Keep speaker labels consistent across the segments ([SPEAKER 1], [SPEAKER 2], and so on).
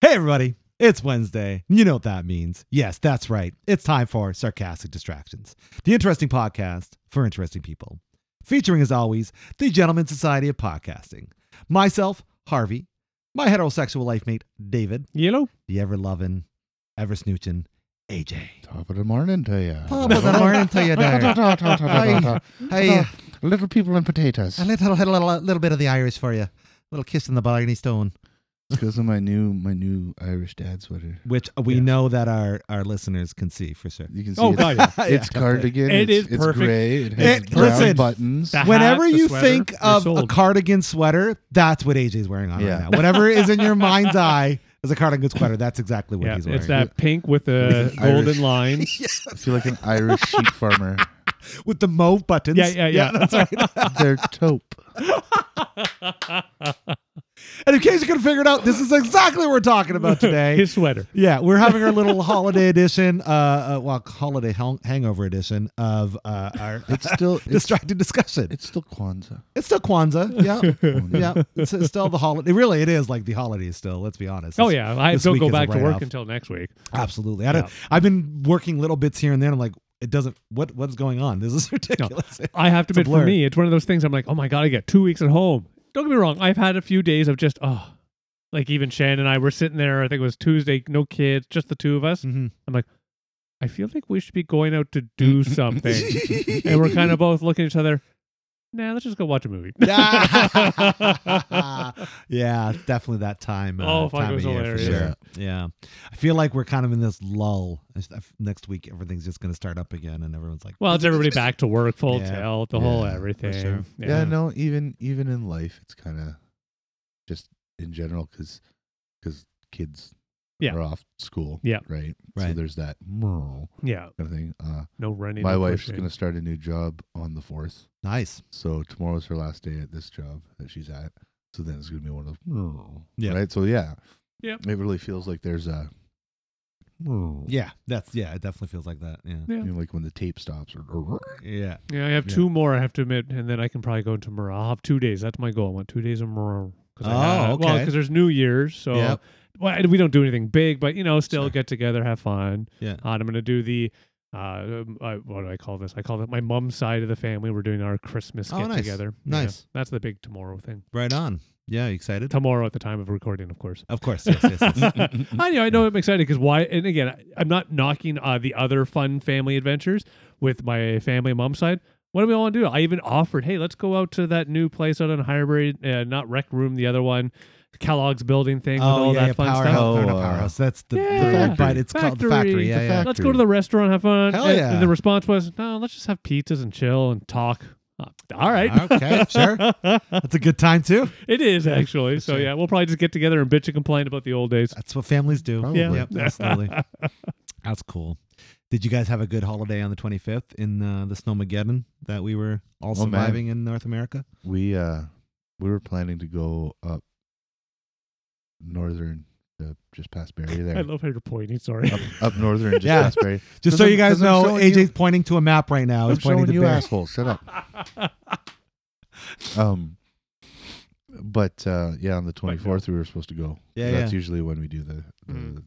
[SPEAKER 1] Hey, everybody. It's Wednesday. You know what that means. Yes, that's right. It's time for Sarcastic Distractions, the interesting podcast for interesting people. Featuring, as always, the Gentleman Society of Podcasting. Myself, Harvey, my heterosexual life mate, David,
[SPEAKER 2] Yellow.
[SPEAKER 1] the ever loving, ever snooching, AJ.
[SPEAKER 3] Top of the morning to you.
[SPEAKER 1] Top of the morning to you there. Hey,
[SPEAKER 3] Little people and potatoes.
[SPEAKER 1] a little, little, little bit of the Irish for you. A little kiss on the bargaining stone.
[SPEAKER 3] Because of my new my new Irish dad sweater.
[SPEAKER 1] Which we
[SPEAKER 3] Yes.
[SPEAKER 1] know that our, our listeners can see for sure.
[SPEAKER 3] You can see
[SPEAKER 2] Oh,
[SPEAKER 3] it's,
[SPEAKER 2] God, yeah.
[SPEAKER 3] it's cardigan.
[SPEAKER 2] It
[SPEAKER 3] it's,
[SPEAKER 2] is
[SPEAKER 3] it's
[SPEAKER 2] perfect.
[SPEAKER 3] gray. It has
[SPEAKER 1] It-
[SPEAKER 3] brown
[SPEAKER 1] listen.
[SPEAKER 3] buttons.
[SPEAKER 2] The
[SPEAKER 1] Whenever
[SPEAKER 2] hat, the
[SPEAKER 1] you
[SPEAKER 2] sweater,
[SPEAKER 1] think
[SPEAKER 2] you're
[SPEAKER 1] of a
[SPEAKER 2] sold.
[SPEAKER 1] cardigan sweater, that's what AJ's wearing on
[SPEAKER 3] Yeah.
[SPEAKER 1] right now. Whatever is in your mind's eye is a cardigan sweater. That's exactly what
[SPEAKER 2] yeah,
[SPEAKER 1] he's wearing.
[SPEAKER 2] it's that pink with the
[SPEAKER 3] Irish.
[SPEAKER 2] golden lines.
[SPEAKER 3] I feel like an Irish sheep farmer.
[SPEAKER 1] With the mauve buttons.
[SPEAKER 2] Yeah, yeah, yeah.
[SPEAKER 1] that's right.
[SPEAKER 3] They're taupe.
[SPEAKER 1] and in case you couldn't figure it out, this is exactly what we're talking about today.
[SPEAKER 2] His sweater.
[SPEAKER 1] yeah, we're having our little holiday edition, uh, uh well, holiday hang- hangover edition of uh, our
[SPEAKER 3] It's still it's,
[SPEAKER 1] distracted discussion.
[SPEAKER 3] it's still Kwanzaa.
[SPEAKER 1] It's still Kwanzaa. Yeah.
[SPEAKER 3] Kwanzaa.
[SPEAKER 1] yeah. It's, it's still the holiday. Really, it is like the holiday still, let's be honest.
[SPEAKER 2] Oh
[SPEAKER 1] It's-
[SPEAKER 2] yeah, I
[SPEAKER 1] This
[SPEAKER 2] don't
[SPEAKER 1] week
[SPEAKER 2] go
[SPEAKER 1] is a
[SPEAKER 2] back to work
[SPEAKER 1] write-off.
[SPEAKER 2] until next week.
[SPEAKER 1] Absolutely. I don't,
[SPEAKER 2] Yeah.
[SPEAKER 1] I've been working little bits here and there. And I'm like, it doesn't. What what's going on? This is ridiculous.
[SPEAKER 2] I have to
[SPEAKER 1] It's a
[SPEAKER 2] admit, for
[SPEAKER 1] blur.
[SPEAKER 2] me, it's one of those things. I'm like, oh my god, I get two weeks at home. Don't get me wrong. I've had a few days of just oh, like even Shan and I were sitting there. I think it was Tuesday, no kids, just the two of us.
[SPEAKER 1] Mhm.
[SPEAKER 2] I feel like we should be going out to do something, and we're kind of both looking at each other. Nah, let's just go watch a movie.
[SPEAKER 1] yeah, it's definitely that time. Uh,
[SPEAKER 2] Oh, fuck, it
[SPEAKER 1] time
[SPEAKER 2] was
[SPEAKER 1] of year for sure.
[SPEAKER 2] hilarious.
[SPEAKER 1] Yeah, I feel like we're kind of in this lull. I just- I f- Next week, everything's just going to start up again, and everyone's like,
[SPEAKER 2] well, it's everybody back to work, full
[SPEAKER 1] Yeah.
[SPEAKER 2] tilt, the
[SPEAKER 3] Yeah,
[SPEAKER 2] whole
[SPEAKER 3] for
[SPEAKER 2] everything.
[SPEAKER 1] sure.
[SPEAKER 3] yeah no even even in life it's kind of just in general because kids
[SPEAKER 2] Yeah.
[SPEAKER 3] are off school
[SPEAKER 2] Yeah.
[SPEAKER 3] right so
[SPEAKER 1] Right.
[SPEAKER 3] there's that kind
[SPEAKER 2] yeah,
[SPEAKER 3] of thing uh
[SPEAKER 2] no running.
[SPEAKER 3] my
[SPEAKER 2] no
[SPEAKER 3] wife's
[SPEAKER 2] pushing.
[SPEAKER 3] gonna start a new job on the fourth
[SPEAKER 1] nice.
[SPEAKER 3] so tomorrow's her last day at this job that she's at so then it's gonna be one of those
[SPEAKER 1] Yeah.
[SPEAKER 3] right so yeah
[SPEAKER 2] Yeah.
[SPEAKER 3] it really feels like there's a
[SPEAKER 1] Yeah, that's yeah. It definitely feels like that. Yeah,
[SPEAKER 3] you know, like when the tape stops or
[SPEAKER 1] yeah.
[SPEAKER 2] Yeah, I have
[SPEAKER 1] Yeah.
[SPEAKER 2] two more. I have to admit, and then I can probably go into Morale. I'll have two days. That's my goal. I want two days of Morale.
[SPEAKER 1] Oh, okay.
[SPEAKER 2] because there's New Year's, so
[SPEAKER 1] Yep.
[SPEAKER 2] well, and we don't do anything big, but you know, still
[SPEAKER 1] Sure.
[SPEAKER 2] get together, have fun.
[SPEAKER 1] Yeah.
[SPEAKER 2] Uh, and I'm gonna do the. Uh, um, I, what do I call this? I call it my mom's side of the family. We're doing our Christmas
[SPEAKER 1] Oh,
[SPEAKER 2] get
[SPEAKER 1] nice.
[SPEAKER 2] together.
[SPEAKER 1] Nice.
[SPEAKER 2] That's the big tomorrow thing.
[SPEAKER 1] Right on. Yeah, you excited?
[SPEAKER 2] Tomorrow at the time of recording, of course.
[SPEAKER 1] Of course. Yes, yes, yes.
[SPEAKER 2] I know, I know I'm excited because why? And again, I- I'm not knocking uh, the other fun family adventures with my family mom's side. What do we want to do? I even offered, hey, let's go out to that new place out on Highbury, uh, not Rec Room, the other one, Kellogg's building thing with all
[SPEAKER 1] yeah,
[SPEAKER 2] that
[SPEAKER 1] yeah,
[SPEAKER 2] fun
[SPEAKER 1] powerhouse.
[SPEAKER 2] stuff.
[SPEAKER 3] Oh,
[SPEAKER 1] no, not
[SPEAKER 3] uh,
[SPEAKER 1] powerhouse. That's the,
[SPEAKER 2] Yeah.
[SPEAKER 1] the but it's called the
[SPEAKER 2] Factory,
[SPEAKER 1] factory.
[SPEAKER 2] the
[SPEAKER 1] Yeah, yeah.
[SPEAKER 2] Let's go to the restaurant, have fun.
[SPEAKER 1] Hell
[SPEAKER 2] And-
[SPEAKER 1] yeah.
[SPEAKER 2] and the response was, no, let's just have pizzas and chill and talk. Uh, all right.
[SPEAKER 1] okay, sure. That's a good time too.
[SPEAKER 2] it is actually. So
[SPEAKER 1] Sure.
[SPEAKER 2] yeah, we'll probably just get together and bitch and complain about the old days.
[SPEAKER 1] That's what families do.
[SPEAKER 3] Probably.
[SPEAKER 2] Yeah.
[SPEAKER 1] Yep, absolutely. That's cool. Did you guys have a good holiday on the 25th in uh, the Snowmageddon that we were all
[SPEAKER 3] Oh, man.
[SPEAKER 1] surviving in North America?
[SPEAKER 3] We uh we were planning to go up northern uh, just past Barry
[SPEAKER 2] I
[SPEAKER 3] there.
[SPEAKER 2] love how you're pointing. Sorry.
[SPEAKER 3] Up, up northern just
[SPEAKER 1] Yeah.
[SPEAKER 3] past Barry.
[SPEAKER 1] Just
[SPEAKER 3] 'Cause
[SPEAKER 1] so
[SPEAKER 3] I'm-
[SPEAKER 1] you guys
[SPEAKER 3] 'cause
[SPEAKER 1] know,
[SPEAKER 3] I'm showing
[SPEAKER 1] AJ's
[SPEAKER 3] you-
[SPEAKER 1] pointing to a map right now.
[SPEAKER 3] I'm
[SPEAKER 1] He's pointing
[SPEAKER 3] showing
[SPEAKER 1] to
[SPEAKER 3] you
[SPEAKER 1] Barry.
[SPEAKER 3] asshole. Shut up. Um but uh yeah, on the twenty fourth we were supposed to go.
[SPEAKER 1] Yeah,
[SPEAKER 3] That's
[SPEAKER 1] yeah.
[SPEAKER 3] usually when we do the, the
[SPEAKER 2] Mm.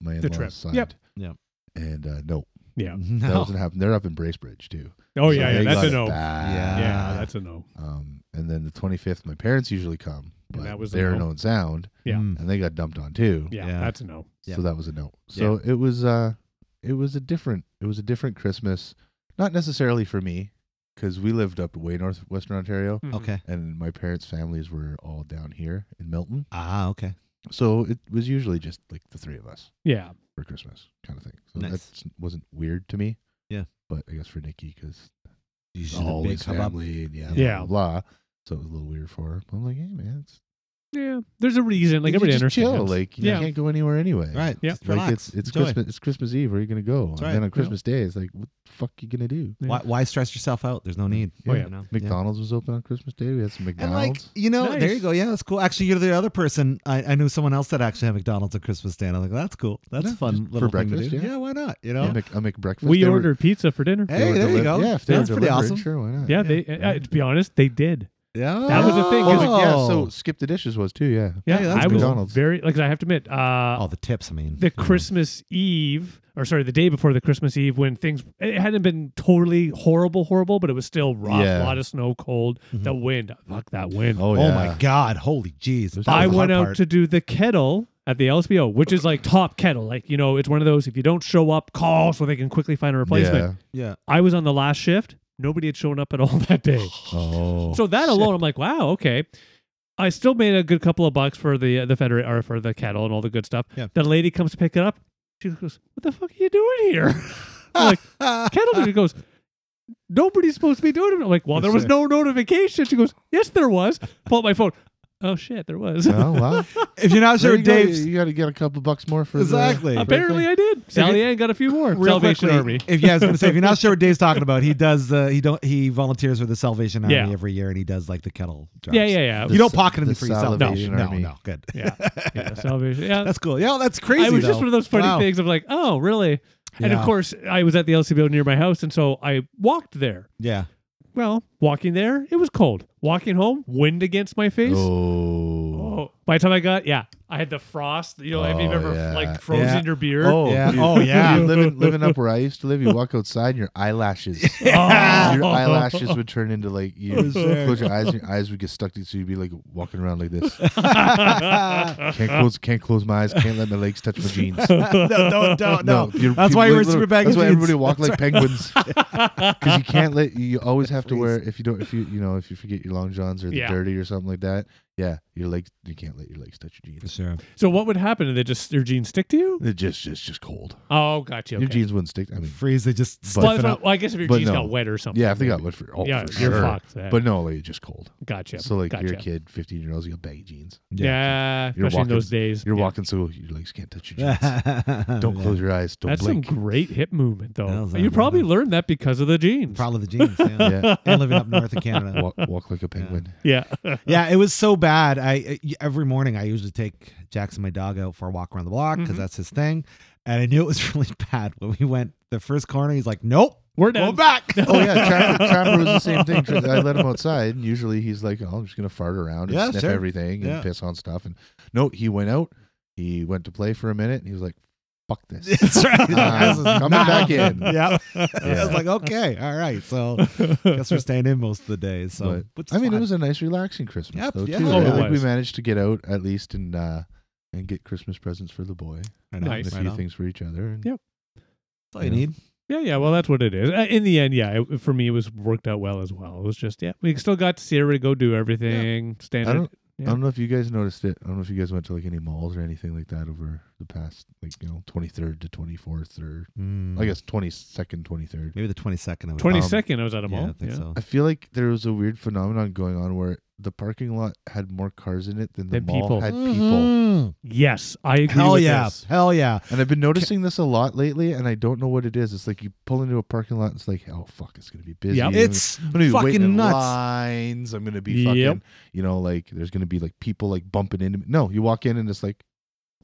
[SPEAKER 3] my in
[SPEAKER 2] The
[SPEAKER 3] laws
[SPEAKER 2] trip.
[SPEAKER 3] side.
[SPEAKER 2] Yep.
[SPEAKER 1] Yep.
[SPEAKER 3] And uh no,
[SPEAKER 2] yeah.
[SPEAKER 1] No.
[SPEAKER 3] that doesn't happen. They're up in Bracebridge too.
[SPEAKER 2] Oh
[SPEAKER 3] So
[SPEAKER 2] yeah, yeah.
[SPEAKER 3] they
[SPEAKER 2] That's
[SPEAKER 3] got
[SPEAKER 2] a
[SPEAKER 3] it
[SPEAKER 2] no.
[SPEAKER 3] bad.
[SPEAKER 2] Yeah,
[SPEAKER 1] Ah.
[SPEAKER 2] that's a no.
[SPEAKER 3] Um and then the twenty fifth my parents usually come.
[SPEAKER 2] And
[SPEAKER 3] But
[SPEAKER 2] that was a
[SPEAKER 3] they're
[SPEAKER 2] no.
[SPEAKER 3] known sound
[SPEAKER 2] Yeah.
[SPEAKER 1] Mm.
[SPEAKER 3] and they got dumped on too.
[SPEAKER 2] Yeah,
[SPEAKER 1] Yeah.
[SPEAKER 2] that's a no.
[SPEAKER 1] Yeah.
[SPEAKER 3] So that was a no. So it was uh it was a different it was a different Christmas, not necessarily for me cuz we lived up way north western Ontario
[SPEAKER 1] Okay.
[SPEAKER 3] and my parents' families were all down here in Milton.
[SPEAKER 1] Ah, okay.
[SPEAKER 3] So it was usually just like the three of us
[SPEAKER 2] Yeah.
[SPEAKER 3] for Christmas kind of thing. So
[SPEAKER 1] Nice.
[SPEAKER 3] that wasn't weird to me.
[SPEAKER 1] Yeah.
[SPEAKER 3] But I guess for Nikki cuz
[SPEAKER 1] You should
[SPEAKER 3] all
[SPEAKER 1] have big
[SPEAKER 3] his
[SPEAKER 1] come up.
[SPEAKER 3] family and yeah,
[SPEAKER 2] Yeah.
[SPEAKER 3] blah, blah, blah. So it was a little weird for her. But I'm like, "Hey man, it's
[SPEAKER 2] Yeah. There's a reason. Like
[SPEAKER 3] you
[SPEAKER 2] everybody
[SPEAKER 3] just chill.
[SPEAKER 2] understands.
[SPEAKER 3] Like you
[SPEAKER 2] Yeah.
[SPEAKER 3] can't go anywhere anyway."
[SPEAKER 1] Right.
[SPEAKER 2] Yeah.
[SPEAKER 1] Just
[SPEAKER 3] Like
[SPEAKER 1] relax.
[SPEAKER 3] it's it's
[SPEAKER 1] Enjoy.
[SPEAKER 3] Christmas it's Christmas Eve. Where are you gonna go?
[SPEAKER 1] That's
[SPEAKER 3] and
[SPEAKER 1] right,
[SPEAKER 3] then
[SPEAKER 1] yeah.
[SPEAKER 3] on Christmas Day, it's like, what the fuck you gonna do?
[SPEAKER 2] Yeah.
[SPEAKER 1] Why, why stress yourself out? There's no need.
[SPEAKER 2] Oh, yeah.
[SPEAKER 1] You know? Yeah.
[SPEAKER 3] McDonald's was open on Christmas Day. We had some
[SPEAKER 1] And like
[SPEAKER 3] McDonald's.
[SPEAKER 1] you know, there
[SPEAKER 2] Nice.
[SPEAKER 1] you go. Yeah, that's cool. Actually, you're the other person. I, I knew someone else that actually had McDonald's at Christmas Day. And I'm like, that's cool. That's
[SPEAKER 3] Yeah,
[SPEAKER 1] fun
[SPEAKER 3] just for
[SPEAKER 1] little thing to
[SPEAKER 3] breakfast,
[SPEAKER 1] do.
[SPEAKER 3] yeah.
[SPEAKER 1] why not? You
[SPEAKER 3] A
[SPEAKER 1] know,
[SPEAKER 3] Mc- a McBreakfast.
[SPEAKER 2] we
[SPEAKER 3] They were-
[SPEAKER 2] ordered pizza for dinner.
[SPEAKER 3] they
[SPEAKER 1] Hey,
[SPEAKER 3] were
[SPEAKER 1] there you
[SPEAKER 3] deliv-
[SPEAKER 1] go.
[SPEAKER 3] Yeah, if they were
[SPEAKER 1] That's pretty
[SPEAKER 3] delivered,
[SPEAKER 1] awesome.
[SPEAKER 3] Sure, why not?
[SPEAKER 2] yeah, they.
[SPEAKER 1] yeah.
[SPEAKER 2] Uh, to be honest, they did.
[SPEAKER 1] Yeah.
[SPEAKER 2] That was the thing,
[SPEAKER 3] Oh,
[SPEAKER 2] 'cause-
[SPEAKER 3] yeah. So skip the dishes was too. Yeah.
[SPEAKER 2] Yeah,
[SPEAKER 1] Hey, that's Oh,
[SPEAKER 2] I was
[SPEAKER 3] McDonald's.
[SPEAKER 2] very like I have to admit, uh,
[SPEAKER 1] all the tips. I mean,
[SPEAKER 2] the Christmas Eve or sorry, the day before the Christmas Eve when things it hadn't been totally horrible, horrible, but it was still rough. A
[SPEAKER 3] Yeah.
[SPEAKER 2] lot of snow, cold, the wind. Fuck that wind.
[SPEAKER 1] Oh,
[SPEAKER 3] yeah.
[SPEAKER 1] my God! Holy jeez!
[SPEAKER 3] There's
[SPEAKER 1] That
[SPEAKER 2] I
[SPEAKER 1] was the
[SPEAKER 2] went
[SPEAKER 1] hard
[SPEAKER 2] out
[SPEAKER 1] part.
[SPEAKER 2] to do the kettle at the LSBO, which is like top kettle. Like, you know, it's one of those if you don't show up, call so they can quickly find a replacement.
[SPEAKER 3] Yeah.
[SPEAKER 1] yeah.
[SPEAKER 2] I was on the last shift. Nobody had shown up at all that day.
[SPEAKER 3] Oh.
[SPEAKER 2] So that
[SPEAKER 1] shit.
[SPEAKER 2] alone, I'm like, wow, okay. I still made a good couple of bucks for the the feder or for the kettle and all the good stuff.
[SPEAKER 1] Yeah.
[SPEAKER 2] The lady comes to pick it up. She goes, "What the fuck are you doing here?" I'm like,
[SPEAKER 3] Oh,
[SPEAKER 2] kettle duty goes, nobody's supposed to be doing it. I'm like, well,
[SPEAKER 1] Yes,
[SPEAKER 2] there was
[SPEAKER 1] sir.
[SPEAKER 2] no notification. She goes, yes, there was. Pull up my phone. Oh shit, there was.
[SPEAKER 3] Oh wow.
[SPEAKER 1] if you're not
[SPEAKER 3] There
[SPEAKER 1] sure,
[SPEAKER 3] you go. You-
[SPEAKER 1] Dave's
[SPEAKER 3] You got to get a couple bucks more for the-
[SPEAKER 1] exactly.
[SPEAKER 2] Apparently, I did. Sally Ann got a few more.
[SPEAKER 1] Real
[SPEAKER 2] Salvation
[SPEAKER 1] quickly,
[SPEAKER 2] Army.
[SPEAKER 1] If yeah, I was gonna say, if you're not sure what Dave's talking about, he does. Uh, he don't. He volunteers for the Salvation Army
[SPEAKER 2] Yeah.
[SPEAKER 1] every year, and he does like the kettle. Drops.
[SPEAKER 2] Yeah, yeah,
[SPEAKER 1] You
[SPEAKER 2] yeah.
[SPEAKER 3] The
[SPEAKER 1] don't
[SPEAKER 3] sa-
[SPEAKER 1] pocket them
[SPEAKER 3] the
[SPEAKER 1] for yourself. No,
[SPEAKER 3] Salvation
[SPEAKER 1] no,
[SPEAKER 3] Army.
[SPEAKER 1] no, good.
[SPEAKER 2] yeah, yeah, Salvation. Yeah,
[SPEAKER 1] That's cool. Yeah, that's crazy.
[SPEAKER 2] I was
[SPEAKER 1] though.
[SPEAKER 2] just one of those funny
[SPEAKER 1] Wow.
[SPEAKER 2] things of like, oh, really? And of
[SPEAKER 1] Yeah.
[SPEAKER 2] course, I was at the LCBO near my house, and so I walked there.
[SPEAKER 1] Yeah.
[SPEAKER 2] Well, walking there, it was cold. Walking home, wind against my face.
[SPEAKER 3] Oh.
[SPEAKER 2] Oh, by the time I got, yeah, I had the frost. You know, have you
[SPEAKER 3] Oh,
[SPEAKER 2] ever
[SPEAKER 3] yeah.
[SPEAKER 2] like frozen
[SPEAKER 1] Yeah.
[SPEAKER 2] your beard?
[SPEAKER 3] Oh
[SPEAKER 1] Yeah.
[SPEAKER 3] you-
[SPEAKER 1] Oh, yeah.
[SPEAKER 3] you living living up where I used to live, you walk outside, and your eyelashes,
[SPEAKER 2] Oh.
[SPEAKER 3] your eyelashes would turn into like you
[SPEAKER 1] For sure.
[SPEAKER 3] close your eyes, and your eyes would get stuck to you, so you'd be like walking around like this. Can't close, can't close my eyes, can't let my legs touch my jeans.
[SPEAKER 1] no, don't, don't, no.
[SPEAKER 3] you're-
[SPEAKER 1] That's why you were
[SPEAKER 3] look-
[SPEAKER 1] super baggy
[SPEAKER 3] That's why
[SPEAKER 1] jeans.
[SPEAKER 3] everybody walk like penguins because you can't let you always have to wear if you don't if you you know if you forget your long johns or the
[SPEAKER 2] Yeah.
[SPEAKER 3] dirty or something like that. Yeah, your legs you can't let your legs touch your
[SPEAKER 1] For
[SPEAKER 3] jeans.
[SPEAKER 1] sure.
[SPEAKER 2] So what would happen? Did they just your jeans stick to you?
[SPEAKER 3] It just just just cold.
[SPEAKER 2] Oh, gotcha.
[SPEAKER 3] Your
[SPEAKER 2] Okay.
[SPEAKER 3] jeans wouldn't stick. I mean,
[SPEAKER 1] Freeze. They just
[SPEAKER 3] But-
[SPEAKER 2] well,
[SPEAKER 1] stiffen
[SPEAKER 2] if I,
[SPEAKER 1] up.
[SPEAKER 2] well, I guess if your
[SPEAKER 3] but
[SPEAKER 2] jeans
[SPEAKER 3] no.
[SPEAKER 2] got wet or something.
[SPEAKER 3] yeah, if they got
[SPEAKER 2] maybe.
[SPEAKER 3] wet for oh
[SPEAKER 2] yeah,
[SPEAKER 3] for
[SPEAKER 2] you're
[SPEAKER 3] sure.
[SPEAKER 2] fucked. Then.
[SPEAKER 3] But no, like, just cold.
[SPEAKER 2] gotcha.
[SPEAKER 3] So like
[SPEAKER 2] gotcha.
[SPEAKER 3] you're a kid, fifteen year olds, you got baggy jeans.
[SPEAKER 2] Yeah, especially
[SPEAKER 3] You're
[SPEAKER 2] in
[SPEAKER 3] walking-
[SPEAKER 2] those days.
[SPEAKER 3] You're
[SPEAKER 2] yeah.
[SPEAKER 3] walking so your legs can't touch your jeans. don't close your eyes. Don't
[SPEAKER 2] That's
[SPEAKER 3] blink.
[SPEAKER 2] some great hip movement,
[SPEAKER 1] That
[SPEAKER 2] though.
[SPEAKER 1] was
[SPEAKER 2] You probably
[SPEAKER 1] unbelievable.
[SPEAKER 2] learned that because of the jeans.
[SPEAKER 1] Probably the jeans. Yeah.
[SPEAKER 3] yeah,
[SPEAKER 1] and living up north of Canada.
[SPEAKER 3] walk, walk like a penguin.
[SPEAKER 2] Yeah.
[SPEAKER 1] Yeah, it was so bad. I I- every morning I usually take Jackson, my dog, out for a walk around the block because
[SPEAKER 2] Mhm.
[SPEAKER 1] that's his thing. And I knew it was really bad when we went the first corner. He's like, "Nope,
[SPEAKER 2] We're
[SPEAKER 1] go
[SPEAKER 2] done.
[SPEAKER 1] back."
[SPEAKER 3] Oh yeah, Trapper, Trapper was the same thing. Tra- I let him outside, and usually he's like, "Oh, I'm just gonna fart around and
[SPEAKER 1] Yeah,
[SPEAKER 3] sniff
[SPEAKER 1] sure.
[SPEAKER 3] everything and
[SPEAKER 1] Yeah.
[SPEAKER 3] piss on stuff." And no, he went out. He went to play for a minute, and he was like, "Fuck this."
[SPEAKER 1] That's right.
[SPEAKER 3] Uh,
[SPEAKER 1] This is
[SPEAKER 3] coming
[SPEAKER 1] not-
[SPEAKER 3] back in.
[SPEAKER 1] Yeah. I
[SPEAKER 3] Yeah.
[SPEAKER 1] was like, okay, all right. So guess we're staying in most of the day. So, which is
[SPEAKER 3] I mean, it
[SPEAKER 1] fine.
[SPEAKER 3] was a nice, relaxing Christmas
[SPEAKER 1] Yep,
[SPEAKER 3] though.
[SPEAKER 1] yeah.
[SPEAKER 3] Too.
[SPEAKER 1] Oh,
[SPEAKER 3] I
[SPEAKER 1] it
[SPEAKER 3] think we
[SPEAKER 2] was.
[SPEAKER 3] managed to get out at least and uh, and get Christmas presents for the boy
[SPEAKER 1] Right on,
[SPEAKER 2] nice.
[SPEAKER 3] and a
[SPEAKER 1] right
[SPEAKER 3] few
[SPEAKER 1] on.
[SPEAKER 3] things for each other. And
[SPEAKER 2] Yeah.
[SPEAKER 1] That's all you need.
[SPEAKER 2] yeah, yeah. Well, that's what it is. Uh, In the end, yeah, it, for me, it was worked out well as well. It was just, yeah, we still got to see everybody go do everything.
[SPEAKER 3] I
[SPEAKER 2] Standard.
[SPEAKER 3] don't.
[SPEAKER 1] um,
[SPEAKER 3] I don't know if you guys noticed it. I don't know if you guys went to like any malls or anything like that over the past, like you know, twenty third to twenty fourth, or
[SPEAKER 1] Mm,
[SPEAKER 3] I guess twenty second, twenty third.
[SPEAKER 1] maybe the twenty second.
[SPEAKER 2] Twenty second, I was at a mall.
[SPEAKER 1] Oh, Yeah, I think
[SPEAKER 2] yeah.
[SPEAKER 1] so.
[SPEAKER 3] I feel like there was a weird phenomenon going on where the parking lot had more cars in it than the
[SPEAKER 2] Than
[SPEAKER 3] mall
[SPEAKER 2] people.
[SPEAKER 3] had
[SPEAKER 1] Mm-hmm.
[SPEAKER 3] people.
[SPEAKER 2] Yes, I agree.
[SPEAKER 1] Hell
[SPEAKER 2] with
[SPEAKER 1] yeah!
[SPEAKER 2] this.
[SPEAKER 1] Hell yeah!
[SPEAKER 3] And I've been noticing this a lot lately, and I don't know what it is. It's like you pull into a parking lot, and it's like, oh fuck, it's gonna be busy.
[SPEAKER 2] Yep.
[SPEAKER 3] I'm gonna-
[SPEAKER 1] It's
[SPEAKER 3] I'm gonna be waiting
[SPEAKER 1] fucking
[SPEAKER 3] in
[SPEAKER 1] nuts.
[SPEAKER 3] lines. I'm gonna be
[SPEAKER 2] Yep.
[SPEAKER 3] fucking, you know, like there's gonna be like people like bumping into me. No, you walk in and it's like,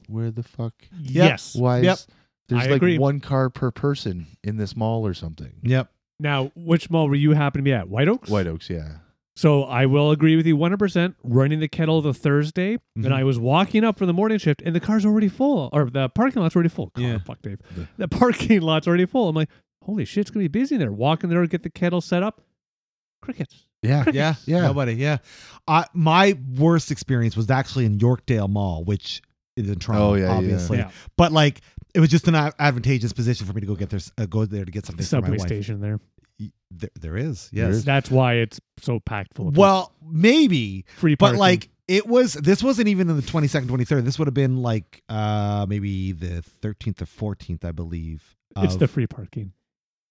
[SPEAKER 3] where the fuck?
[SPEAKER 2] Yes.
[SPEAKER 3] Why?
[SPEAKER 1] Yep.
[SPEAKER 3] Is, there's
[SPEAKER 2] I
[SPEAKER 3] like
[SPEAKER 2] agree.
[SPEAKER 3] one car per person in this mall or something.
[SPEAKER 1] Yep.
[SPEAKER 2] Now, which mall were you happen to be at? White Oaks.
[SPEAKER 3] White Oaks, yeah.
[SPEAKER 2] So I will agree with you 100%. Running the kettle the Thursday,
[SPEAKER 1] Mhm.
[SPEAKER 2] and I was walking up for the morning shift, and the car's already full, or the parking lot's already full. Car,
[SPEAKER 1] Yeah.
[SPEAKER 2] Fuck, Dave.
[SPEAKER 3] Yeah.
[SPEAKER 2] The parking lot's already full. I'm like, holy shit, it's going to be busy in there. Walking there, get the kettle set up. Crickets.
[SPEAKER 3] Yeah.
[SPEAKER 1] Yeah,
[SPEAKER 3] Yeah.
[SPEAKER 1] Nobody. Yeah. I, my worst experience was actually in Yorkdale Mall, which is in Toronto,
[SPEAKER 3] Oh, yeah, yeah.
[SPEAKER 1] obviously.
[SPEAKER 2] Yeah.
[SPEAKER 1] But like, it was just an a- advantageous position for me to go get there, uh, go there to get something.
[SPEAKER 2] The
[SPEAKER 1] for my
[SPEAKER 2] subway
[SPEAKER 1] wife.
[SPEAKER 2] station there.
[SPEAKER 1] Y- There, there is.
[SPEAKER 3] There
[SPEAKER 1] Yes.
[SPEAKER 3] is.
[SPEAKER 2] That's why it's so packed full of people.
[SPEAKER 1] Well, maybe,
[SPEAKER 2] free
[SPEAKER 1] but
[SPEAKER 2] parking.
[SPEAKER 1] like. It was. This wasn't even in the twenty second, twenty third. This would have been like uh maybe the thirteenth or fourteenth, I believe.
[SPEAKER 2] it's
[SPEAKER 1] of-
[SPEAKER 2] the free parking.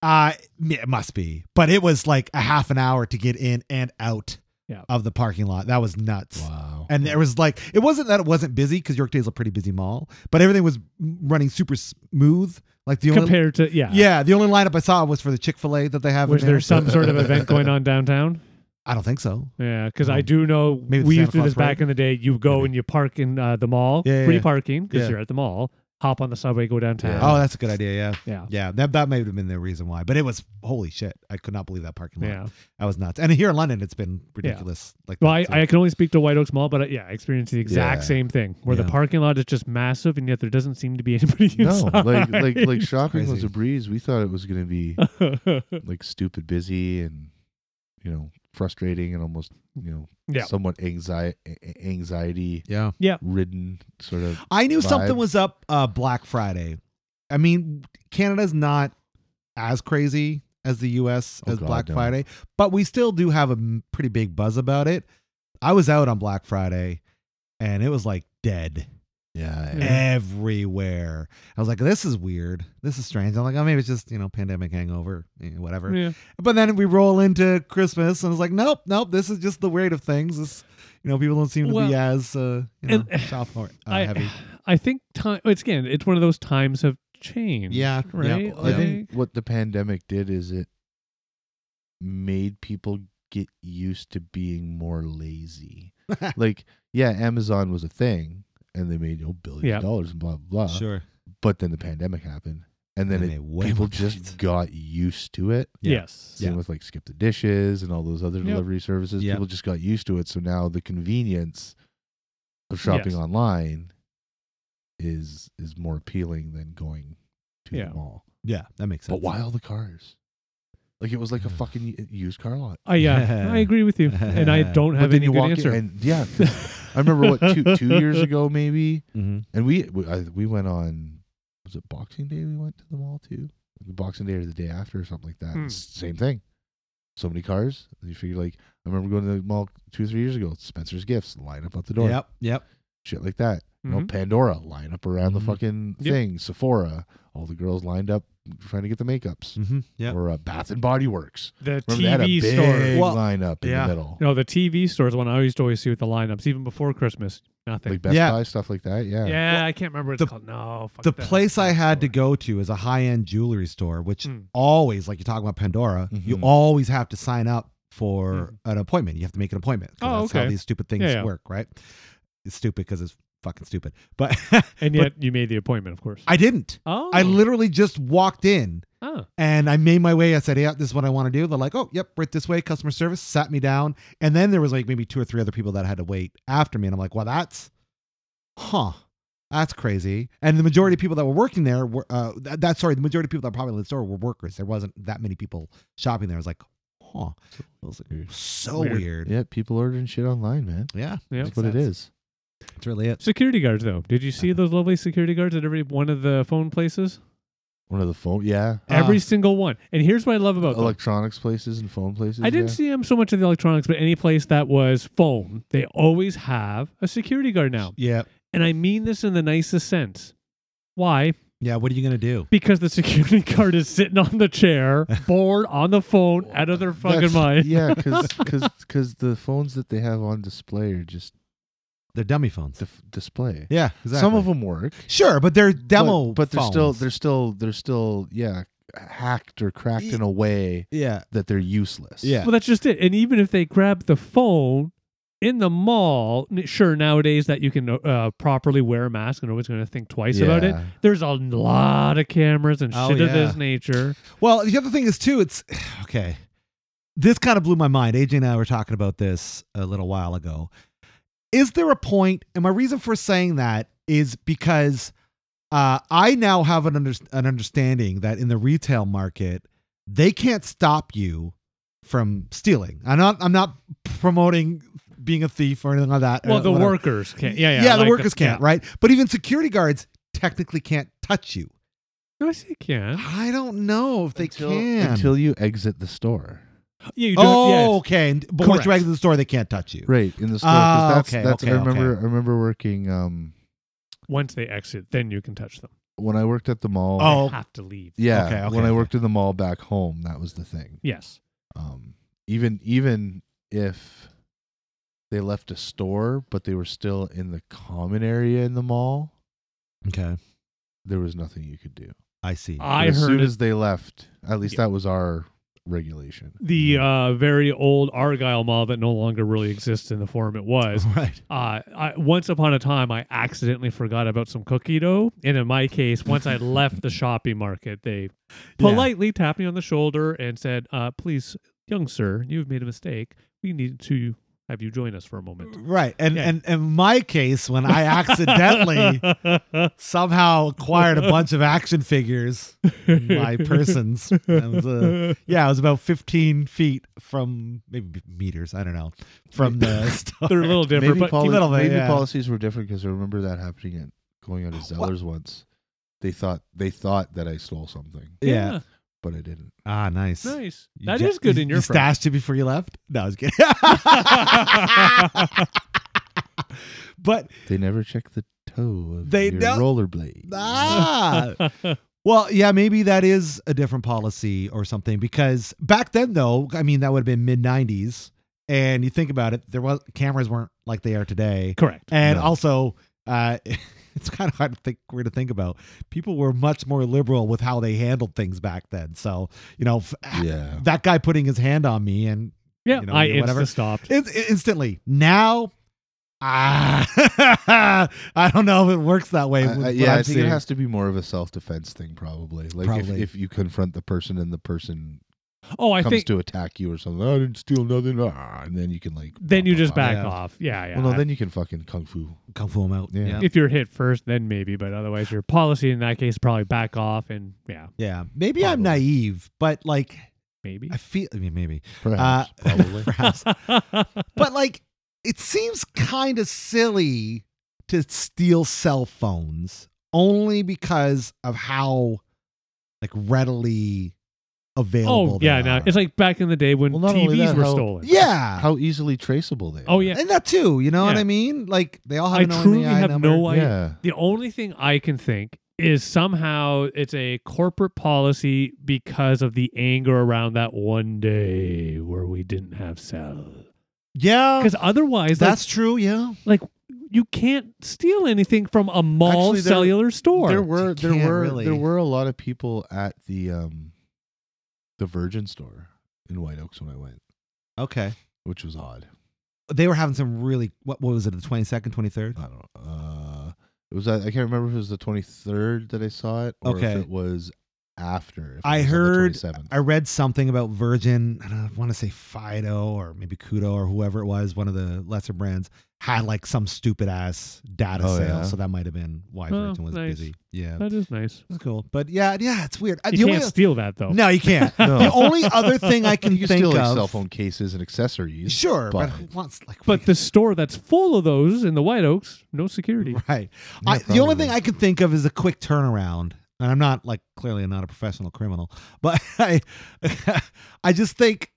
[SPEAKER 1] Uh, m- it must be, but it was like a half an hour to get in and out
[SPEAKER 2] Yeah.
[SPEAKER 1] of the parking lot. That was nuts.
[SPEAKER 3] Wow.
[SPEAKER 1] And there was like, it wasn't that it wasn't busy because Yorkdale's a pretty busy mall, but everything was m- running super smooth. Like the only,
[SPEAKER 2] Compared to, yeah.
[SPEAKER 1] yeah, the only lineup I saw was for the Chick Fil A that they have. in
[SPEAKER 2] Was
[SPEAKER 1] there.
[SPEAKER 2] there some sort of event going on downtown?
[SPEAKER 1] I don't think so.
[SPEAKER 2] Yeah, because
[SPEAKER 1] Oh.
[SPEAKER 2] I do know
[SPEAKER 1] Maybe the
[SPEAKER 2] we
[SPEAKER 1] Santa
[SPEAKER 2] used to do
[SPEAKER 1] Claus
[SPEAKER 2] this back
[SPEAKER 1] parade?
[SPEAKER 2] in the day. You go
[SPEAKER 1] Maybe.
[SPEAKER 2] and you park in uh, the mall,
[SPEAKER 1] Yeah, yeah,
[SPEAKER 2] free
[SPEAKER 1] yeah.
[SPEAKER 2] parking because
[SPEAKER 1] Yeah.
[SPEAKER 2] you're at the mall. hop on the subway, go downtown.
[SPEAKER 1] Oh, that's a good idea. Yeah.
[SPEAKER 2] yeah,
[SPEAKER 1] Yeah. That, that may have been the reason why, but it was holy shit. I could not believe that parking lot.
[SPEAKER 2] yeah.
[SPEAKER 1] I was nuts. And here in London, it's been ridiculous. Like,
[SPEAKER 2] Well, I,
[SPEAKER 1] that, too.
[SPEAKER 2] I can only speak to White Oaks Mall, but I, yeah, I experienced the exact
[SPEAKER 3] Yeah.
[SPEAKER 2] same thing where
[SPEAKER 1] Yeah.
[SPEAKER 2] the parking lot is just massive, and yet there doesn't seem to be anybody
[SPEAKER 3] No,
[SPEAKER 2] inside.
[SPEAKER 3] like like like shopping was
[SPEAKER 1] Crazy.
[SPEAKER 3] a breeze. We thought it was going to be like stupid busy and you know frustrating and almost you know
[SPEAKER 2] Yeah.
[SPEAKER 3] somewhat anxiety anxiety
[SPEAKER 1] yeah.
[SPEAKER 3] ridden sort of.
[SPEAKER 1] I knew something
[SPEAKER 3] vibe.
[SPEAKER 1] was up uh, Black Friday. I mean, Canada's not as crazy as the US
[SPEAKER 3] Oh,
[SPEAKER 1] as
[SPEAKER 3] God,
[SPEAKER 1] Black
[SPEAKER 3] no.
[SPEAKER 1] Friday, but we still do have a m- pretty big buzz about it. I was out on Black Friday and it was like dead
[SPEAKER 3] Yeah,
[SPEAKER 2] Yeah.
[SPEAKER 1] everywhere. I was like, this is weird. This is strange. I'm like, oh, maybe it's just, you know, pandemic hangover, eh, whatever.
[SPEAKER 2] yeah.
[SPEAKER 1] But then we roll into Christmas and it's like, nope, nope, this is just the weight of things. This, you know, people don't seem to
[SPEAKER 2] Well,
[SPEAKER 1] be as, uh, you know,
[SPEAKER 2] and-
[SPEAKER 1] shop or, uh,
[SPEAKER 2] I,
[SPEAKER 1] heavy.
[SPEAKER 2] I think time. It's again. It's one of those times have changed.
[SPEAKER 1] Yeah, yeah.
[SPEAKER 2] Right.
[SPEAKER 3] I
[SPEAKER 1] Yeah.
[SPEAKER 3] think what the pandemic did is it made people get used to being more lazy. like, yeah, Amazon was a thing and they made you know, billions
[SPEAKER 2] Yeah.
[SPEAKER 3] of dollars and blah, blah, blah.
[SPEAKER 1] Sure.
[SPEAKER 3] But then the pandemic happened and then
[SPEAKER 1] And
[SPEAKER 3] it,
[SPEAKER 1] they way
[SPEAKER 3] people
[SPEAKER 1] more
[SPEAKER 3] just
[SPEAKER 1] plates.
[SPEAKER 3] got used to it.
[SPEAKER 1] Yeah.
[SPEAKER 2] Yes.
[SPEAKER 3] Same
[SPEAKER 1] Yeah.
[SPEAKER 3] with like Skip the Dishes and all those other
[SPEAKER 2] Yep.
[SPEAKER 3] delivery services.
[SPEAKER 1] Yep.
[SPEAKER 3] People just got used to it. So now the convenience of shopping
[SPEAKER 2] Yes.
[SPEAKER 3] online is is more appealing than going to
[SPEAKER 2] Yeah.
[SPEAKER 3] the mall.
[SPEAKER 1] Yeah, that makes sense.
[SPEAKER 3] But why all the cars? Like it was like a fucking u- used car lot.
[SPEAKER 2] I yeah. I agree with you, and I don't
[SPEAKER 3] But
[SPEAKER 2] have
[SPEAKER 3] then
[SPEAKER 2] any
[SPEAKER 3] you
[SPEAKER 2] good
[SPEAKER 3] walk
[SPEAKER 2] answer.
[SPEAKER 3] in, and yeah, 'cause I remember what two two years ago maybe,
[SPEAKER 2] Mm-hmm.
[SPEAKER 1] Mhm.
[SPEAKER 3] and we we, I, we went on was it Boxing Day? We went to the mall too. The Boxing Day or the day after or something like that.
[SPEAKER 2] Hmm.
[SPEAKER 3] It's the Same thing. So many cars. You figure like I remember going to the mall two or three years ago. Spencer's Gifts line up out the door.
[SPEAKER 1] Yep, yep.
[SPEAKER 3] Shit like that. You know,
[SPEAKER 2] Mhm.
[SPEAKER 3] Pandora line up around
[SPEAKER 1] Mhm.
[SPEAKER 3] the fucking
[SPEAKER 2] Mm-hmm. Yep.
[SPEAKER 3] thing. Sephora, all the girls lined up trying to get the makeups.
[SPEAKER 1] Mm-hmm. Yep.
[SPEAKER 3] Or uh, Bath and Body Works.
[SPEAKER 2] The
[SPEAKER 3] Remember they had a
[SPEAKER 2] TV
[SPEAKER 3] big
[SPEAKER 2] store.
[SPEAKER 1] Well,
[SPEAKER 3] lineup in
[SPEAKER 1] yeah.
[SPEAKER 3] the middle,
[SPEAKER 2] No, the TV store is the one I used to always see with the lineups, even before Christmas. Nothing.
[SPEAKER 3] like Best
[SPEAKER 1] Yeah.
[SPEAKER 3] Buy stuff like that. Yeah,
[SPEAKER 2] yeah, I can't remember what it's
[SPEAKER 1] the-
[SPEAKER 2] called. No. Fuck
[SPEAKER 1] the
[SPEAKER 2] that.
[SPEAKER 1] place I
[SPEAKER 2] That
[SPEAKER 1] had to
[SPEAKER 2] store.
[SPEAKER 1] go to is a high-end jewelry store, which
[SPEAKER 2] Mm.
[SPEAKER 1] always, like you talk about Pandora, you
[SPEAKER 3] Mhm.
[SPEAKER 1] always have to sign up for an appointment. You have to make an appointment. 'cause
[SPEAKER 2] Hmm. Oh,
[SPEAKER 1] that's how
[SPEAKER 2] okay.
[SPEAKER 1] these stupid things
[SPEAKER 2] Yeah, yeah.
[SPEAKER 1] work, right? It's stupid because it's fucking stupid. But but-
[SPEAKER 2] And yet you made the appointment, of course.
[SPEAKER 1] I didn't.
[SPEAKER 2] oh.
[SPEAKER 1] I literally just walked in
[SPEAKER 2] oh.
[SPEAKER 1] and I made my way. I said, "Yeah, this is what I want to do." They're like, "Oh, yep, right this way." Customer service sat me down, and then there was like maybe two or three other people that had to wait after me, and I'm like, "Well, that's, huh, that's crazy." And the majority of people that were working there were uh, that, that sorry, the majority of people that were probably in the store were workers. There wasn't that many people shopping there. I was like, "Huh, It was like, so
[SPEAKER 2] Weird.
[SPEAKER 1] weird."
[SPEAKER 3] yeah. People ordering shit online, man.
[SPEAKER 1] Yeah,
[SPEAKER 2] Yeah.
[SPEAKER 3] That's
[SPEAKER 1] Makes
[SPEAKER 3] what it
[SPEAKER 1] sense.
[SPEAKER 3] is.
[SPEAKER 1] that's really it.
[SPEAKER 2] Security guards, though. Did you see those lovely security guards at every one of the phone places?
[SPEAKER 3] One of the phone, yeah,
[SPEAKER 2] every
[SPEAKER 1] Ah.
[SPEAKER 2] single one. And here's what I love about them.
[SPEAKER 3] electronics places and phone places.
[SPEAKER 2] Oh, I didn't
[SPEAKER 3] yeah.
[SPEAKER 2] see them so much in the electronics, but any place that was phone, they always have a security guard now.
[SPEAKER 1] Yeah,
[SPEAKER 2] And I mean this in the nicest sense. Why?
[SPEAKER 1] yeah. What are you gonna do?
[SPEAKER 2] Because the security guard is sitting on the chair, bored on the phone, out of their fucking
[SPEAKER 3] That's-
[SPEAKER 2] mind.
[SPEAKER 3] yeah, because the phones that they have on display are just
[SPEAKER 1] They're dummy phones.
[SPEAKER 3] dif- display.
[SPEAKER 1] Yeah, exactly.
[SPEAKER 3] Some of them work,
[SPEAKER 1] sure, but they're
[SPEAKER 3] but-
[SPEAKER 1] demo.
[SPEAKER 3] but, they're still
[SPEAKER 1] phones.
[SPEAKER 3] they're still they're still yeah hacked or cracked in a way
[SPEAKER 1] yeah,
[SPEAKER 3] that they're useless.
[SPEAKER 1] Yeah.
[SPEAKER 2] Well, that's just it. And even if they grab the phone in the mall, n- sure, nowadays that you can uh, properly wear a mask and nobody's going to think twice about it.
[SPEAKER 3] Yeah.
[SPEAKER 2] There's a lot of cameras and
[SPEAKER 1] Oh,
[SPEAKER 2] shit of this
[SPEAKER 1] yeah.
[SPEAKER 2] nature.
[SPEAKER 1] Well, the other thing is too. It's okay. This kind of blew my mind. AJ and I were talking about this a little while ago. Is there a point? And my reason for saying that is because uh, I now have an, under, an understanding that in the retail market, they can't stop you from stealing. I'm not. I'm not promoting being a thief or anything like that. or
[SPEAKER 2] Well, the
[SPEAKER 1] whatever.
[SPEAKER 2] workers can't. Yeah, yeah.
[SPEAKER 1] Uh, yeah.
[SPEAKER 2] like
[SPEAKER 1] the workers can't,
[SPEAKER 2] yeah.
[SPEAKER 1] right? But even security guards technically can't touch you.
[SPEAKER 2] No, I say can.
[SPEAKER 1] I don't know if they
[SPEAKER 3] until,
[SPEAKER 1] can
[SPEAKER 3] until you exit the store.
[SPEAKER 2] Yeah, you do.
[SPEAKER 1] Oh,
[SPEAKER 2] yes.
[SPEAKER 1] okay. And- But once you
[SPEAKER 2] Correct.
[SPEAKER 1] exit the store, they can't touch you.
[SPEAKER 3] Right in the store.
[SPEAKER 1] Ah,
[SPEAKER 3] 'cause that's,
[SPEAKER 1] okay,
[SPEAKER 3] that's,
[SPEAKER 1] okay,
[SPEAKER 3] I remember I remember working um
[SPEAKER 2] Once they exit, then you can touch them.
[SPEAKER 3] when I worked at the mall.
[SPEAKER 1] Oh.
[SPEAKER 2] They have to leave.
[SPEAKER 3] yeah.
[SPEAKER 1] okay, okay,
[SPEAKER 3] when I
[SPEAKER 1] okay.
[SPEAKER 3] worked in the mall back home, that was the thing.
[SPEAKER 2] Yes.
[SPEAKER 3] um, even even if they left a store but they were still in the common area in the mall
[SPEAKER 1] Okay.
[SPEAKER 3] there was nothing you could do
[SPEAKER 1] I see.
[SPEAKER 2] I
[SPEAKER 3] as
[SPEAKER 2] heard
[SPEAKER 3] soon
[SPEAKER 2] it.
[SPEAKER 3] as they left at least
[SPEAKER 2] Yeah.
[SPEAKER 3] that was our regulation.
[SPEAKER 2] the uh, very old Argyle mall that no longer really exists in the form it was.
[SPEAKER 1] Right.
[SPEAKER 2] Uh, I, once upon a time, I accidentally forgot about some cookie dough, and in my case, once I left the shopping market, they politely tapped me on the shoulder and said, uh, "Please, young sir, you've made a mistake. We need to have you join us for a moment."
[SPEAKER 1] Right. And
[SPEAKER 2] Yeah.
[SPEAKER 1] and in my case, when I accidentally somehow acquired a bunch of action figures, my persons, that was, uh, yeah, it was about 15 feet from maybe meters. I don't know from the store.
[SPEAKER 2] They're a little different,
[SPEAKER 3] Mm-hmm. Maybe,
[SPEAKER 2] but
[SPEAKER 3] poli-
[SPEAKER 1] little bit,
[SPEAKER 3] maybe
[SPEAKER 1] yeah.
[SPEAKER 3] policies were different because I remember that happening at going out to Zellers once. They thought they thought that I stole something,
[SPEAKER 1] yeah.
[SPEAKER 3] but I didn't.
[SPEAKER 1] Ah, nice.
[SPEAKER 2] nice.
[SPEAKER 1] You
[SPEAKER 2] That
[SPEAKER 1] ju-
[SPEAKER 2] is good
[SPEAKER 1] you-
[SPEAKER 2] in your
[SPEAKER 1] you
[SPEAKER 2] front.
[SPEAKER 1] stashed it before you left. No, I was kidding. but
[SPEAKER 3] They never check the toe of
[SPEAKER 1] They
[SPEAKER 3] your
[SPEAKER 1] don't-
[SPEAKER 3] rollerblade.
[SPEAKER 1] ah, Well, yeah, maybe that is a different policy or something because back then though, I mean that would have been mid 90s and you think about it, there was cameras weren't like they are today.
[SPEAKER 2] Correct.
[SPEAKER 1] And
[SPEAKER 3] No.
[SPEAKER 1] also uh it's kind of hard to think weird to think about. People were much more liberal with how they handled things back then. So, you know, f- ah,
[SPEAKER 3] Yeah.
[SPEAKER 1] that guy putting his hand on me and
[SPEAKER 2] Yeah,
[SPEAKER 1] you know,
[SPEAKER 2] I
[SPEAKER 1] you know, whatever.
[SPEAKER 2] insta stopped.
[SPEAKER 1] in- in- instantly. Now ah, I don't know if it works that way.
[SPEAKER 3] I-
[SPEAKER 1] with
[SPEAKER 3] I-
[SPEAKER 1] what
[SPEAKER 3] yeah,
[SPEAKER 1] I'm
[SPEAKER 3] I think
[SPEAKER 1] seeing.
[SPEAKER 3] it has to be more of a self defense thing, probably. Like
[SPEAKER 1] Probably.
[SPEAKER 3] If, if you confront the person and the person
[SPEAKER 2] Oh, I
[SPEAKER 3] comes
[SPEAKER 2] think
[SPEAKER 3] to attack you or something, "Oh, I didn't steal nothing, ah, and then you can like.
[SPEAKER 2] then
[SPEAKER 3] blah,
[SPEAKER 2] you
[SPEAKER 3] blah,
[SPEAKER 2] just
[SPEAKER 3] blah.
[SPEAKER 2] back
[SPEAKER 1] yeah.
[SPEAKER 2] off. Yeah, yeah.
[SPEAKER 3] Well, no, then you can fucking kung fu.
[SPEAKER 1] Kung Fu him out.
[SPEAKER 3] Yeah.
[SPEAKER 2] if you're hit first, then maybe. But otherwise, your policy in that case probably back off and yeah,
[SPEAKER 1] Yeah, maybe I'm
[SPEAKER 3] Probably.
[SPEAKER 1] naive, but like
[SPEAKER 2] maybe. Oh,
[SPEAKER 1] I feel. I mean, maybe
[SPEAKER 3] Perhaps,
[SPEAKER 1] Uh,
[SPEAKER 3] probably.
[SPEAKER 1] perhaps. but like, it seems kind of silly to steal cell phones only because of how like readily available.
[SPEAKER 2] oh
[SPEAKER 1] they
[SPEAKER 2] yeah, now
[SPEAKER 1] are.
[SPEAKER 2] it's like back in the day when
[SPEAKER 3] Well, not only
[SPEAKER 2] TVs
[SPEAKER 3] that,
[SPEAKER 2] were
[SPEAKER 3] how-
[SPEAKER 2] stolen.
[SPEAKER 1] yeah,
[SPEAKER 3] How easily traceable they are.
[SPEAKER 2] Oh, yeah.
[SPEAKER 1] and that too. You know what
[SPEAKER 2] Yeah.
[SPEAKER 1] I mean? Like they all have
[SPEAKER 2] I
[SPEAKER 1] an
[SPEAKER 2] truly
[SPEAKER 1] OMEI
[SPEAKER 2] have
[SPEAKER 1] number.
[SPEAKER 2] no idea.
[SPEAKER 3] Yeah.
[SPEAKER 2] The only thing I can think is somehow it's a corporate policy because of the anger around that one day where we didn't have cell.
[SPEAKER 1] Yeah,
[SPEAKER 3] Oh.
[SPEAKER 2] Because otherwise, that's
[SPEAKER 1] that's true. Yeah,
[SPEAKER 2] you can't steal anything from a mall
[SPEAKER 3] Actually, there-
[SPEAKER 2] cellular store.
[SPEAKER 3] There were there
[SPEAKER 1] can't
[SPEAKER 3] were
[SPEAKER 1] really.
[SPEAKER 3] there were a lot of people at the um the Virgin store in White Oaks when I went,
[SPEAKER 1] okay.
[SPEAKER 3] which was odd.
[SPEAKER 1] They were having some really what, what was it? The twenty second, twenty third.
[SPEAKER 3] I don't know. Uh it was at- I can't remember if it was the 23rd that I saw it or
[SPEAKER 1] Okay.
[SPEAKER 3] if it was after. If
[SPEAKER 1] I
[SPEAKER 3] it was
[SPEAKER 1] heard-
[SPEAKER 3] on the 27th.
[SPEAKER 1] I read something about Virgin. I don't want to say Fido or maybe Kudo or whoever it was, one of the lesser brands, had like some stupid ass data
[SPEAKER 3] Oh,
[SPEAKER 1] sale.
[SPEAKER 3] yeah?
[SPEAKER 1] So that might have been why
[SPEAKER 2] Oh,
[SPEAKER 1] Virgin was
[SPEAKER 2] nice.
[SPEAKER 1] busy. Yeah,
[SPEAKER 2] that is nice.
[SPEAKER 1] that's cool. But yeah, yeah, it's weird. Uh, the
[SPEAKER 2] You can't
[SPEAKER 1] only-
[SPEAKER 2] steal that though.
[SPEAKER 1] no, you can't.
[SPEAKER 3] No.
[SPEAKER 1] The only other thing I can
[SPEAKER 3] you can
[SPEAKER 1] think
[SPEAKER 3] steal like
[SPEAKER 1] of,
[SPEAKER 3] cell phone cases and accessories.
[SPEAKER 1] sure, but,
[SPEAKER 3] but-
[SPEAKER 1] who wants like?
[SPEAKER 2] But the store that's full of those in the White Oaks, no security.
[SPEAKER 1] right.
[SPEAKER 3] Yeah,
[SPEAKER 1] I, the only
[SPEAKER 3] probably.
[SPEAKER 1] thing I can think of is a quick turnaround. And I'm not like clearly I'm not a professional criminal, but I, I just think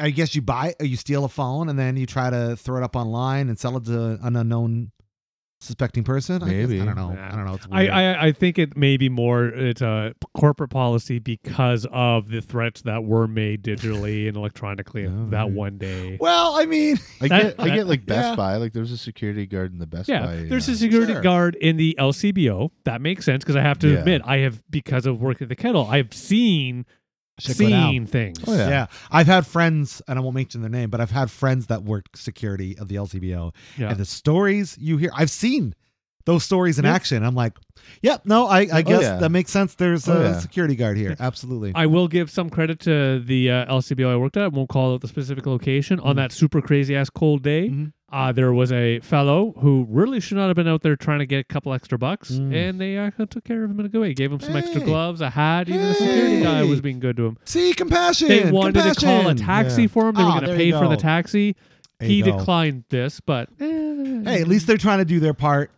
[SPEAKER 1] I guess you buy or you steal a phone and then you try to throw it up online and sell it to an unknown suspecting person. I, guess-
[SPEAKER 3] Maybe.
[SPEAKER 1] I don't know. I don't know. It's
[SPEAKER 2] I,
[SPEAKER 1] weird.
[SPEAKER 2] I, I think it may be more it's a corporate policy because of the threats that were made digitally and electronically
[SPEAKER 3] Oh,
[SPEAKER 2] that
[SPEAKER 3] right.
[SPEAKER 2] one day.
[SPEAKER 1] well, I mean,
[SPEAKER 3] I
[SPEAKER 2] That-
[SPEAKER 3] get I
[SPEAKER 2] that-
[SPEAKER 3] get like Best
[SPEAKER 1] yeah.
[SPEAKER 3] Buy, like there's a security guard in the Best
[SPEAKER 2] yeah,
[SPEAKER 3] Buy.
[SPEAKER 2] there's
[SPEAKER 3] uh,
[SPEAKER 2] a security
[SPEAKER 1] Sure.
[SPEAKER 2] guard in the LCBO. That makes sense because I have to
[SPEAKER 3] Yeah.
[SPEAKER 2] admit I have because of working at the kettle I've seen
[SPEAKER 1] Check it out.
[SPEAKER 2] seen things.
[SPEAKER 3] Oh, yeah.
[SPEAKER 1] yeah. I've had friends, and I won't mention their name, but I've had friends that worked security of the LCBO,
[SPEAKER 2] Yeah.
[SPEAKER 1] and the stories you hear, I've seen those stories in
[SPEAKER 2] Yeah.
[SPEAKER 1] action. I'm like, yep, no, I, I
[SPEAKER 3] Oh,
[SPEAKER 1] guess
[SPEAKER 3] yeah.
[SPEAKER 1] that makes sense. There's
[SPEAKER 3] Oh,
[SPEAKER 1] a
[SPEAKER 3] yeah.
[SPEAKER 1] security guard here, absolutely.
[SPEAKER 2] I will give some credit to the uh, LCBO I worked at. I won't call out the specific location. On
[SPEAKER 1] Mhm.
[SPEAKER 2] that super crazy ass cold day,
[SPEAKER 1] Mhm.
[SPEAKER 2] uh, there was a fellow who really should not have been out there trying to get a couple extra bucks,
[SPEAKER 1] Mm.
[SPEAKER 2] and they uh, took care of him in a good way. Gave him some extra
[SPEAKER 1] Hey.
[SPEAKER 2] gloves, a hat. Even the security guy
[SPEAKER 1] Hey.
[SPEAKER 2] was being good to him.
[SPEAKER 1] See, compassion.
[SPEAKER 2] They wanted to call a
[SPEAKER 1] compassion.
[SPEAKER 2] taxi
[SPEAKER 3] Yeah.
[SPEAKER 2] for him. They
[SPEAKER 1] Ah,
[SPEAKER 2] were going to
[SPEAKER 1] there
[SPEAKER 2] pay
[SPEAKER 1] you
[SPEAKER 2] for the
[SPEAKER 1] go.
[SPEAKER 2] taxi.
[SPEAKER 1] There
[SPEAKER 2] he
[SPEAKER 1] you go.
[SPEAKER 2] declined this, but eh,
[SPEAKER 1] Hey, at least they're trying to do their part.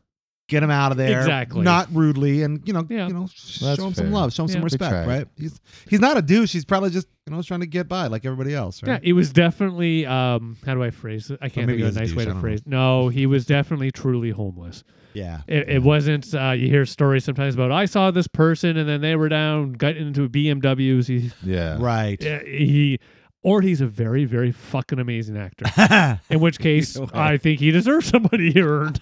[SPEAKER 1] Get him out of there,
[SPEAKER 2] Exactly.
[SPEAKER 1] Not rudely, and you know,
[SPEAKER 2] Yeah.
[SPEAKER 1] you know, sh-
[SPEAKER 3] That's
[SPEAKER 1] show him
[SPEAKER 3] fair.
[SPEAKER 1] some love, show him
[SPEAKER 2] Yeah.
[SPEAKER 1] some
[SPEAKER 2] Good
[SPEAKER 1] respect,
[SPEAKER 3] try.
[SPEAKER 1] right? He's he's not a douche. He's probably just you know trying to get by like everybody else,
[SPEAKER 2] Yeah,
[SPEAKER 1] right?
[SPEAKER 2] it was definitely. Um, how do I phrase it? I can't
[SPEAKER 1] maybe he
[SPEAKER 2] think of
[SPEAKER 1] was
[SPEAKER 2] a
[SPEAKER 1] a
[SPEAKER 2] nice
[SPEAKER 1] douche, I
[SPEAKER 2] way to
[SPEAKER 1] don't know.
[SPEAKER 2] phrase. No, he was definitely truly homeless.
[SPEAKER 1] Yeah,
[SPEAKER 2] It, it wasn't. Uh, you hear stories sometimes about I saw this person and then they were down, got into BMWs. He,
[SPEAKER 3] Yeah.
[SPEAKER 1] right.
[SPEAKER 2] uh, he or he's a very, very fucking amazing actor.
[SPEAKER 1] Give
[SPEAKER 2] In which case,
[SPEAKER 1] Either way.
[SPEAKER 2] I think he deserves some money he earned.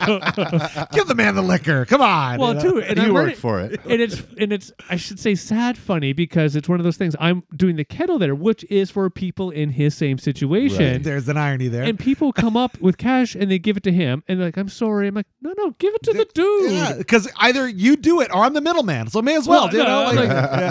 [SPEAKER 1] the man the liquor. Come on.
[SPEAKER 2] well,
[SPEAKER 1] you know?
[SPEAKER 2] too, and I
[SPEAKER 3] you
[SPEAKER 2] heard
[SPEAKER 3] worked
[SPEAKER 2] it-
[SPEAKER 3] for it.
[SPEAKER 2] and it's and it's I should say sad funny because it's one of those things. I'm doing the kettle there, which is for people in his same situation.
[SPEAKER 1] There's an irony there.
[SPEAKER 2] And people come up with cash and they give it to him, and they're like, "I'm sorry." I'm like, "No, no, give it to the dude."
[SPEAKER 1] because either you do it or I'm the middleman, so may as well.
[SPEAKER 2] Well,
[SPEAKER 1] you
[SPEAKER 2] no,
[SPEAKER 1] know,
[SPEAKER 2] I'm
[SPEAKER 1] like-
[SPEAKER 2] like-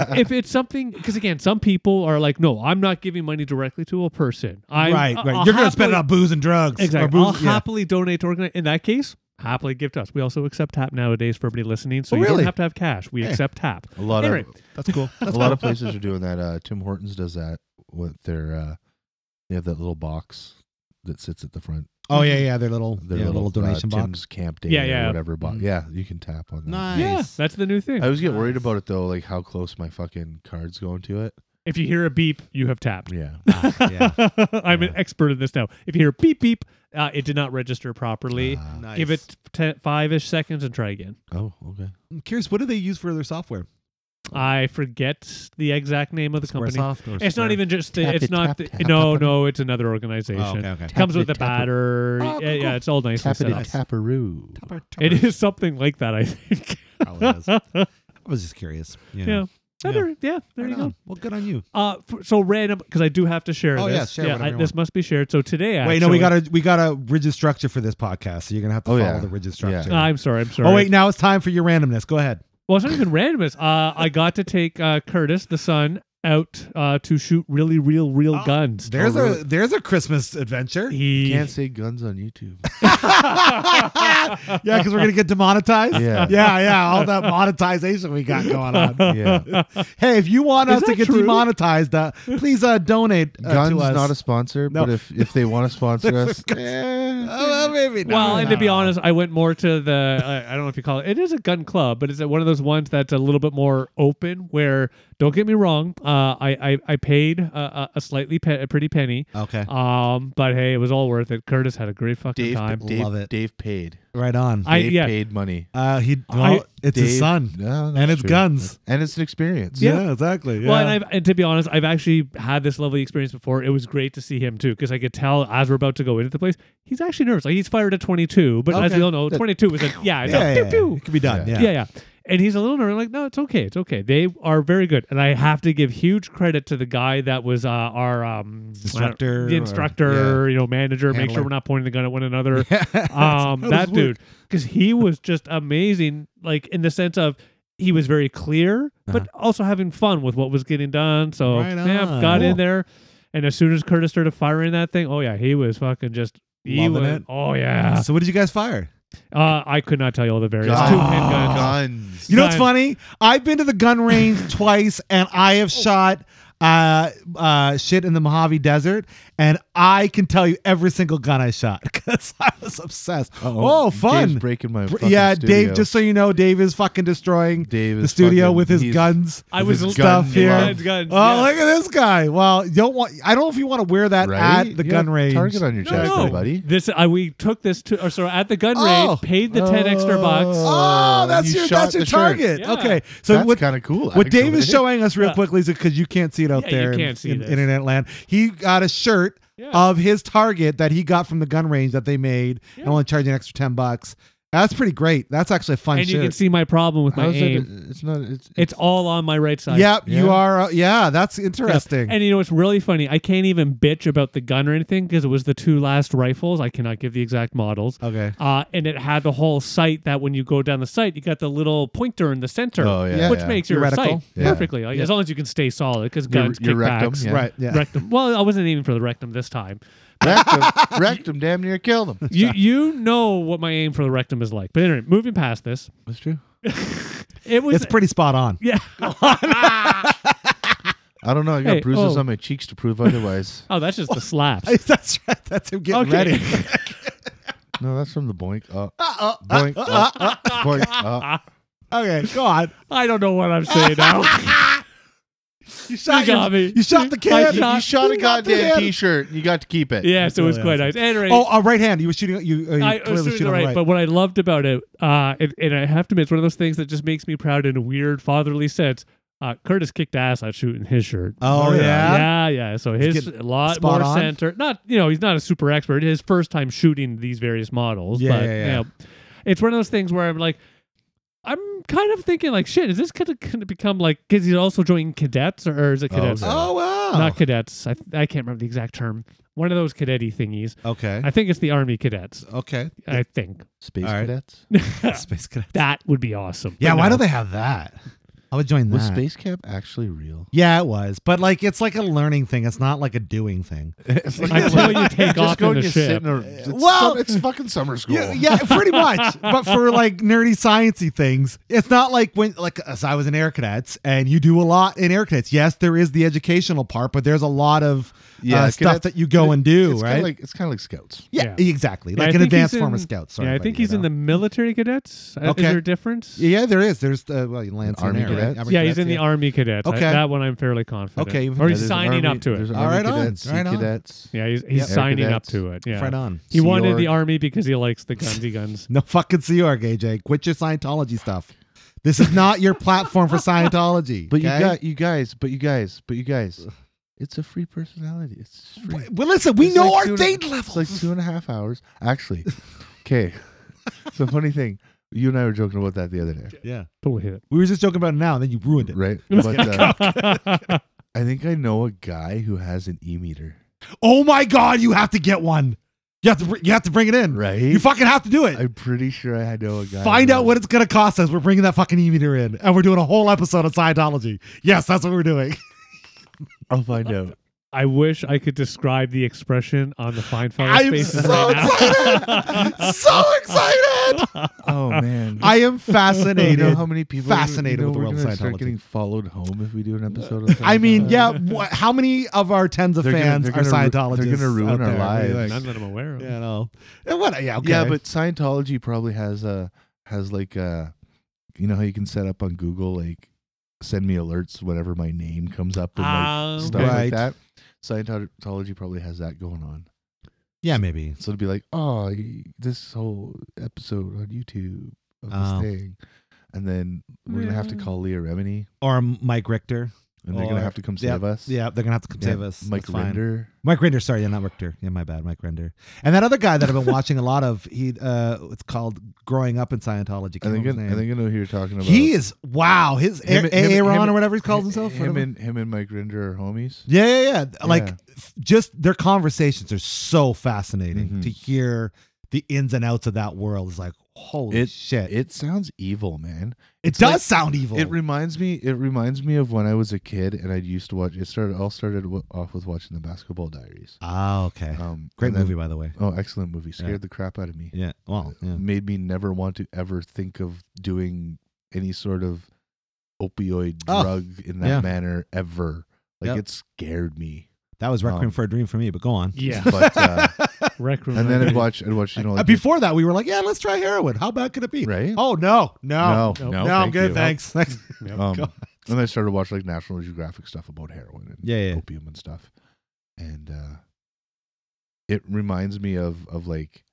[SPEAKER 1] yeah.
[SPEAKER 2] if it's something because again some people are like no i'm not giving money directly to a person i
[SPEAKER 1] right,
[SPEAKER 2] I'll
[SPEAKER 1] right. You're gonna spend it
[SPEAKER 2] happily-
[SPEAKER 1] on booze and drugs. or
[SPEAKER 2] exactly
[SPEAKER 1] booze-
[SPEAKER 2] i'll
[SPEAKER 1] yeah.
[SPEAKER 2] happily donate to organize in that case happily give to us we also accept tap nowadays for everybody listening so
[SPEAKER 1] Oh,
[SPEAKER 2] you
[SPEAKER 1] really?
[SPEAKER 2] don't have to have cash we
[SPEAKER 1] Hey.
[SPEAKER 2] accept tap
[SPEAKER 3] A lot of
[SPEAKER 2] Anyway.
[SPEAKER 1] That's cool.
[SPEAKER 3] a lot of places are doing that. Uh, Tim Hortons does that with their. Uh, they have that little box that sits at the front.
[SPEAKER 1] Oh yeah, yeah. Their little,
[SPEAKER 3] Their
[SPEAKER 1] yeah, little,
[SPEAKER 3] uh,
[SPEAKER 1] donation box.
[SPEAKER 3] Tim's Camp Day.
[SPEAKER 2] Yeah,
[SPEAKER 3] or
[SPEAKER 2] yeah.
[SPEAKER 3] Whatever box.
[SPEAKER 1] Mhm.
[SPEAKER 3] Yeah, you can tap on that.
[SPEAKER 1] Nice.
[SPEAKER 2] yeah that's the new
[SPEAKER 3] I
[SPEAKER 2] thing
[SPEAKER 3] always get worried
[SPEAKER 1] Nice.
[SPEAKER 3] about it though, like how close my fucking card's going to it.
[SPEAKER 2] if you hear a beep you have tapped
[SPEAKER 3] Yeah.
[SPEAKER 1] yeah.
[SPEAKER 2] i'm an
[SPEAKER 3] Yeah.
[SPEAKER 2] expert in this now if you hear beep beep uh, it did not register properly
[SPEAKER 3] Uh,
[SPEAKER 1] Nice.
[SPEAKER 2] give it ten, five-ish seconds and try again
[SPEAKER 3] oh, okay.
[SPEAKER 1] I'm curious. What do they use for their software?
[SPEAKER 2] i forget the exact name of the company
[SPEAKER 1] Squaresoft or
[SPEAKER 2] It's not
[SPEAKER 1] Square-
[SPEAKER 2] even just the.
[SPEAKER 3] Tap
[SPEAKER 2] It's
[SPEAKER 3] it,
[SPEAKER 2] not.
[SPEAKER 3] tap,
[SPEAKER 2] the,
[SPEAKER 3] tap,
[SPEAKER 2] no,
[SPEAKER 3] tap it.
[SPEAKER 2] no, it's another organization.
[SPEAKER 1] Oh, okay, okay.
[SPEAKER 2] Comes
[SPEAKER 3] Tap
[SPEAKER 2] with
[SPEAKER 3] it,
[SPEAKER 2] a
[SPEAKER 3] tap it.
[SPEAKER 2] batter.
[SPEAKER 1] Oh, cool,
[SPEAKER 2] yeah, yeah,
[SPEAKER 1] cool.
[SPEAKER 2] it's all nice.
[SPEAKER 3] Tap it in
[SPEAKER 1] setup.
[SPEAKER 3] Taparoo.
[SPEAKER 1] Tupper,
[SPEAKER 2] It
[SPEAKER 1] tupper.
[SPEAKER 2] is something like that, I think.
[SPEAKER 1] Probably is. I was just curious. Yeah.
[SPEAKER 2] Yeah.
[SPEAKER 1] Yeah.
[SPEAKER 2] Other- yeah, there
[SPEAKER 1] Right
[SPEAKER 2] you go.
[SPEAKER 1] on. Well, good on you.
[SPEAKER 2] Uh, f- so random because I do have to share
[SPEAKER 1] Oh,
[SPEAKER 2] this.
[SPEAKER 1] yeah, share
[SPEAKER 2] yeah,
[SPEAKER 1] whatever
[SPEAKER 2] I,
[SPEAKER 1] you
[SPEAKER 2] this
[SPEAKER 1] want.
[SPEAKER 2] must be shared. So today,
[SPEAKER 1] Wait, no, we
[SPEAKER 2] actually-
[SPEAKER 1] got a we got a rigid structure for this podcast, so you're gonna have to
[SPEAKER 3] Oh,
[SPEAKER 1] follow
[SPEAKER 3] yeah.
[SPEAKER 1] the rigid
[SPEAKER 3] Yeah.
[SPEAKER 1] structure.
[SPEAKER 2] Ah, I'm sorry. I'm sorry.
[SPEAKER 1] Oh wait, now it's time for your randomness. Go ahead.
[SPEAKER 2] Well, it's not even random. It's, uh, I got to take uh, Curtis, the son, out uh, to shoot really, real, real
[SPEAKER 1] Oh,
[SPEAKER 2] guns.
[SPEAKER 1] There's
[SPEAKER 3] Oh,
[SPEAKER 1] a
[SPEAKER 3] really?
[SPEAKER 1] there's a Christmas adventure.
[SPEAKER 2] He
[SPEAKER 3] Can't say guns on YouTube.
[SPEAKER 1] yeah, because we're gonna get demonetized.
[SPEAKER 3] yeah.
[SPEAKER 1] yeah, yeah. All that monetization we got going on.
[SPEAKER 3] Yeah.
[SPEAKER 1] Hey, if you want
[SPEAKER 2] Is
[SPEAKER 1] us to
[SPEAKER 2] that
[SPEAKER 1] get
[SPEAKER 2] true?
[SPEAKER 1] demonetized, uh, please uh, donate uh,
[SPEAKER 3] Guns
[SPEAKER 1] to us.
[SPEAKER 3] not a sponsor,
[SPEAKER 1] No.
[SPEAKER 3] but if if they want to sponsor us,
[SPEAKER 1] Guns-
[SPEAKER 3] eh,
[SPEAKER 1] Oh, well, maybe not.
[SPEAKER 2] Well, and to be
[SPEAKER 1] No.
[SPEAKER 2] honest, I went more to the I, I don't know if you call it. It is a gun club, but it's one of those ones that's a little bit more open. Where don't get me wrong, uh, I, I I paid a- a, a slightly pe- a pretty penny,
[SPEAKER 1] Okay,
[SPEAKER 2] um, but hey, it was all worth it. Curtis had a great fucking
[SPEAKER 3] Dave,
[SPEAKER 2] time.
[SPEAKER 3] Dave,
[SPEAKER 1] Love it.
[SPEAKER 3] Dave paid.
[SPEAKER 1] right on.
[SPEAKER 2] I-
[SPEAKER 3] Dave
[SPEAKER 2] yeah.
[SPEAKER 3] paid money.
[SPEAKER 1] Uh, he well,
[SPEAKER 2] I-
[SPEAKER 1] it's his
[SPEAKER 3] Dave-
[SPEAKER 1] son
[SPEAKER 3] No, that's
[SPEAKER 1] and it's
[SPEAKER 3] true.
[SPEAKER 1] guns.
[SPEAKER 3] And it's an experience.
[SPEAKER 1] Yeah, exactly.
[SPEAKER 2] Well, and,
[SPEAKER 1] yeah.
[SPEAKER 2] I've, and to be honest, I've actually had this lovely experience before. It was great to see him too, because I could tell as we're about to go into the place, he's actually nervous. Like he's fired a 22, but as
[SPEAKER 1] Okay.
[SPEAKER 2] we all know,
[SPEAKER 3] That-
[SPEAKER 2] 22 is a yeah, it's a
[SPEAKER 1] yeah, yeah,
[SPEAKER 2] pew,
[SPEAKER 1] yeah.
[SPEAKER 2] pew.
[SPEAKER 1] it could be done. Yeah,
[SPEAKER 2] yeah. yeah, And he's a little nervous. I'm like, no, it's okay, it's okay. They are very good, and I have to give huge credit to the guy that was uh, our um,
[SPEAKER 1] Instructor
[SPEAKER 2] the
[SPEAKER 1] or-
[SPEAKER 2] instructor, you know, manager. Make
[SPEAKER 1] Handler.
[SPEAKER 2] sure we're not pointing the gun at one another. um,
[SPEAKER 1] That
[SPEAKER 2] that
[SPEAKER 1] was weird.
[SPEAKER 2] dude, because he was just amazing. Like in the sense of he was very clear, but also having fun with what was getting done. So
[SPEAKER 1] Uh-huh. Right
[SPEAKER 2] yeah,
[SPEAKER 1] on.
[SPEAKER 2] got
[SPEAKER 1] Cool.
[SPEAKER 2] in there, and as soon as Curtis started firing that thing, oh yeah, he was fucking just. He
[SPEAKER 1] Loving
[SPEAKER 2] was,
[SPEAKER 1] it.
[SPEAKER 2] Oh yeah,
[SPEAKER 1] So what did you guys fire?
[SPEAKER 2] uh, I could not tell you all the various
[SPEAKER 3] Guns.
[SPEAKER 2] two handguns.
[SPEAKER 3] Guns.
[SPEAKER 1] You know what's
[SPEAKER 2] Guns.
[SPEAKER 1] funny? I've been to the gun range twice, and I have shot uh, uh, shit in the Mojave Desert, and I can tell you every single gun I shot because I was obsessed.
[SPEAKER 3] Uh-oh.
[SPEAKER 1] Oh, fun!
[SPEAKER 3] Dave's breaking my
[SPEAKER 1] Br-
[SPEAKER 3] fucking
[SPEAKER 1] yeah,
[SPEAKER 3] studio.
[SPEAKER 1] Dave. Just so you know, Dave is fucking destroying
[SPEAKER 3] Dave
[SPEAKER 1] the
[SPEAKER 3] is
[SPEAKER 1] studio
[SPEAKER 3] fucking-
[SPEAKER 1] with his
[SPEAKER 3] he's-
[SPEAKER 1] guns.
[SPEAKER 2] I
[SPEAKER 3] With
[SPEAKER 2] was
[SPEAKER 3] his
[SPEAKER 2] l-
[SPEAKER 1] gun
[SPEAKER 2] stuff
[SPEAKER 1] here.
[SPEAKER 2] Guns, guns,
[SPEAKER 1] Oh,
[SPEAKER 2] yeah.
[SPEAKER 1] look at this guy! Well, you don't want. I don't know if you want to wear that
[SPEAKER 3] Right?
[SPEAKER 1] at the
[SPEAKER 3] Yeah,
[SPEAKER 1] gun range.
[SPEAKER 3] Target on your
[SPEAKER 2] No,
[SPEAKER 3] chest,
[SPEAKER 2] no.
[SPEAKER 3] there, buddy.
[SPEAKER 2] This I we took this to or so at the gun
[SPEAKER 1] Oh.
[SPEAKER 2] range, paid the ten extra bucks.
[SPEAKER 1] Oh, that's
[SPEAKER 3] You
[SPEAKER 1] your
[SPEAKER 3] shot
[SPEAKER 1] that's your
[SPEAKER 3] the shark.
[SPEAKER 1] target.
[SPEAKER 2] Yeah.
[SPEAKER 1] Okay, so
[SPEAKER 3] that's
[SPEAKER 1] what
[SPEAKER 3] kind of cool.
[SPEAKER 1] What Dave is
[SPEAKER 3] actually.
[SPEAKER 1] showing us real
[SPEAKER 2] Yeah.
[SPEAKER 1] quickly is because you can't see it out
[SPEAKER 2] Yeah, you
[SPEAKER 1] there in,
[SPEAKER 2] can't see
[SPEAKER 1] in
[SPEAKER 2] this.
[SPEAKER 1] internet land. He got a shirt
[SPEAKER 2] Yeah.
[SPEAKER 1] of his target that he got from the gun range that they made and
[SPEAKER 2] Yeah.
[SPEAKER 1] only charging an extra 10 bucks. That's pretty great. That's actually a fun
[SPEAKER 2] and you can
[SPEAKER 1] shirt.
[SPEAKER 2] see my problem with my
[SPEAKER 3] How's that-
[SPEAKER 2] aim.
[SPEAKER 3] It's not. It's,
[SPEAKER 2] It's all on my right side.
[SPEAKER 1] yep, you
[SPEAKER 3] Yeah.
[SPEAKER 1] are. Uh, yeah, that's interesting.
[SPEAKER 2] And you know it's really funny. I can't even bitch about the gun or anything because it was the two last rifles. I cannot give the exact models.
[SPEAKER 1] okay.
[SPEAKER 2] Uh, and it had the whole sight that when you go down the sight, you got the little pointer in the center,
[SPEAKER 3] Oh yeah.
[SPEAKER 1] Yeah.
[SPEAKER 2] which
[SPEAKER 3] yeah.
[SPEAKER 2] makes your
[SPEAKER 1] Your reticle.
[SPEAKER 2] sight
[SPEAKER 3] Yeah.
[SPEAKER 2] perfectly. Like,
[SPEAKER 1] Yeah.
[SPEAKER 2] As long as you can stay solid, because
[SPEAKER 3] Your-
[SPEAKER 2] guns,
[SPEAKER 3] your rectum,
[SPEAKER 2] kickbacks,
[SPEAKER 3] yeah.
[SPEAKER 1] Right. Yeah.
[SPEAKER 2] rectum. Well, I wasn't aiming for the rectum this time.
[SPEAKER 3] rectum, rectum damn near killed him.
[SPEAKER 2] you you know what my aim for the rectum is like. But anyway, moving past this,
[SPEAKER 3] That's true.
[SPEAKER 2] it was
[SPEAKER 1] It's pretty spot on.
[SPEAKER 2] yeah.
[SPEAKER 3] I don't know. I got
[SPEAKER 2] Hey,
[SPEAKER 3] bruises
[SPEAKER 2] oh.
[SPEAKER 3] on my cheeks to prove otherwise.
[SPEAKER 2] oh, that's just the slaps.
[SPEAKER 1] That's right. That's him getting
[SPEAKER 2] Okay.
[SPEAKER 1] ready.
[SPEAKER 3] no, that's from the boink. Uh,
[SPEAKER 1] Uh-oh.
[SPEAKER 3] boink. Uh, boink. Uh.
[SPEAKER 1] Okay, go on.
[SPEAKER 2] I don't know what I'm saying now.
[SPEAKER 1] You shot,
[SPEAKER 2] You
[SPEAKER 1] your-
[SPEAKER 2] got me.
[SPEAKER 1] You shot the
[SPEAKER 2] I
[SPEAKER 1] kid.
[SPEAKER 2] shot-
[SPEAKER 3] You shot a
[SPEAKER 1] You got the
[SPEAKER 3] goddamn
[SPEAKER 1] hand.
[SPEAKER 3] t-shirt. and You got to keep it.
[SPEAKER 2] yeah, so it was
[SPEAKER 1] really
[SPEAKER 2] quite nice.
[SPEAKER 1] awesome.
[SPEAKER 2] Anyway,
[SPEAKER 1] Oh, uh, right hand. You were shooting. You, uh, you
[SPEAKER 2] I I was
[SPEAKER 1] clearly
[SPEAKER 2] doing
[SPEAKER 1] shoot
[SPEAKER 2] the
[SPEAKER 1] on
[SPEAKER 2] right,
[SPEAKER 1] the right.
[SPEAKER 2] but what I loved about it, uh, and, and I have to admit, it's one of those things that just makes me proud in a weird fatherly sense. Uh, Curtis kicked ass at shooting his shirt.
[SPEAKER 1] Oh,
[SPEAKER 3] Oh, yeah.
[SPEAKER 1] yeah.
[SPEAKER 2] yeah, yeah. So
[SPEAKER 1] He's
[SPEAKER 2] his a lot
[SPEAKER 1] spot
[SPEAKER 2] more
[SPEAKER 1] on?
[SPEAKER 2] center. Not you know he's not a super expert. His first time shooting these various models.
[SPEAKER 1] Yeah,
[SPEAKER 2] but,
[SPEAKER 1] yeah, yeah.
[SPEAKER 2] You know, it's one of those things where I'm like, I'm kind of thinking like, shit, is this gonna, gonna become like? Because he's also joining cadets, or, or is it
[SPEAKER 3] Oh,
[SPEAKER 2] cadets?
[SPEAKER 3] okay.
[SPEAKER 1] Oh wow.
[SPEAKER 2] Not cadets. I I can't remember the exact term. One of those cadety thingies.
[SPEAKER 1] okay.
[SPEAKER 2] I think it's the army cadets.
[SPEAKER 1] Okay.
[SPEAKER 2] I think
[SPEAKER 3] Space
[SPEAKER 1] All right.
[SPEAKER 3] cadets.
[SPEAKER 1] Space cadet.
[SPEAKER 2] that would be awesome.
[SPEAKER 1] Yeah.
[SPEAKER 2] But
[SPEAKER 1] Why
[SPEAKER 2] no.
[SPEAKER 1] don't they have that? I would join
[SPEAKER 3] Was
[SPEAKER 1] that.
[SPEAKER 3] space camp actually real?
[SPEAKER 1] Yeah, it was, but like it's like a learning thing. It's not like a doing thing.
[SPEAKER 3] It's like-
[SPEAKER 2] Until you take
[SPEAKER 3] Just
[SPEAKER 2] off
[SPEAKER 3] go
[SPEAKER 2] in the
[SPEAKER 3] and just sit
[SPEAKER 2] ship.
[SPEAKER 3] in a- it's
[SPEAKER 1] Well-
[SPEAKER 3] sum- it's fucking summer school.
[SPEAKER 1] Yeah, yeah, pretty much. but for like nerdy sciency things, it's not like when like as I was in air cadets, and you do a lot in air cadets. Yes, there is the educational part, but there's a lot of
[SPEAKER 3] Yeah,
[SPEAKER 1] uh, stuff
[SPEAKER 3] cadets-
[SPEAKER 1] that you go and do,
[SPEAKER 3] it's
[SPEAKER 1] right?
[SPEAKER 3] Kinda like, it's kind of like scouts.
[SPEAKER 1] yeah, exactly.
[SPEAKER 2] Yeah, I
[SPEAKER 1] Like an
[SPEAKER 2] think he's
[SPEAKER 1] advanced form of
[SPEAKER 2] in-
[SPEAKER 1] scout. Sorry,
[SPEAKER 2] Yeah, I
[SPEAKER 1] buddy,
[SPEAKER 2] think
[SPEAKER 1] you
[SPEAKER 2] he's in
[SPEAKER 1] know.
[SPEAKER 2] the military cadets. Uh,
[SPEAKER 1] Okay.
[SPEAKER 2] Is there a difference?
[SPEAKER 1] Yeah, there is. There's uh, well, you land
[SPEAKER 3] Army
[SPEAKER 1] air, right?
[SPEAKER 3] cadets?
[SPEAKER 1] Army
[SPEAKER 2] Yeah, he's
[SPEAKER 1] cadets,
[SPEAKER 2] in the army cadets. I-
[SPEAKER 1] Okay.
[SPEAKER 2] that one I'm fairly confident.
[SPEAKER 1] Okay, yeah,
[SPEAKER 2] or he's
[SPEAKER 3] there's
[SPEAKER 2] signing
[SPEAKER 3] army-
[SPEAKER 2] up to
[SPEAKER 3] There's
[SPEAKER 2] it.
[SPEAKER 1] All
[SPEAKER 3] army
[SPEAKER 1] right on,
[SPEAKER 3] cadets, sea
[SPEAKER 1] right on.
[SPEAKER 3] cadets.
[SPEAKER 2] Yeah, he's, he's
[SPEAKER 1] Yep.
[SPEAKER 2] signing
[SPEAKER 3] Air
[SPEAKER 2] up to it. Yeah,
[SPEAKER 1] Right on.
[SPEAKER 2] he
[SPEAKER 3] Sea
[SPEAKER 2] wanted the
[SPEAKER 3] Org.
[SPEAKER 2] army because he likes the gunsy guns.
[SPEAKER 1] No fucking Sea Org, AJ. Quit your Scientology stuff. This is not your platform for Scientology.
[SPEAKER 3] But
[SPEAKER 1] okay?
[SPEAKER 3] you got you guys, but you guys, but you guys, it's a free personality. It's just free.
[SPEAKER 1] Well, listen, we
[SPEAKER 3] It's
[SPEAKER 1] know
[SPEAKER 3] like
[SPEAKER 1] our
[SPEAKER 3] two and a-
[SPEAKER 1] date level.
[SPEAKER 3] It's like two and a half hours, actually. Okay, so funny thing, you and I were joking about that the other day,
[SPEAKER 1] yeah,
[SPEAKER 2] But we'll hit it.
[SPEAKER 1] we were just joking about it now, and then you ruined it.
[SPEAKER 3] right? But uh, I think I know a guy who has an e meter,
[SPEAKER 1] Oh my god, you have to get one. You have to. br- You have to bring it in.
[SPEAKER 3] right?
[SPEAKER 1] You fucking have to do it.
[SPEAKER 3] I'm pretty sure I know a guy.
[SPEAKER 1] Find
[SPEAKER 3] who
[SPEAKER 1] out
[SPEAKER 3] has-
[SPEAKER 1] what it's gonna cost us. We're bringing that fucking e-meter in, and we're doing a whole episode of Scientology. Yes, that's what we're doing.
[SPEAKER 3] I'll find out.
[SPEAKER 2] I wish I could describe the expression on the fine fire
[SPEAKER 1] I'm
[SPEAKER 2] faces
[SPEAKER 1] so
[SPEAKER 2] right now.
[SPEAKER 1] excited. so excited.
[SPEAKER 3] Oh man.
[SPEAKER 1] I am
[SPEAKER 3] you know
[SPEAKER 1] fascinated.
[SPEAKER 3] how many people
[SPEAKER 1] fascinated
[SPEAKER 3] you know,
[SPEAKER 1] with the
[SPEAKER 3] we're
[SPEAKER 1] world of
[SPEAKER 3] gonna start
[SPEAKER 1] Scientology. Uh,
[SPEAKER 3] getting followed home if we do an episode. Of
[SPEAKER 1] I mean,
[SPEAKER 3] Scientology?
[SPEAKER 1] yeah. What, how many of our tens of
[SPEAKER 3] They're gonna-
[SPEAKER 1] fans
[SPEAKER 3] they're
[SPEAKER 1] are
[SPEAKER 3] gonna ru-
[SPEAKER 1] Scientologists?
[SPEAKER 3] they're gonna ruin
[SPEAKER 1] out
[SPEAKER 3] our
[SPEAKER 1] there? What do you
[SPEAKER 3] lives.
[SPEAKER 1] think?
[SPEAKER 2] None that I'm aware of.
[SPEAKER 1] You know, And what? Yeah, okay.
[SPEAKER 3] Yeah, but Scientology probably has a has like a you know how you can set up on Google like send me alerts whenever my name comes up and like
[SPEAKER 2] Ah, okay.
[SPEAKER 3] stuff
[SPEAKER 1] Oh, Right.
[SPEAKER 3] like that. Scientology probably has that going on.
[SPEAKER 1] yeah, maybe.
[SPEAKER 3] So it'd be like, oh, y- this whole episode on YouTube of this
[SPEAKER 1] Oh.
[SPEAKER 3] thing, and then we're gonna have to
[SPEAKER 2] Yeah.
[SPEAKER 3] call Leah Remini,
[SPEAKER 1] Or Mike Richter.
[SPEAKER 3] and they're gonna
[SPEAKER 1] Or-
[SPEAKER 3] have to come
[SPEAKER 1] Oh, yeah,
[SPEAKER 3] save us.
[SPEAKER 1] Yeah, they're gonna have to come
[SPEAKER 3] Yeah,
[SPEAKER 1] save us.
[SPEAKER 3] Mike
[SPEAKER 1] That's fine.
[SPEAKER 3] Rinder.
[SPEAKER 1] Mike Render, sorry, yeah, not Richter. Yeah, my bad, Mike Render. And that other guy that I've been watching a lot of, he uh, it's called Growing Up in Scientology.
[SPEAKER 3] I
[SPEAKER 1] Can't
[SPEAKER 3] think
[SPEAKER 1] remember
[SPEAKER 3] I,
[SPEAKER 1] his
[SPEAKER 3] I
[SPEAKER 1] name.
[SPEAKER 3] think I know who you're talking about.
[SPEAKER 1] he is wow. His
[SPEAKER 3] Him and- him and-
[SPEAKER 1] Aaron
[SPEAKER 3] him and-
[SPEAKER 1] or whatever he calls himself.
[SPEAKER 3] Him
[SPEAKER 1] whatever.
[SPEAKER 3] and him and Mike Rinder are homies.
[SPEAKER 1] yeah, yeah, yeah, Like
[SPEAKER 3] Yeah.
[SPEAKER 1] f- just their conversations are so fascinating
[SPEAKER 3] Mhm.
[SPEAKER 1] to hear the ins and outs of that world. It's like holy
[SPEAKER 3] It-
[SPEAKER 1] shit. It,
[SPEAKER 3] It sounds evil, man.
[SPEAKER 1] does
[SPEAKER 3] like-
[SPEAKER 1] sound evil.
[SPEAKER 3] It reminds me. It reminds me of when I was a kid and I used to watch. It started all started w- off with watching the Basketball Diaries.
[SPEAKER 1] ah, okay.
[SPEAKER 3] Um,
[SPEAKER 1] Great
[SPEAKER 3] and then-
[SPEAKER 1] movie, by the way.
[SPEAKER 3] Oh, excellent movie! Scared
[SPEAKER 1] Yeah.
[SPEAKER 3] the crap out of me.
[SPEAKER 1] Yeah. Well, yeah.
[SPEAKER 3] Made me never want to ever think of doing any sort of opioid
[SPEAKER 1] Oh,
[SPEAKER 3] drug in that
[SPEAKER 1] yeah.
[SPEAKER 3] manner ever. Like
[SPEAKER 1] Yep.
[SPEAKER 3] it scared me.
[SPEAKER 1] that was Requiem
[SPEAKER 3] Um,
[SPEAKER 1] for a Dream for me. But go on.
[SPEAKER 2] Yeah.
[SPEAKER 3] But uh,
[SPEAKER 2] Rec room.
[SPEAKER 3] and then I'd
[SPEAKER 2] right?
[SPEAKER 3] watch. I'd watch. You know,
[SPEAKER 1] Uh,
[SPEAKER 3] like
[SPEAKER 1] Before that, we were like, yeah, let's try heroin. How bad could it be?
[SPEAKER 3] right?
[SPEAKER 1] Oh no, no,
[SPEAKER 2] no,
[SPEAKER 1] no, I'm
[SPEAKER 3] thank
[SPEAKER 1] good,
[SPEAKER 3] you.
[SPEAKER 1] thanks. Thanks.
[SPEAKER 2] Yep.
[SPEAKER 3] Um,
[SPEAKER 1] God.
[SPEAKER 3] and I started watching like National Geographic stuff about heroin and
[SPEAKER 1] Yeah, yeah.
[SPEAKER 3] opium and stuff. And uh, it reminds me of of like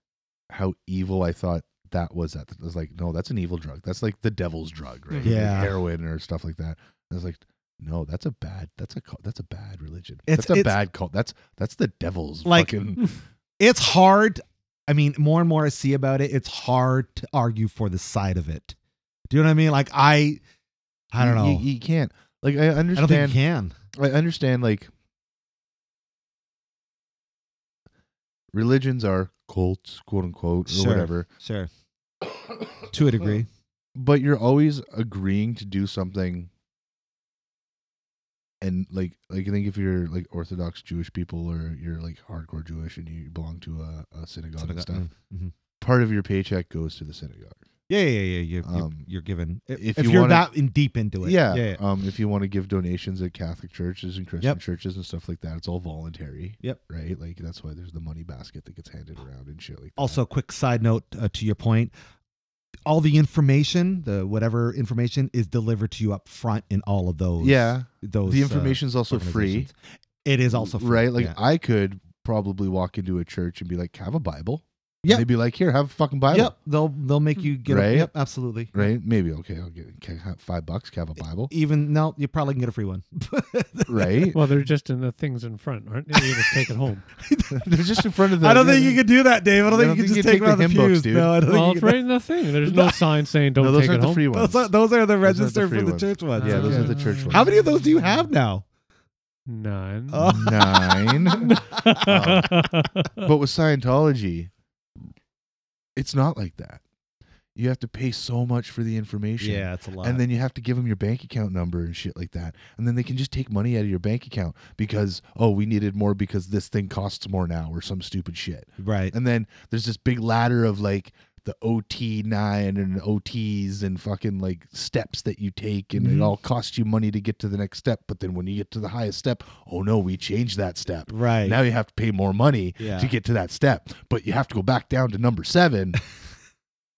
[SPEAKER 3] how evil I thought that was at the, I was like, no, that's an evil drug. That's like the devil's drug, right? Like
[SPEAKER 1] Yeah.
[SPEAKER 3] heroin or stuff like that. I was like, no, that's a bad that's a cult, that's a bad religion.
[SPEAKER 1] It's-
[SPEAKER 3] that's a
[SPEAKER 1] it's-
[SPEAKER 3] bad cult. That's that's the devil's
[SPEAKER 1] Like-
[SPEAKER 3] fucking
[SPEAKER 1] It's hard. I mean, more and more I see about it. It's hard to argue for the side of it. Do you know what I mean? Like I, I don't
[SPEAKER 3] You-
[SPEAKER 1] know.
[SPEAKER 3] You, you can't like I
[SPEAKER 1] I don't think
[SPEAKER 3] understand
[SPEAKER 1] you can.
[SPEAKER 3] I understand like religions are cults, quote unquote, or
[SPEAKER 1] Sure.
[SPEAKER 3] whatever.
[SPEAKER 1] Sure, to a degree.
[SPEAKER 3] But you're always agreeing to do something and like like I think if you're like Orthodox Jewish people or you're like hardcore Jewish and you belong to a, a synagogue and stuff,
[SPEAKER 1] Mhm.
[SPEAKER 3] part of your paycheck goes to the synagogue.
[SPEAKER 1] Yeah, yeah, yeah. You're, you're-
[SPEAKER 3] Um,
[SPEAKER 1] you're given if,
[SPEAKER 3] if
[SPEAKER 1] you
[SPEAKER 3] you
[SPEAKER 1] are
[SPEAKER 3] wanna-
[SPEAKER 1] that in deep into it.
[SPEAKER 3] Yeah.
[SPEAKER 1] yeah,
[SPEAKER 3] Um, if you want to give donations at Catholic churches and Christian
[SPEAKER 1] Yep.
[SPEAKER 3] churches and stuff like that, it's all voluntary.
[SPEAKER 1] Yep.
[SPEAKER 3] Right. Like that's why there's the money basket that gets handed around and shit like that.
[SPEAKER 1] Also, quick side note uh, to your point. All the information, the whatever information, is delivered to you up front in all of those.
[SPEAKER 3] yeah,
[SPEAKER 1] those
[SPEAKER 3] the
[SPEAKER 1] uh,
[SPEAKER 3] information is also free.
[SPEAKER 1] organizations. It is also free,
[SPEAKER 3] right. Like
[SPEAKER 1] yeah.
[SPEAKER 3] I could probably walk into a church and be like, "Have a Bible."
[SPEAKER 1] Yeah.
[SPEAKER 3] Yeah. They'd be like, here, have a fucking Bible.
[SPEAKER 1] Yep, they'll they'll make you get
[SPEAKER 3] Right?
[SPEAKER 1] a, yep, absolutely.
[SPEAKER 3] Right? Maybe. Okay. I'll get can I have five bucks. Can I have a Bible.
[SPEAKER 1] Even no, you probably can get a free one.
[SPEAKER 3] Right?
[SPEAKER 2] Well, they're just in the things in front, aren't they? You just take it home.
[SPEAKER 3] They're just in front of the.
[SPEAKER 1] I don't
[SPEAKER 3] yeah,
[SPEAKER 1] think you
[SPEAKER 3] the-
[SPEAKER 1] can do that, Dave. I don't think you can just take, them out of
[SPEAKER 3] hymn
[SPEAKER 1] the
[SPEAKER 3] books,
[SPEAKER 1] pews.
[SPEAKER 3] dude.
[SPEAKER 1] No, I don't
[SPEAKER 2] Well,
[SPEAKER 1] think
[SPEAKER 2] it's
[SPEAKER 1] you
[SPEAKER 2] right in the thing. There's no sign saying don't
[SPEAKER 3] No,
[SPEAKER 2] take
[SPEAKER 3] those
[SPEAKER 2] it
[SPEAKER 3] aren't the
[SPEAKER 2] home.
[SPEAKER 3] free
[SPEAKER 1] can.
[SPEAKER 3] ones.
[SPEAKER 1] Those are, those are the
[SPEAKER 3] aren't the
[SPEAKER 1] register
[SPEAKER 3] free
[SPEAKER 1] for the
[SPEAKER 3] ones.
[SPEAKER 1] church ones.
[SPEAKER 3] yeah, those
[SPEAKER 2] Okay.
[SPEAKER 3] are the church ones.
[SPEAKER 1] How many of those do you have now?
[SPEAKER 2] None.
[SPEAKER 1] Oh.
[SPEAKER 3] Nine. but with Scientology, it's not like that. You have to pay so much for the information.
[SPEAKER 1] Yeah, it's a lot.
[SPEAKER 3] And then you have to give them your bank account number and shit like that. And then they can just take money out of your bank account because, oh, we needed more because this thing costs more now or some stupid shit.
[SPEAKER 1] right.
[SPEAKER 3] And then there's this big ladder of like the OT9 and OTs and fucking like steps that you take. And
[SPEAKER 1] Mhm.
[SPEAKER 3] it all costs you money to get to the next step. But then when you get to the highest step, oh no, we changed that step.
[SPEAKER 1] Right.
[SPEAKER 3] Now you have to pay more money
[SPEAKER 1] Yeah.
[SPEAKER 3] to get to that step, but you have to go back down to number seven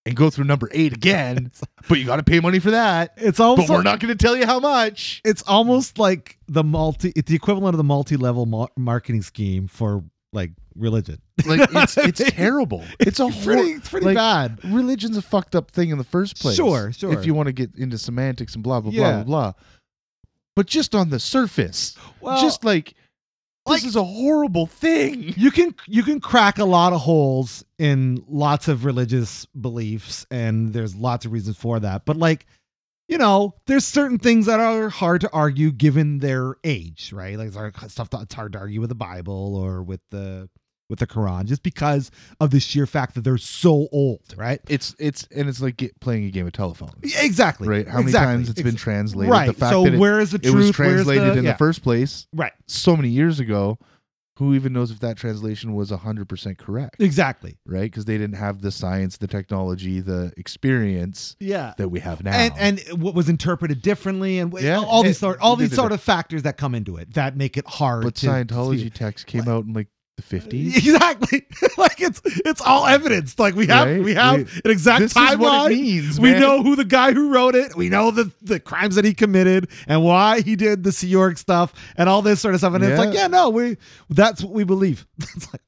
[SPEAKER 3] and go through number eight again. but you got to pay money for that.
[SPEAKER 1] it's
[SPEAKER 3] But
[SPEAKER 1] also
[SPEAKER 3] we're not going to tell you how much.
[SPEAKER 1] it's almost like the multi it's the equivalent of the multi-level mar- marketing scheme for like religion.
[SPEAKER 3] Like it's it's terrible. It's a
[SPEAKER 1] pretty
[SPEAKER 3] horrible.
[SPEAKER 1] it's pretty
[SPEAKER 3] like,
[SPEAKER 1] bad.
[SPEAKER 3] Religion's a fucked up thing in the first place.
[SPEAKER 1] Sure, sure.
[SPEAKER 3] If you want to get into semantics and blah blah
[SPEAKER 1] Yeah.
[SPEAKER 3] blah blah blah, but just on the surface,
[SPEAKER 1] Well,
[SPEAKER 3] just like this
[SPEAKER 1] like-
[SPEAKER 3] is a horrible thing.
[SPEAKER 1] you can you can crack a lot of holes in lots of religious beliefs and there's lots of reasons for that but like you know there's certain things that are hard to argue given their age right like there's stuff that's hard to argue with the bible or with the with the quran just because of the sheer fact that they're so old right
[SPEAKER 3] It's it's and it's like get, playing a game of telephone.
[SPEAKER 1] exactly
[SPEAKER 3] Right? How many
[SPEAKER 1] exactly.
[SPEAKER 3] times it's been translated?
[SPEAKER 1] right
[SPEAKER 3] The fact
[SPEAKER 1] so
[SPEAKER 3] that it,
[SPEAKER 1] where is the
[SPEAKER 3] it
[SPEAKER 1] truth
[SPEAKER 3] was
[SPEAKER 1] Where's
[SPEAKER 3] translated in
[SPEAKER 1] yeah.
[SPEAKER 3] the first place
[SPEAKER 1] right
[SPEAKER 3] so many years ago who even knows if that translation was 100% correct
[SPEAKER 1] exactly
[SPEAKER 3] right because they didn't have the science the technology the experience
[SPEAKER 1] yeah
[SPEAKER 3] that we have now
[SPEAKER 1] And and what was interpreted differently, and wh-
[SPEAKER 3] Yeah,
[SPEAKER 1] all these
[SPEAKER 3] it-
[SPEAKER 1] sort all
[SPEAKER 3] they
[SPEAKER 1] these
[SPEAKER 3] did
[SPEAKER 1] sort
[SPEAKER 3] it.
[SPEAKER 1] of factors that come into it that make it hard.
[SPEAKER 3] but
[SPEAKER 1] to
[SPEAKER 3] scientology
[SPEAKER 1] see.
[SPEAKER 3] text came out in like the 50s
[SPEAKER 1] exactly like it's it's all evidence. Like we have
[SPEAKER 3] Right?
[SPEAKER 1] we have
[SPEAKER 3] We-
[SPEAKER 1] an exact
[SPEAKER 3] this
[SPEAKER 1] timeline.
[SPEAKER 3] is what it means
[SPEAKER 1] we
[SPEAKER 3] man.
[SPEAKER 1] know who the guy who wrote it. We know the the crimes that he committed and why he did the Sea York stuff and all this sort of stuff. And it's
[SPEAKER 3] Yeah.
[SPEAKER 1] like, yeah, no, we that's what we believe. it's like,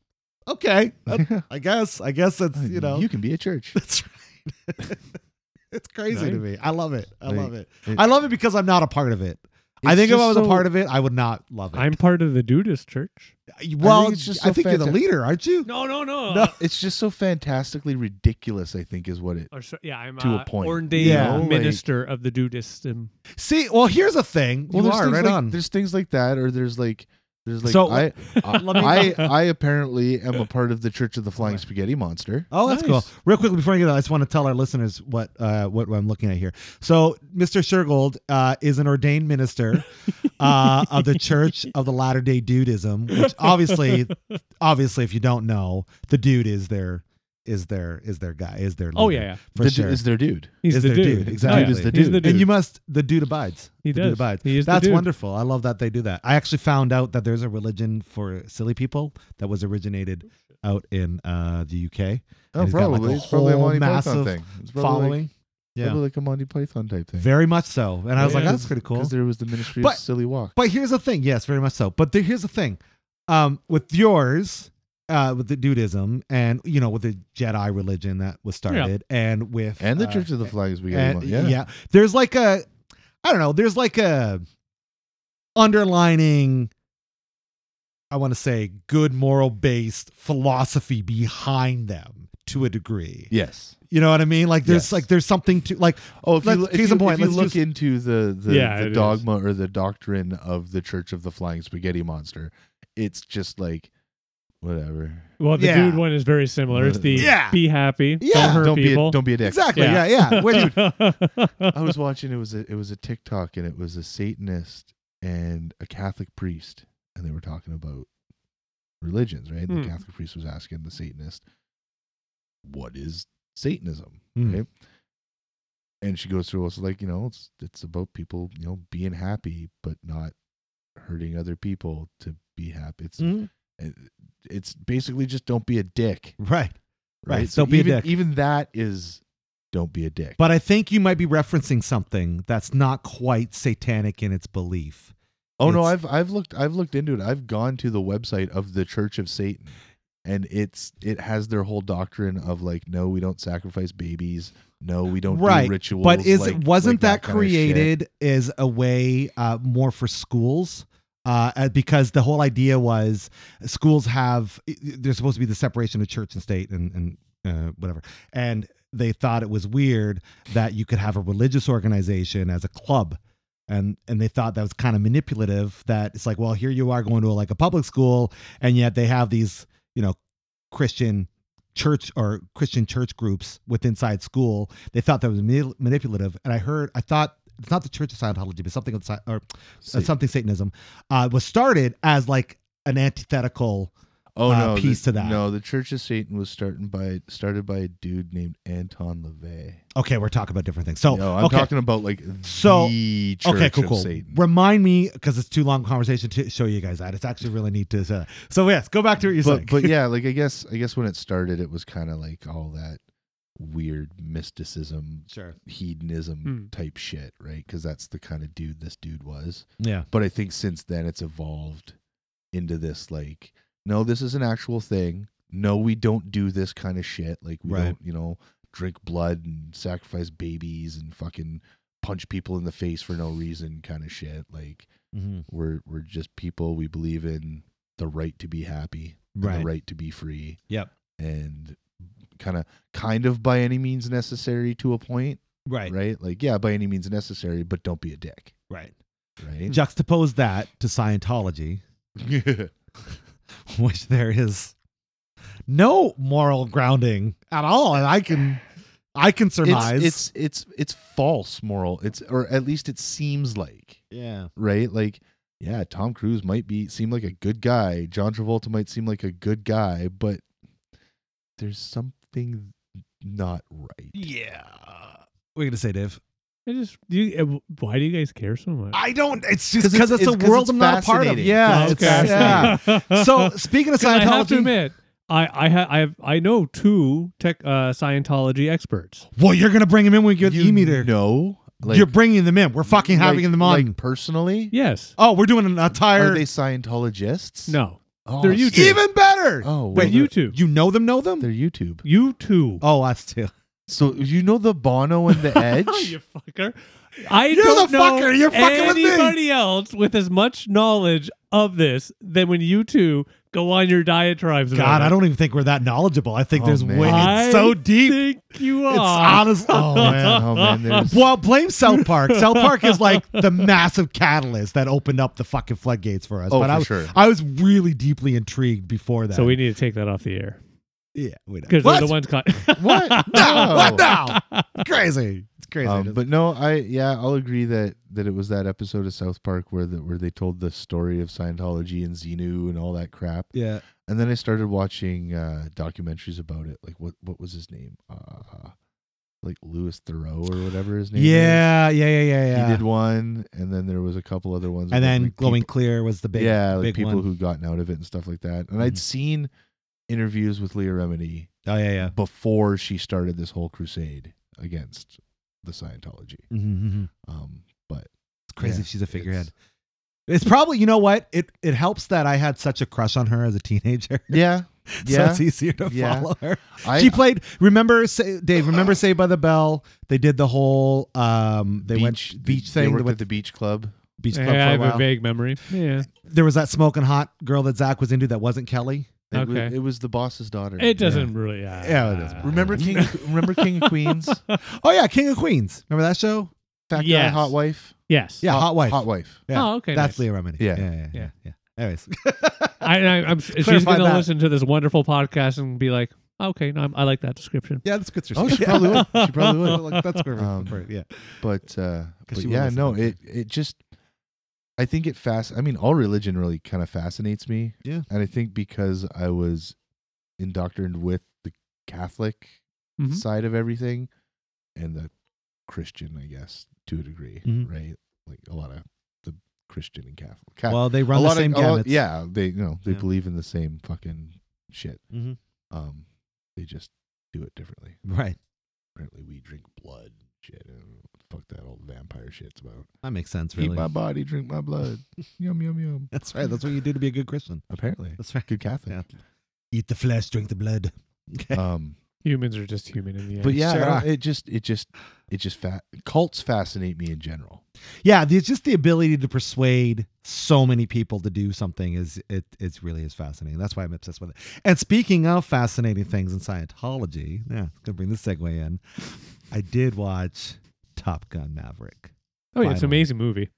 [SPEAKER 1] okay, that-
[SPEAKER 3] Yeah.
[SPEAKER 1] I guess, I guess that's you know,
[SPEAKER 3] you can be a church
[SPEAKER 1] that's right. it's crazy to me. I love it. I
[SPEAKER 3] Like,
[SPEAKER 1] love it.
[SPEAKER 3] it-
[SPEAKER 1] I love it because I'm not a part of it. I
[SPEAKER 3] It's
[SPEAKER 1] think if I
[SPEAKER 3] just
[SPEAKER 1] was a
[SPEAKER 3] so-
[SPEAKER 1] part of it, I would not love it.
[SPEAKER 2] I'm part of the Dudist church.
[SPEAKER 1] well, I think,
[SPEAKER 3] I think it's just so
[SPEAKER 1] you're the
[SPEAKER 3] fanta-
[SPEAKER 1] leader, aren't you?
[SPEAKER 2] No, no, no.
[SPEAKER 1] No.
[SPEAKER 3] it's just so fantastically ridiculous i think is what it
[SPEAKER 2] Or so- yeah, I'm
[SPEAKER 3] To a
[SPEAKER 2] uh,
[SPEAKER 3] point.
[SPEAKER 2] ordained
[SPEAKER 1] Yeah.
[SPEAKER 3] Like-
[SPEAKER 2] minister of the Dudist. um,
[SPEAKER 1] See, well, here's the thing.
[SPEAKER 3] well
[SPEAKER 1] you
[SPEAKER 3] there's
[SPEAKER 1] are
[SPEAKER 3] things
[SPEAKER 1] right
[SPEAKER 3] like,
[SPEAKER 1] on.
[SPEAKER 3] there's things like that or there's like there's like
[SPEAKER 1] So-
[SPEAKER 3] I,
[SPEAKER 1] Let me-
[SPEAKER 3] I I apparently am a part of the Church of the Flying Spaghetti Monster.
[SPEAKER 1] Oh, that's
[SPEAKER 2] Nice.
[SPEAKER 1] cool. Real quickly before I get on, I just want to tell our listeners what uh, what I'm looking at here. So, Mr. Shergold uh, is an ordained minister uh, of the Church of the Latter Day Dudism, which obviously, obviously, if you don't know, the dude is their is their is their guy is their leader,
[SPEAKER 2] Oh yeah, yeah.
[SPEAKER 1] for
[SPEAKER 3] the,
[SPEAKER 1] sure.
[SPEAKER 3] Is their dude?
[SPEAKER 2] He's
[SPEAKER 1] Is
[SPEAKER 2] the
[SPEAKER 1] their
[SPEAKER 2] dude.
[SPEAKER 1] dude,
[SPEAKER 2] He's
[SPEAKER 1] exactly.
[SPEAKER 3] Dude is the
[SPEAKER 2] He's the
[SPEAKER 3] dude.
[SPEAKER 2] dude.
[SPEAKER 1] and you must the dude abides.
[SPEAKER 2] he
[SPEAKER 1] The dude
[SPEAKER 2] does.
[SPEAKER 1] abides.
[SPEAKER 2] He is the
[SPEAKER 1] That's
[SPEAKER 2] dude.
[SPEAKER 1] wonderful. I love that they do that. I actually found out that there's a religion for silly people that was
[SPEAKER 2] Oh,
[SPEAKER 1] originated out in uh, the UK.
[SPEAKER 3] Oh,
[SPEAKER 1] And he's got, like,
[SPEAKER 3] probably.
[SPEAKER 1] a
[SPEAKER 3] it's probably a
[SPEAKER 1] whole
[SPEAKER 3] Monty
[SPEAKER 1] massive
[SPEAKER 3] Python thing. It's probably
[SPEAKER 1] following.
[SPEAKER 3] Like,
[SPEAKER 1] Yeah.
[SPEAKER 3] probably like a Monty Python type thing.
[SPEAKER 1] Very much so. And I was like,
[SPEAKER 2] Yeah.
[SPEAKER 1] that's pretty cool.
[SPEAKER 3] Because there was the Ministry
[SPEAKER 1] But-
[SPEAKER 3] of Silly Walk.
[SPEAKER 1] But here's the thing. Yes, very much so. But there, here's the thing. Um, with yours, uh, with the dudism and, you know, with the Jedi religion that was started and with.
[SPEAKER 3] and the
[SPEAKER 1] uh,
[SPEAKER 3] Church of the Flying Spaghetti
[SPEAKER 1] and,
[SPEAKER 3] Monster.
[SPEAKER 1] yeah.
[SPEAKER 3] Yeah.
[SPEAKER 1] There's like a, I don't know, there's like a underlining, I want to say, good moral based philosophy behind them to a degree.
[SPEAKER 3] Yes.
[SPEAKER 1] You know what I mean? Like there's
[SPEAKER 3] Yes.
[SPEAKER 1] like there's something to like
[SPEAKER 3] Oh, if
[SPEAKER 1] Let's-
[SPEAKER 3] you, lo- if
[SPEAKER 1] case
[SPEAKER 3] you,
[SPEAKER 1] in point,
[SPEAKER 3] if you
[SPEAKER 1] let's
[SPEAKER 3] look
[SPEAKER 1] just-
[SPEAKER 3] into the the,
[SPEAKER 2] Yeah, it
[SPEAKER 3] the
[SPEAKER 2] is.
[SPEAKER 3] dogma or the doctrine of the Church of the Flying Spaghetti Monster, it's just like whatever.
[SPEAKER 2] Well, the
[SPEAKER 1] Yeah.
[SPEAKER 2] dude one is very similar. It's the
[SPEAKER 1] Yeah.
[SPEAKER 2] be happy,
[SPEAKER 1] Yeah.
[SPEAKER 2] don't hurt
[SPEAKER 3] don't be
[SPEAKER 2] people.
[SPEAKER 3] a, don't be a dick.
[SPEAKER 1] exactly yeah
[SPEAKER 2] Yeah.
[SPEAKER 1] yeah, When you-
[SPEAKER 3] I was watching it was a, it was a TikTok and it was a Satanist and a Catholic priest and they were talking about religions, right? And
[SPEAKER 2] Hmm.
[SPEAKER 3] the Catholic priest was asking the Satanist, "What is Satanism?"
[SPEAKER 1] Hmm.
[SPEAKER 3] Right? And she goes through also like you know it's it's about people you know being happy but not hurting other people to be happy. It's eh,
[SPEAKER 1] Mhm.
[SPEAKER 3] it's basically just don't be a dick,
[SPEAKER 1] right.
[SPEAKER 3] right?
[SPEAKER 1] Right, don't be a
[SPEAKER 3] even,
[SPEAKER 1] dick.
[SPEAKER 3] Even that is don't be a dick.
[SPEAKER 1] But I think you might be referencing something that's not quite satanic in its belief.
[SPEAKER 3] Oh no,
[SPEAKER 1] It's-
[SPEAKER 3] I've I've looked I've looked into it. I've gone to the website of the Church of Satan and it's it has their whole doctrine of like no we don't sacrifice babies no we don't
[SPEAKER 1] Right,
[SPEAKER 3] do rituals
[SPEAKER 1] But is
[SPEAKER 3] like-
[SPEAKER 1] wasn't that,
[SPEAKER 3] like kind of shit.
[SPEAKER 1] created as a way uh, more for schools? Uh, uh, because the whole idea was schools have there's supposed to be the separation of church and state and and uh, whatever, and they thought it was weird that you could have a religious organization as a club. And, and they thought that was kind of manipulative that it's like well here you are going to like a public school and yet they have these you know christian church or christian church groups with inside school they thought that was manip- manipulative. And I heard, I thought it's not the Church of Scientology, but something of Sci- or uh,
[SPEAKER 3] Sa-
[SPEAKER 1] something Satanism uh, was started as like an antithetical.
[SPEAKER 3] oh
[SPEAKER 1] uh,
[SPEAKER 3] no the-
[SPEAKER 1] piece to that.
[SPEAKER 3] no the church of satan was starting by started by a dude named anton levey
[SPEAKER 1] Okay, we're talking about different things. So
[SPEAKER 3] no i'm
[SPEAKER 1] Oh, okay,
[SPEAKER 3] talking about like
[SPEAKER 1] So-
[SPEAKER 3] the church
[SPEAKER 1] okay, cool,
[SPEAKER 3] of
[SPEAKER 1] cool.
[SPEAKER 3] satan
[SPEAKER 1] Remind me because it's too long a conversation to show you guys that it's actually really neat to. Uh, so yes, go back to what you're
[SPEAKER 3] but
[SPEAKER 1] saying.
[SPEAKER 3] but yeah like i guess i guess when it started it was kind of like all that weird mysticism
[SPEAKER 1] sure,
[SPEAKER 3] hedonism
[SPEAKER 2] Hmm.
[SPEAKER 3] type shit right because that's the kind of dude this dude was
[SPEAKER 1] yeah,
[SPEAKER 3] but I think since then it's evolved into this like, no, this is an actual thing. No, we don't do this kind of shit. Like we
[SPEAKER 1] Right.
[SPEAKER 3] don't, you know, drink blood and sacrifice babies and fucking punch people in the face for no reason kind of shit. Like
[SPEAKER 1] hmm
[SPEAKER 3] we're we're just people. We believe in the right to be happy, and
[SPEAKER 1] right,
[SPEAKER 3] the right to be free.
[SPEAKER 1] Yep.
[SPEAKER 3] And kind of kind of by any means necessary to a point,
[SPEAKER 1] right,
[SPEAKER 3] right?
[SPEAKER 1] right,
[SPEAKER 3] Like yeah, by any means necessary, but don't be a dick,
[SPEAKER 1] right.
[SPEAKER 3] right?
[SPEAKER 1] Juxtapose that to Scientology, which there is no moral grounding at all, and I can. I can surmise
[SPEAKER 3] It's, it's it's it's false moral. It's or at least it seems like
[SPEAKER 1] Yeah.
[SPEAKER 3] right. Like yeah, Tom Cruise might be seem like a good guy. John Travolta might seem like a good guy, but there's something not right.
[SPEAKER 1] Yeah. What are you gonna say, Dave?
[SPEAKER 2] I just do. You, uh, why do you guys care so much?
[SPEAKER 1] I don't. It's just
[SPEAKER 3] 'Cause
[SPEAKER 1] because it's,
[SPEAKER 3] it's-
[SPEAKER 1] a
[SPEAKER 3] it's- 'cause
[SPEAKER 1] world
[SPEAKER 3] it's
[SPEAKER 1] I'm not a part of.
[SPEAKER 3] fascinating.
[SPEAKER 1] Yeah.
[SPEAKER 3] Oh,
[SPEAKER 1] it's
[SPEAKER 3] okay.
[SPEAKER 1] yeah. So speaking of
[SPEAKER 2] 'Cause I have to
[SPEAKER 1] Scientology,
[SPEAKER 2] admit, I I ha- I have I know two tech uh, Scientology experts.
[SPEAKER 1] well, you're gonna bring him in when you get the
[SPEAKER 3] You
[SPEAKER 1] e meter.
[SPEAKER 3] know, like
[SPEAKER 1] you're bringing them in. We're fucking having
[SPEAKER 3] like-
[SPEAKER 1] them on.
[SPEAKER 3] Like personally,
[SPEAKER 2] Yes.
[SPEAKER 1] oh, we're doing an
[SPEAKER 3] are
[SPEAKER 1] entire.
[SPEAKER 3] they Scientologists?
[SPEAKER 2] No.
[SPEAKER 3] oh,
[SPEAKER 2] they're YouTube.
[SPEAKER 1] even better.
[SPEAKER 3] Oh, well,
[SPEAKER 1] wait,
[SPEAKER 2] Wait, you two.
[SPEAKER 1] you know them? Know them?
[SPEAKER 3] They're YouTube.
[SPEAKER 2] You two.
[SPEAKER 1] Oh, us too.
[SPEAKER 3] So you know the Bono and the Edge.
[SPEAKER 2] you fucker. I
[SPEAKER 1] You're
[SPEAKER 2] don't
[SPEAKER 1] the
[SPEAKER 2] know
[SPEAKER 1] fucker. You're fucking with me.
[SPEAKER 2] anybody else with as much knowledge of this than when you two go on your diatribes. about
[SPEAKER 1] God,
[SPEAKER 2] it.
[SPEAKER 1] I don't even think we're that knowledgeable. I think
[SPEAKER 3] Oh,
[SPEAKER 1] there's
[SPEAKER 3] man.
[SPEAKER 1] way. It's so deep. It's
[SPEAKER 2] Think you are.
[SPEAKER 1] honest. Oh man.
[SPEAKER 3] oh man, there's
[SPEAKER 1] Well, blame South Park. South Park is like the massive catalyst that opened up the fucking floodgates for us.
[SPEAKER 3] oh
[SPEAKER 1] but
[SPEAKER 3] for
[SPEAKER 1] I was,
[SPEAKER 3] sure.
[SPEAKER 1] I was really deeply intrigued before that.
[SPEAKER 2] so we need to take that off the air
[SPEAKER 1] yeah, we know.
[SPEAKER 2] because
[SPEAKER 1] What?
[SPEAKER 2] they're the ones caught.
[SPEAKER 3] What?
[SPEAKER 1] no,
[SPEAKER 3] No.
[SPEAKER 1] what now? Crazy. It's crazy.
[SPEAKER 3] Um, but no, I yeah, I'll agree that that it was that episode of South Park where the, where they told the story of Scientology and Xenu and all that crap.
[SPEAKER 1] yeah.
[SPEAKER 3] And then I started watching uh, documentaries about it. Like what what was his name? Uh, like Louis Thoreau or whatever his name.
[SPEAKER 1] Yeah, yeah, yeah, yeah,
[SPEAKER 3] is.
[SPEAKER 1] yeah.
[SPEAKER 3] he did one, and then there was a couple other ones.
[SPEAKER 1] and
[SPEAKER 3] about,
[SPEAKER 1] then
[SPEAKER 3] like,
[SPEAKER 1] glowing
[SPEAKER 3] people-
[SPEAKER 1] clear was the big
[SPEAKER 3] yeah, like
[SPEAKER 1] big
[SPEAKER 3] people
[SPEAKER 1] one.
[SPEAKER 3] who gotten out of it and stuff like that. And I'd
[SPEAKER 1] Mhm.
[SPEAKER 3] seen interviews with Leah Remini
[SPEAKER 1] Oh yeah, yeah.
[SPEAKER 3] before she started this whole crusade against the Scientology.
[SPEAKER 1] Mm-hmm.
[SPEAKER 3] Um, but
[SPEAKER 1] It's crazy
[SPEAKER 3] Yeah,
[SPEAKER 1] if she's a
[SPEAKER 3] it's-
[SPEAKER 1] figurehead. It's, probably you know what it it helps that I had such a crush on her as a teenager.
[SPEAKER 3] Yeah,
[SPEAKER 1] so
[SPEAKER 3] yeah.
[SPEAKER 1] it's easier to
[SPEAKER 3] Yeah.
[SPEAKER 1] follow her.
[SPEAKER 3] I, uh,
[SPEAKER 1] she played. Remember, Sa- Dave. Remember, Saved by the Bell. They did the whole. Um, they went beach
[SPEAKER 3] They
[SPEAKER 1] thing. They
[SPEAKER 3] worked
[SPEAKER 1] went
[SPEAKER 3] at the beach club.
[SPEAKER 1] beach
[SPEAKER 2] Yeah,
[SPEAKER 1] club
[SPEAKER 2] I
[SPEAKER 1] for a
[SPEAKER 2] have a
[SPEAKER 1] while.
[SPEAKER 2] vague memory. Yeah,
[SPEAKER 1] there was that smoking hot girl that Zach was into that wasn't Kelly.
[SPEAKER 3] It, was,
[SPEAKER 2] Okay.
[SPEAKER 3] it was the boss's daughter.
[SPEAKER 2] it doesn't really. Uh,
[SPEAKER 1] Yeah, it doesn't.
[SPEAKER 3] Remember King? remember King of Queens?
[SPEAKER 1] Oh yeah, King of Queens. Remember that show?
[SPEAKER 3] Fat guy,
[SPEAKER 2] Yes.
[SPEAKER 3] hot wife.
[SPEAKER 2] Yes.
[SPEAKER 1] Yeah, hot, wife.
[SPEAKER 3] Hot wife.
[SPEAKER 1] yeah.
[SPEAKER 2] Oh, okay.
[SPEAKER 1] That's
[SPEAKER 2] nice.
[SPEAKER 1] Leah Remini.
[SPEAKER 3] Yeah.
[SPEAKER 1] yeah, yeah. yeah,
[SPEAKER 2] Yeah.
[SPEAKER 1] yeah. Anyways,
[SPEAKER 2] I, I, am she's
[SPEAKER 1] Clarify
[SPEAKER 2] going to
[SPEAKER 1] that.
[SPEAKER 2] listen to this wonderful podcast and be like, okay, no, I'm, I like that description.
[SPEAKER 1] yeah, that's good.
[SPEAKER 3] Oh, she probably would. She probably would.
[SPEAKER 1] like, that's great.
[SPEAKER 3] Um,
[SPEAKER 1] yeah,
[SPEAKER 3] But, uh, but
[SPEAKER 1] she would
[SPEAKER 3] yeah,
[SPEAKER 1] listen
[SPEAKER 3] no,
[SPEAKER 1] to
[SPEAKER 3] it it just. I think it fast. I mean, all religion really kind of fascinates me.
[SPEAKER 1] Yeah.
[SPEAKER 3] and I think because I was indoctrinated with the Catholic
[SPEAKER 1] Mm-hmm.
[SPEAKER 2] Mhm.
[SPEAKER 3] side of everything, and the Christian, I guess, to a degree,
[SPEAKER 1] Mhm.
[SPEAKER 3] right? Like a lot of the Christian and Catholic. Catholic
[SPEAKER 1] well, they run the same
[SPEAKER 3] of, a lot-
[SPEAKER 1] gamut.
[SPEAKER 3] yeah, they you know they
[SPEAKER 1] Yeah.
[SPEAKER 3] believe in the same fucking shit.
[SPEAKER 1] Mhm.
[SPEAKER 3] Um, they just do it differently.
[SPEAKER 1] right.
[SPEAKER 3] Apparently, we drink blood. and Shit, I don't know what the fuck that old vampire shit's about.
[SPEAKER 1] That makes sense. Really,
[SPEAKER 3] Eat my body, drink my blood. yum yum yum.
[SPEAKER 1] that's right. That's what you do to be a good Christian.
[SPEAKER 3] Apparently,
[SPEAKER 1] That's right.
[SPEAKER 3] good Catholic.
[SPEAKER 1] Yeah. Eat the flesh, drink the blood. Okay.
[SPEAKER 3] Um,
[SPEAKER 2] Humans are just human in the end.
[SPEAKER 3] but yeah, I
[SPEAKER 1] Sure.
[SPEAKER 3] don't- it just it just it just fa- cults fascinate me in general.
[SPEAKER 1] yeah, it's just the ability to persuade so many people to do something is it it's really is fascinating. That's why I'm obsessed with it. And speaking of fascinating things in Scientology, yeah, gonna bring this segue in. I did watch Top Gun Maverick.
[SPEAKER 2] oh, yeah, it's an
[SPEAKER 1] finally.
[SPEAKER 2] amazing movie.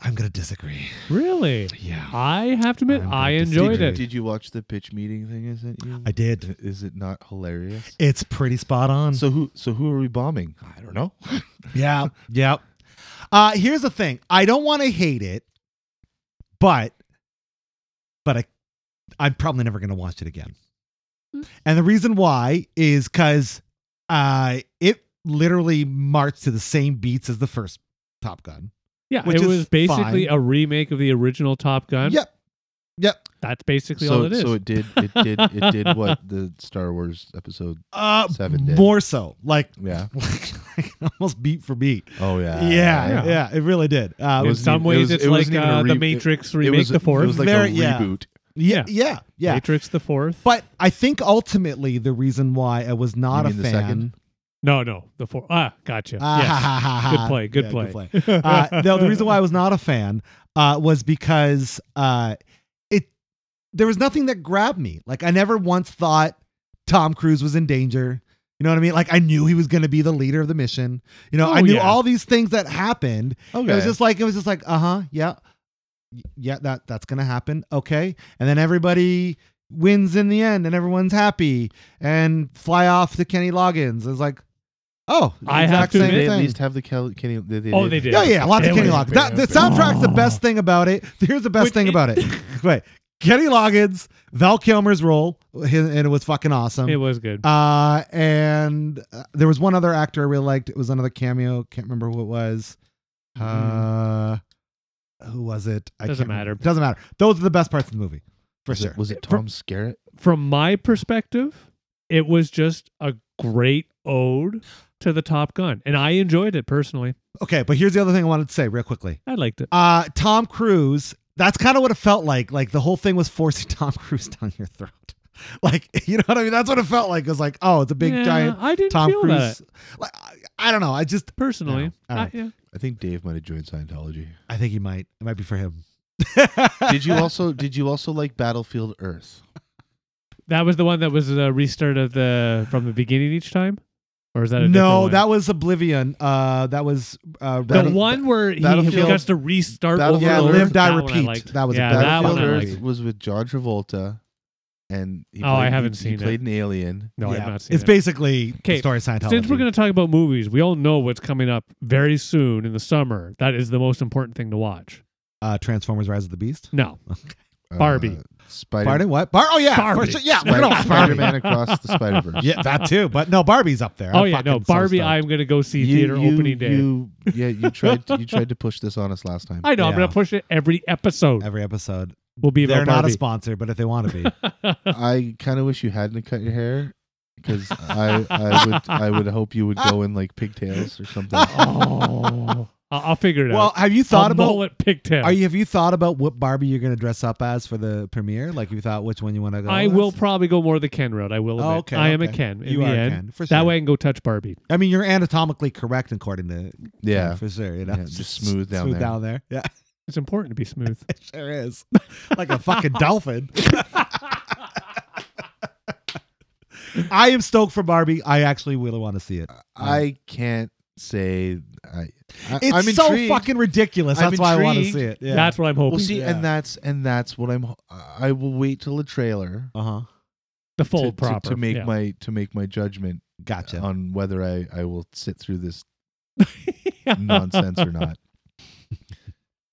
[SPEAKER 1] I'm gonna disagree.
[SPEAKER 2] Really?
[SPEAKER 1] Yeah.
[SPEAKER 2] I have to admit,
[SPEAKER 1] I'm
[SPEAKER 2] I
[SPEAKER 1] going to
[SPEAKER 2] enjoyed
[SPEAKER 1] see
[SPEAKER 2] it.
[SPEAKER 1] it.
[SPEAKER 3] Did you watch the pitch meeting thing? I sent you?
[SPEAKER 1] I did.
[SPEAKER 3] Is it not hilarious?
[SPEAKER 1] It's pretty spot on.
[SPEAKER 3] So who so who are we bombing? I don't know.
[SPEAKER 1] yeah, yeah. Uh, here's the thing: I don't want to hate it, but but I I'm probably never gonna watch it again. And the reason why is because uh, it literally marched to the same beats as the first Top Gun.
[SPEAKER 2] Yeah,
[SPEAKER 1] which
[SPEAKER 2] it
[SPEAKER 1] is
[SPEAKER 2] was basically
[SPEAKER 1] fine.
[SPEAKER 2] a remake of the original Top Gun.
[SPEAKER 1] Yep, yep.
[SPEAKER 2] That's basically
[SPEAKER 3] so
[SPEAKER 2] all it is.
[SPEAKER 3] so it did it did it did what the Star Wars episode.
[SPEAKER 1] Uh,
[SPEAKER 3] Seven did.
[SPEAKER 1] more so, like,
[SPEAKER 3] Yeah.
[SPEAKER 1] like, almost beat for beat.
[SPEAKER 3] Oh
[SPEAKER 1] Yeah, yeah,
[SPEAKER 2] yeah.
[SPEAKER 1] it really did. Uh,
[SPEAKER 3] It
[SPEAKER 2] in
[SPEAKER 3] was-
[SPEAKER 2] some
[SPEAKER 3] it
[SPEAKER 2] ways,
[SPEAKER 3] was-
[SPEAKER 2] it's
[SPEAKER 3] it
[SPEAKER 2] like
[SPEAKER 3] wasn't even a
[SPEAKER 2] uh, the
[SPEAKER 3] re-
[SPEAKER 2] Matrix
[SPEAKER 3] It
[SPEAKER 2] remake
[SPEAKER 3] was,
[SPEAKER 2] the fourth.
[SPEAKER 3] It was like
[SPEAKER 1] Very-
[SPEAKER 3] a
[SPEAKER 1] yeah.
[SPEAKER 3] reboot.
[SPEAKER 1] yeah, yeah, yeah.
[SPEAKER 2] Matrix the fourth.
[SPEAKER 1] But I think ultimately the reason why I was not
[SPEAKER 3] You
[SPEAKER 1] a
[SPEAKER 3] mean
[SPEAKER 1] fan.
[SPEAKER 3] the second?
[SPEAKER 2] no, no, the fourth. Ah, gotcha.
[SPEAKER 1] Ah, ha,
[SPEAKER 2] yes.
[SPEAKER 1] ha, ha, ha.
[SPEAKER 2] Good play. Good
[SPEAKER 1] Yeah,
[SPEAKER 2] play.
[SPEAKER 1] Uh, no, the reason why I was not a fan uh, was because uh, it there was nothing that grabbed me. Like I never once thought Tom Cruise was in danger. You know what I mean? Like I knew he was going to be the leader of the mission. You know,
[SPEAKER 2] Oh,
[SPEAKER 1] I knew
[SPEAKER 2] yeah.
[SPEAKER 1] all these things that happened.
[SPEAKER 3] Okay.
[SPEAKER 1] It was just like it was just like uh huh yeah Y- yeah that that's gonna happen okay and then everybody wins in the end and everyone's happy and fly off to Kenny Loggins. It's like oh
[SPEAKER 2] I have
[SPEAKER 1] exact
[SPEAKER 2] to
[SPEAKER 1] same
[SPEAKER 3] Did they
[SPEAKER 1] thing.
[SPEAKER 3] at least have the Kelly, Kenny. They, they
[SPEAKER 2] Oh, they did.
[SPEAKER 1] Yeah, yeah, lots of
[SPEAKER 2] It
[SPEAKER 1] Kenny
[SPEAKER 2] was
[SPEAKER 1] Loggins. That, the
[SPEAKER 2] epic.
[SPEAKER 1] soundtrack's the best thing about it. Here's the best
[SPEAKER 2] Which
[SPEAKER 1] thing
[SPEAKER 2] it-
[SPEAKER 1] about it. Wait, Kenny Loggins, Val Kilmer's role, hi- and it was fucking awesome.
[SPEAKER 2] It was good.
[SPEAKER 1] uh, and uh, there was one other actor I really liked. It was another cameo. Can't remember who it was. Uh, who was it? I
[SPEAKER 2] Mm-hmm. Doesn't
[SPEAKER 1] can't remember.
[SPEAKER 2] matter.
[SPEAKER 1] Doesn't matter. Those are the best parts of the movie, for
[SPEAKER 3] Was
[SPEAKER 1] sure.
[SPEAKER 3] it, was it
[SPEAKER 2] For-
[SPEAKER 3] Tom Skerritt?
[SPEAKER 2] From my perspective, it was just a great ode to the Top Gun, and I enjoyed it personally.
[SPEAKER 1] okay, but here's the other thing I wanted to say real quickly.
[SPEAKER 2] I liked it.
[SPEAKER 1] Uh, Tom Cruise. That's kind of what it felt like. Like the whole thing was forcing Tom Cruise down your throat. Like you know what I mean? That's what it felt like. It was like, oh, it's a big
[SPEAKER 2] Yeah,
[SPEAKER 1] giant
[SPEAKER 2] I didn't
[SPEAKER 1] Tom
[SPEAKER 2] feel
[SPEAKER 1] Cruise.
[SPEAKER 2] that
[SPEAKER 1] Like I, I don't know. I just
[SPEAKER 2] personally.
[SPEAKER 1] No, I don't.
[SPEAKER 2] I- yeah.
[SPEAKER 3] I think Dave might have joined Scientology.
[SPEAKER 1] I think he might. It might be for him.
[SPEAKER 3] did you also did you also like Battlefield Earth?
[SPEAKER 2] That was the one that was the restart of the from the beginning each time, or is that
[SPEAKER 1] no,
[SPEAKER 2] a different one?
[SPEAKER 1] that was Oblivion. Uh, that was uh,
[SPEAKER 2] the
[SPEAKER 1] Battle-
[SPEAKER 2] one where he
[SPEAKER 3] Battlefield-
[SPEAKER 2] gets to restart.
[SPEAKER 3] Battlefield-
[SPEAKER 2] over and over.
[SPEAKER 3] Yeah,
[SPEAKER 1] Live, Die,
[SPEAKER 2] That one I
[SPEAKER 1] Repeat.
[SPEAKER 2] liked.
[SPEAKER 1] That was a
[SPEAKER 2] yeah, Uh, that one.
[SPEAKER 3] Battlefield
[SPEAKER 2] I
[SPEAKER 1] Battlefield
[SPEAKER 3] Earth
[SPEAKER 2] liked.
[SPEAKER 3] was with John Travolta, and he
[SPEAKER 2] Oh, I
[SPEAKER 3] played-
[SPEAKER 2] haven't
[SPEAKER 3] he,
[SPEAKER 2] seen
[SPEAKER 3] he
[SPEAKER 2] it.
[SPEAKER 3] played an alien.
[SPEAKER 2] No,
[SPEAKER 1] Yeah.
[SPEAKER 2] I've not seen
[SPEAKER 1] It's
[SPEAKER 2] it.
[SPEAKER 1] basically the
[SPEAKER 2] Okay,
[SPEAKER 1] story of Scientology.
[SPEAKER 2] Since we're going to talk about movies, we all know what's coming up very soon in the summer. That is the most important thing to watch.
[SPEAKER 1] uh, Transformers: Rise of the Beast.
[SPEAKER 2] No,
[SPEAKER 3] Uh,
[SPEAKER 2] Barbie.
[SPEAKER 3] Spider.
[SPEAKER 1] Pardon what? Bar? Oh yeah, for
[SPEAKER 2] Barbie.
[SPEAKER 1] sure. Yeah,
[SPEAKER 3] Spider-
[SPEAKER 1] we're gonna watch Barbie.
[SPEAKER 3] Spider-Man across the Spider Verse.
[SPEAKER 1] yeah, that too. But no, Barbie's up there.
[SPEAKER 2] oh
[SPEAKER 1] I'm
[SPEAKER 2] yeah, no.
[SPEAKER 1] fucking so
[SPEAKER 2] Barbie,
[SPEAKER 1] stoked.
[SPEAKER 2] I'm going to go see theater opening day.
[SPEAKER 3] You, yeah, you tried. To, you tried to push this on us last time.
[SPEAKER 2] I know. I'm
[SPEAKER 1] Yeah.
[SPEAKER 2] going to push it every episode.
[SPEAKER 1] every episode.
[SPEAKER 2] will be about
[SPEAKER 1] They're not a
[SPEAKER 2] Barbie.
[SPEAKER 1] sponsor, but if they want to be,
[SPEAKER 3] I kind of wish you hadn't cut your hair because I, I would, I would hope you would go in like pigtails or something.
[SPEAKER 2] oh, I'll, I'll figure it
[SPEAKER 1] well,
[SPEAKER 2] out.
[SPEAKER 1] have you thought
[SPEAKER 2] a
[SPEAKER 1] about?
[SPEAKER 2] mullet pigtail.
[SPEAKER 1] Are you have you thought about what Barbie you're going to dress up as for the premiere? Like you thought which one you want to go?
[SPEAKER 2] I
[SPEAKER 1] as?
[SPEAKER 2] will probably go more the Ken route. I will.
[SPEAKER 1] Oh,
[SPEAKER 2] Admit.
[SPEAKER 1] okay,
[SPEAKER 2] I am a
[SPEAKER 1] okay.
[SPEAKER 2] Ken. In
[SPEAKER 1] You
[SPEAKER 2] the
[SPEAKER 1] are a
[SPEAKER 2] end,
[SPEAKER 1] Ken, for
[SPEAKER 2] that
[SPEAKER 1] sure.
[SPEAKER 2] way I can go touch Barbie.
[SPEAKER 1] I mean, you're anatomically correct according to
[SPEAKER 3] Yeah,
[SPEAKER 1] for sure. You know,
[SPEAKER 3] Yeah, just smooth down there.
[SPEAKER 1] down there. Yeah,
[SPEAKER 2] It's important to be smooth.
[SPEAKER 1] it sure is. like a fucking dolphin. I am stoked for Barbie. I actually really want to see it.
[SPEAKER 3] I can't say. I, I,
[SPEAKER 1] It's
[SPEAKER 3] I'm
[SPEAKER 1] so
[SPEAKER 3] intrigued.
[SPEAKER 1] fucking ridiculous.
[SPEAKER 3] I'm
[SPEAKER 1] That's why I want to
[SPEAKER 3] intrigued.
[SPEAKER 1] see it. Yeah.
[SPEAKER 2] That's what I'm hoping.
[SPEAKER 3] Well, see,
[SPEAKER 1] Yeah.
[SPEAKER 3] and that's and that's what I'm. ho- I will wait till the trailer
[SPEAKER 1] uh huh.
[SPEAKER 2] the
[SPEAKER 3] to,
[SPEAKER 2] full
[SPEAKER 3] to-
[SPEAKER 2] proper
[SPEAKER 3] to, make
[SPEAKER 2] yeah.
[SPEAKER 3] my to make my judgment
[SPEAKER 1] Gotcha.
[SPEAKER 3] on whether I I will sit through this nonsense or not.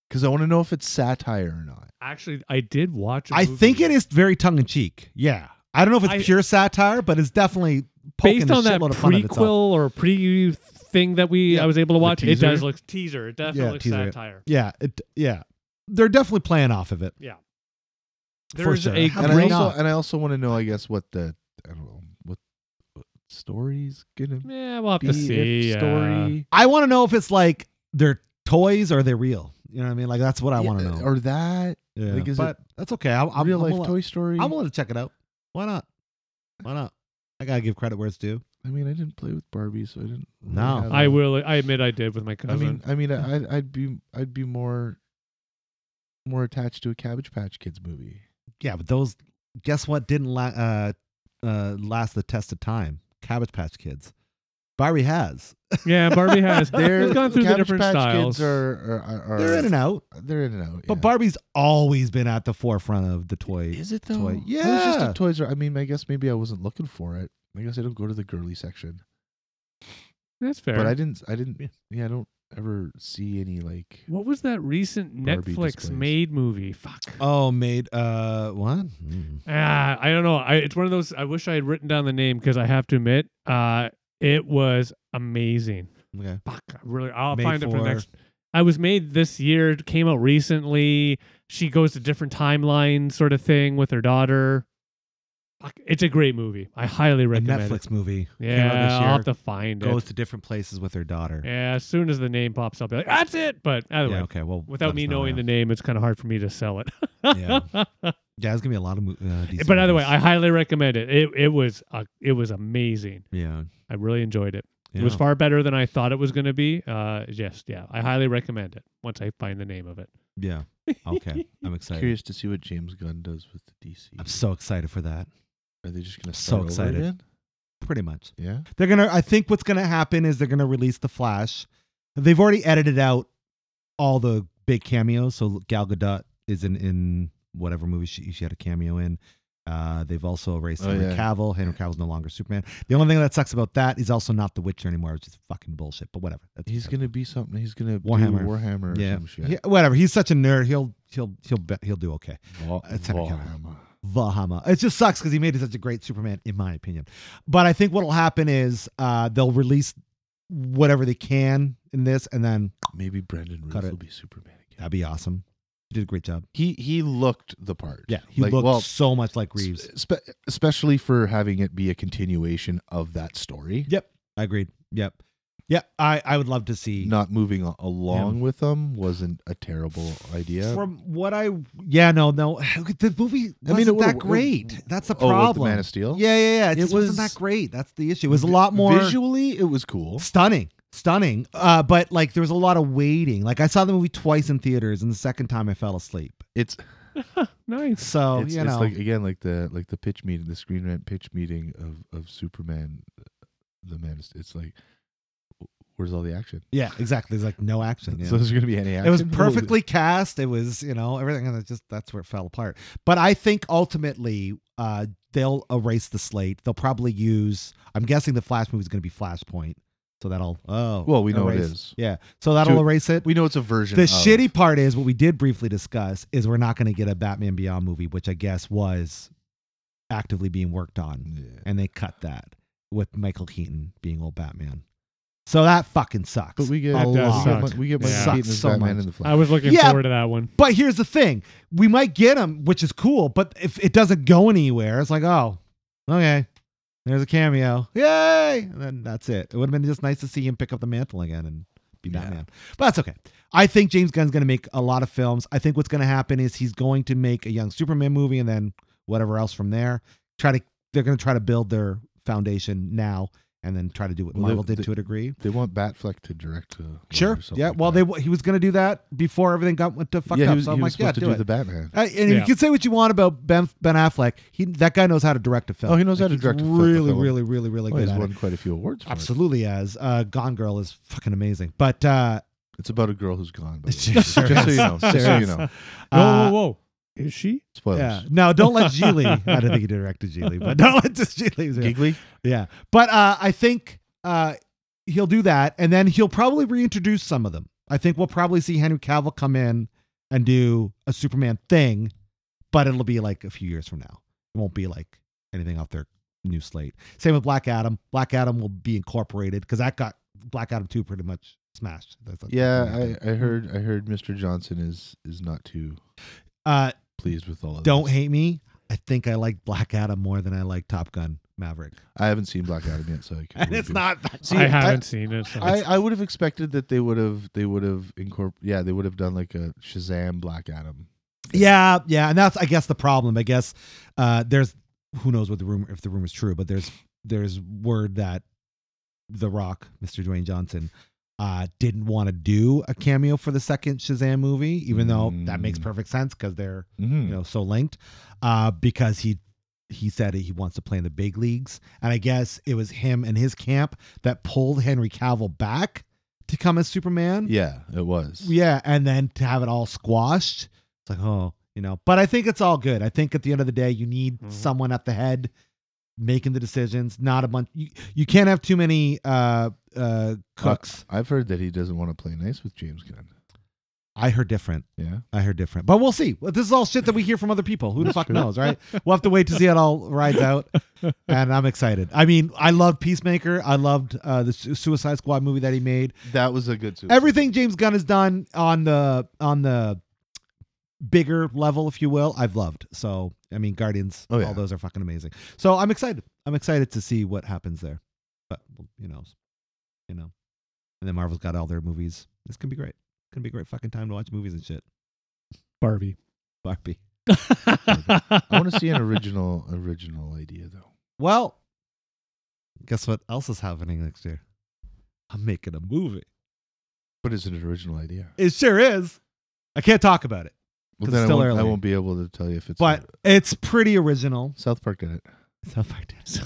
[SPEAKER 3] Because I want to know if it's satire or not.
[SPEAKER 2] Actually, I did watch. I
[SPEAKER 1] I think it is very tongue in cheek. Yeah. I don't know if it's
[SPEAKER 2] I-
[SPEAKER 1] pure satire, but it's definitely poking
[SPEAKER 2] based
[SPEAKER 1] a
[SPEAKER 2] on that
[SPEAKER 1] shitload of fun at itself.
[SPEAKER 2] prequel or pre thing that we
[SPEAKER 1] Yeah.
[SPEAKER 2] I was able to watch. It
[SPEAKER 3] teaser?
[SPEAKER 2] does look teaser. It definitely
[SPEAKER 1] Yeah,
[SPEAKER 2] looks
[SPEAKER 1] teaser.
[SPEAKER 2] satire.
[SPEAKER 1] Yeah, it, yeah, they're definitely playing off of it. For
[SPEAKER 2] There's
[SPEAKER 1] sure.
[SPEAKER 2] a
[SPEAKER 1] How
[SPEAKER 3] And
[SPEAKER 1] Why
[SPEAKER 3] I
[SPEAKER 2] great.
[SPEAKER 1] not?
[SPEAKER 3] also and I also want to know, I guess, what the I don't know what, what story's gonna
[SPEAKER 2] Yeah, we'll have
[SPEAKER 3] be.
[SPEAKER 2] to
[SPEAKER 3] if
[SPEAKER 2] see. uh, yeah.
[SPEAKER 3] story.
[SPEAKER 1] I want to know if it's like they're toys or they're real. You know what I mean? Like that's what I want to know.
[SPEAKER 3] Or that
[SPEAKER 1] yeah.
[SPEAKER 3] like, is
[SPEAKER 1] but that's okay. I, I'm,
[SPEAKER 3] real
[SPEAKER 1] I'm
[SPEAKER 3] life
[SPEAKER 1] willing-
[SPEAKER 3] Toy Story.
[SPEAKER 1] I'm willing to check it out. Why not? Why not? I gotta give credit where it's due.
[SPEAKER 3] I mean, I didn't play with Barbie, so I didn't. really
[SPEAKER 1] No.
[SPEAKER 3] have
[SPEAKER 2] I
[SPEAKER 3] a-
[SPEAKER 2] will. I admit I did with my
[SPEAKER 3] I
[SPEAKER 2] cousin.
[SPEAKER 3] mean, I mean, I- I'd, I'd be, I'd be more, more attached to a Cabbage Patch Kids movie.
[SPEAKER 1] Yeah, but those guess what didn't la- uh, uh, last the test of time. Cabbage Patch Kids. Barbie has.
[SPEAKER 2] yeah, Barbie has.
[SPEAKER 3] They're
[SPEAKER 2] They've gone through the
[SPEAKER 3] Cabbage
[SPEAKER 2] different
[SPEAKER 3] Patch
[SPEAKER 2] styles.
[SPEAKER 3] Kids are, are, are, are
[SPEAKER 1] They're in and out,
[SPEAKER 3] They're in and out.
[SPEAKER 1] but
[SPEAKER 3] yeah.
[SPEAKER 1] Barbie's always been at the forefront of the toy.
[SPEAKER 3] is it though?
[SPEAKER 1] toy-
[SPEAKER 3] I was just
[SPEAKER 1] Yeah.
[SPEAKER 3] at Toys R. I mean, I guess maybe I wasn't looking for it. I guess I don't go to the girly section.
[SPEAKER 2] That's fair.
[SPEAKER 3] But I didn't. I didn't.
[SPEAKER 1] Yeah.
[SPEAKER 3] Yeah, I don't ever see any like.
[SPEAKER 2] what was that recent
[SPEAKER 3] Barbie
[SPEAKER 2] Netflix
[SPEAKER 3] displays.
[SPEAKER 2] made movie? Fuck.
[SPEAKER 1] Oh, made uh what? Hmm.
[SPEAKER 2] Ah, I don't know. I, it's one of those. I wish I had written down the name because I have to admit, uh, it was amazing.
[SPEAKER 1] Okay.
[SPEAKER 2] Fuck, I really. I'll
[SPEAKER 1] Made
[SPEAKER 2] find it for the
[SPEAKER 1] for-
[SPEAKER 2] next. I was made this year. it Came out recently. She goes to different timeline sort of thing with her daughter. Fuck, it's a great movie. I highly
[SPEAKER 1] A
[SPEAKER 2] recommend
[SPEAKER 1] Netflix movie.
[SPEAKER 2] it.
[SPEAKER 1] Came out
[SPEAKER 2] Yeah,
[SPEAKER 1] this
[SPEAKER 2] I'll
[SPEAKER 1] year.
[SPEAKER 2] have to find
[SPEAKER 1] goes
[SPEAKER 2] it.
[SPEAKER 1] to different places with her daughter.
[SPEAKER 2] Yeah, as soon as the name pops up, I'll be like, that's it. But either way,
[SPEAKER 1] Yeah, okay. Well,
[SPEAKER 2] without me knowing the name, it's kind of hard for me to sell it.
[SPEAKER 1] Yeah. yeah, there's gonna be a lot of mo- uh, DC
[SPEAKER 2] but either way,
[SPEAKER 1] movies.
[SPEAKER 2] I highly recommend it. It it was uh, it was amazing.
[SPEAKER 1] yeah,
[SPEAKER 2] I really enjoyed it.
[SPEAKER 1] yeah.
[SPEAKER 2] It was far better than I thought it was going to be. Uh, yes, yeah, I highly recommend it. Once I find the name of it,
[SPEAKER 1] Yeah. Okay. I'm excited.
[SPEAKER 3] Curious to see what James Gunn does with the DC.
[SPEAKER 1] I'm so excited for that.
[SPEAKER 3] Are they just gonna
[SPEAKER 1] so
[SPEAKER 3] start over
[SPEAKER 1] excited.
[SPEAKER 3] again?
[SPEAKER 1] Pretty much.
[SPEAKER 3] Yeah.
[SPEAKER 1] They're gonna. I think what's gonna happen is they're gonna release the Flash. They've already edited out all the big cameos. So Gal Gadot is in in whatever movie she she had a cameo in. Uh, they've also erased
[SPEAKER 3] Oh,
[SPEAKER 1] Henry
[SPEAKER 3] yeah.
[SPEAKER 1] Cavill. Henry Cavill's no longer Superman. The only thing that sucks about that is also not The Witcher anymore, which is fucking bullshit. But whatever. That's
[SPEAKER 3] He's
[SPEAKER 1] whatever.
[SPEAKER 3] gonna be something. He's gonna do
[SPEAKER 1] Warhammer.
[SPEAKER 3] Warhammer. Or
[SPEAKER 1] Yeah.
[SPEAKER 3] Some shit.
[SPEAKER 1] Yeah, whatever. He's such a nerd. He'll he'll he'll be, he'll do okay.
[SPEAKER 3] Wa-
[SPEAKER 1] It's not gonna
[SPEAKER 3] Warhammer.
[SPEAKER 1] Vahama. It just sucks because he made such a great Superman, in my opinion. But I think what will happen is uh, they'll release whatever they can in this, and then
[SPEAKER 3] Maybe Brendan
[SPEAKER 1] Cut
[SPEAKER 3] Ruth
[SPEAKER 1] it.
[SPEAKER 3] will be Superman again.
[SPEAKER 1] that'd be awesome. You did a great job.
[SPEAKER 3] He he looked the part.
[SPEAKER 1] Yeah, he
[SPEAKER 3] Like,
[SPEAKER 1] looked
[SPEAKER 3] well,
[SPEAKER 1] so much like Reeves.
[SPEAKER 3] spe- spe- especially for having it be a continuation of that story,
[SPEAKER 1] Yep, I agreed. Yep, yep. I I would love to see.
[SPEAKER 3] not moving a- along with them wasn't a terrible idea.
[SPEAKER 1] From what I, yeah, no, no, the movie wasn't
[SPEAKER 3] I mean, it
[SPEAKER 1] that
[SPEAKER 3] would've-
[SPEAKER 1] great. That's the
[SPEAKER 3] oh,
[SPEAKER 1] problem.
[SPEAKER 3] with the Man of Steel.
[SPEAKER 1] Yeah, yeah, yeah. It,
[SPEAKER 3] It
[SPEAKER 1] just
[SPEAKER 3] was-
[SPEAKER 1] wasn't that great. That's the issue. It was a lot more
[SPEAKER 3] visually. It was cool.
[SPEAKER 1] stunning stunning uh but like there was a lot of waiting like i saw the movie twice in theaters and the second time i fell asleep
[SPEAKER 3] It's
[SPEAKER 2] nice.
[SPEAKER 1] so
[SPEAKER 3] it's,
[SPEAKER 1] you
[SPEAKER 3] it's
[SPEAKER 1] know
[SPEAKER 3] like again like the like the pitch meeting, the screen rant pitch meeting of of Superman, uh, the Man. of Steel. It's like, where's all the action?
[SPEAKER 1] yeah exactly there's like no action yeah.
[SPEAKER 3] So there's gonna be any action.
[SPEAKER 1] it was
[SPEAKER 3] No,
[SPEAKER 1] perfectly cast it was you know everything and it just that's where it fell apart but i think ultimately uh they'll erase the slate they'll probably use i'm guessing the flash movie is going to be flashpoint so that'll oh
[SPEAKER 3] Well, we know it
[SPEAKER 1] erase.
[SPEAKER 3] is.
[SPEAKER 1] yeah so that'll
[SPEAKER 3] To-
[SPEAKER 1] erase it
[SPEAKER 3] We know it's a version.
[SPEAKER 1] The
[SPEAKER 3] of-
[SPEAKER 1] shitty part is what we did briefly discuss is we're not going to get a Batman Beyond movie, which I guess was actively being worked on,
[SPEAKER 3] Yeah.
[SPEAKER 1] and they cut that with Michael Keaton being old Batman. So that fucking sucks.
[SPEAKER 3] But we get
[SPEAKER 1] a
[SPEAKER 2] That does
[SPEAKER 1] lot.
[SPEAKER 3] we get,
[SPEAKER 2] suck.
[SPEAKER 3] Mi- we get
[SPEAKER 2] Yeah.
[SPEAKER 3] Michael
[SPEAKER 2] Sucks
[SPEAKER 3] Keaton as
[SPEAKER 1] so
[SPEAKER 3] Batman
[SPEAKER 1] much.
[SPEAKER 3] in the Flash.
[SPEAKER 2] I was looking
[SPEAKER 1] Yeah.
[SPEAKER 2] forward to that one.
[SPEAKER 1] But here's the thing: we might get him, which is cool. But if it doesn't go anywhere, it's like, oh, okay, there's a cameo, yay, and then that's it. It would have been just nice to see him pick up the mantle again and be
[SPEAKER 3] Yeah.
[SPEAKER 1] Batman. But that's okay. I think James Gunn's going to make a lot of films. I think what's going to happen is he's going to make a young Superman movie and then whatever else from there. Try to they're going to try to build their foundation now and then try to do what
[SPEAKER 3] Well, they-
[SPEAKER 1] Marvel did
[SPEAKER 3] they-
[SPEAKER 1] to a degree.
[SPEAKER 3] They want Batfleck to direct. A
[SPEAKER 1] Sure. Yeah. Well, they he was going to do that before everything got went to fuck
[SPEAKER 3] yeah,
[SPEAKER 1] up.
[SPEAKER 3] he was,
[SPEAKER 1] so
[SPEAKER 3] he
[SPEAKER 1] I'm
[SPEAKER 3] was
[SPEAKER 1] like, yeah,
[SPEAKER 3] supposed to
[SPEAKER 1] do
[SPEAKER 3] do
[SPEAKER 1] it.
[SPEAKER 3] the Batman.
[SPEAKER 1] I, and you
[SPEAKER 2] Yeah.
[SPEAKER 1] can say what you want about Ben Ben Affleck. He that guy knows how to direct a film.
[SPEAKER 3] Oh, he knows
[SPEAKER 1] Like,
[SPEAKER 3] how to
[SPEAKER 1] he's
[SPEAKER 3] direct a film.
[SPEAKER 1] Really,
[SPEAKER 3] Oh,
[SPEAKER 1] really, really, really
[SPEAKER 3] Oh,
[SPEAKER 1] good.
[SPEAKER 3] he's
[SPEAKER 1] At
[SPEAKER 3] won
[SPEAKER 1] it.
[SPEAKER 3] quite a few awards. For it.
[SPEAKER 1] Absolutely, as uh, Gone Girl is fucking amazing. But uh,
[SPEAKER 3] It's about a girl who's gone. By the
[SPEAKER 1] Sure
[SPEAKER 3] way. Just so you
[SPEAKER 1] is.
[SPEAKER 3] know. Just so
[SPEAKER 1] Sure
[SPEAKER 3] you
[SPEAKER 1] is.
[SPEAKER 3] know.
[SPEAKER 2] whoa, whoa,
[SPEAKER 1] uh,
[SPEAKER 2] whoa! Is she?
[SPEAKER 3] Spoilers.
[SPEAKER 1] yeah, no, don't let Geely. I don't think he directed Geely, but don't let just Geely.
[SPEAKER 3] Giggly.
[SPEAKER 1] Yeah, but uh, I think uh, he'll do that, and then he'll probably reintroduce some of them. I think we'll probably see Henry Cavill come in and do a Superman thing, but it'll be like a few years from now. It won't be like anything off their new slate. Same with Black Adam. Black Adam will be incorporated because that got Black Adam two pretty much smashed. That's like-
[SPEAKER 3] Yeah, I, I heard. I heard Mr. Johnson is is not too
[SPEAKER 1] uh,
[SPEAKER 3] pleased with all of
[SPEAKER 1] don't
[SPEAKER 3] this.
[SPEAKER 1] hate me. I think I like Black Adam more than I like Top Gun. Maverick.
[SPEAKER 3] I haven't seen Black Adam yet, so I can
[SPEAKER 1] And it's not that
[SPEAKER 3] See,
[SPEAKER 2] I
[SPEAKER 3] I-
[SPEAKER 2] haven't seen it. so
[SPEAKER 3] I,
[SPEAKER 2] it's-
[SPEAKER 3] I would have expected that they would have they would have incorpor yeah they would have done like a Shazam Black Adam
[SPEAKER 1] Yeah, yeah, and that's I guess the problem. I guess uh there's who knows what the rumor if the rumor's true, but there's there's word that The Rock, Mr. Dwayne Johnson, uh didn't want to do a cameo for the second Shazam movie, even though that makes
[SPEAKER 3] Mm.
[SPEAKER 1] perfect sense because they're
[SPEAKER 3] mm-hmm.
[SPEAKER 1] you know so linked uh because he he said he wants to play in the big leagues and i guess it was him and his camp that pulled henry cavill back to come as superman
[SPEAKER 3] yeah it was
[SPEAKER 1] yeah and then to have it all squashed it's like oh you know but i think it's all good i think at the end of the day you need
[SPEAKER 2] Mhm.
[SPEAKER 1] someone at the head making the decisions not a bunch you, you can't have too many uh uh cooks
[SPEAKER 3] I've heard that he doesn't want to play nice with James Gunn
[SPEAKER 1] i heard different
[SPEAKER 3] yeah
[SPEAKER 1] I heard different, but we'll see. This is all shit that we hear from other people. Who the
[SPEAKER 3] That's
[SPEAKER 1] fuck
[SPEAKER 3] true.
[SPEAKER 1] knows, right? We'll have to wait to see how it all rides out. And I'm excited. I mean, I love Peacemaker. I loved uh, the Su- Suicide Squad movie that he made.
[SPEAKER 3] that was a good suit.
[SPEAKER 1] Everything James Gunn has done on the on the bigger level, if you will, I've loved. So I mean, Guardians,
[SPEAKER 3] Oh, yeah.
[SPEAKER 1] all those are fucking amazing. So I'm excited. I'm excited to see what happens there. But well, you know, you know, and then Marvel's got all their movies. This can be great. Can be a great fucking time to watch movies and shit.
[SPEAKER 2] Barbie.
[SPEAKER 1] Barbie.
[SPEAKER 3] I want to see an original original idea though
[SPEAKER 1] Well, guess what else is happening next year? I'm making a movie.
[SPEAKER 3] but it's an original idea
[SPEAKER 1] It sure is. I can't talk about it,
[SPEAKER 3] well
[SPEAKER 1] 'Cause
[SPEAKER 3] then
[SPEAKER 1] it's
[SPEAKER 3] I
[SPEAKER 1] still
[SPEAKER 3] won't, I
[SPEAKER 1] early.
[SPEAKER 3] won't be able to tell you if it's
[SPEAKER 1] but it's pretty original.
[SPEAKER 3] South Park did it
[SPEAKER 1] So far, damn so.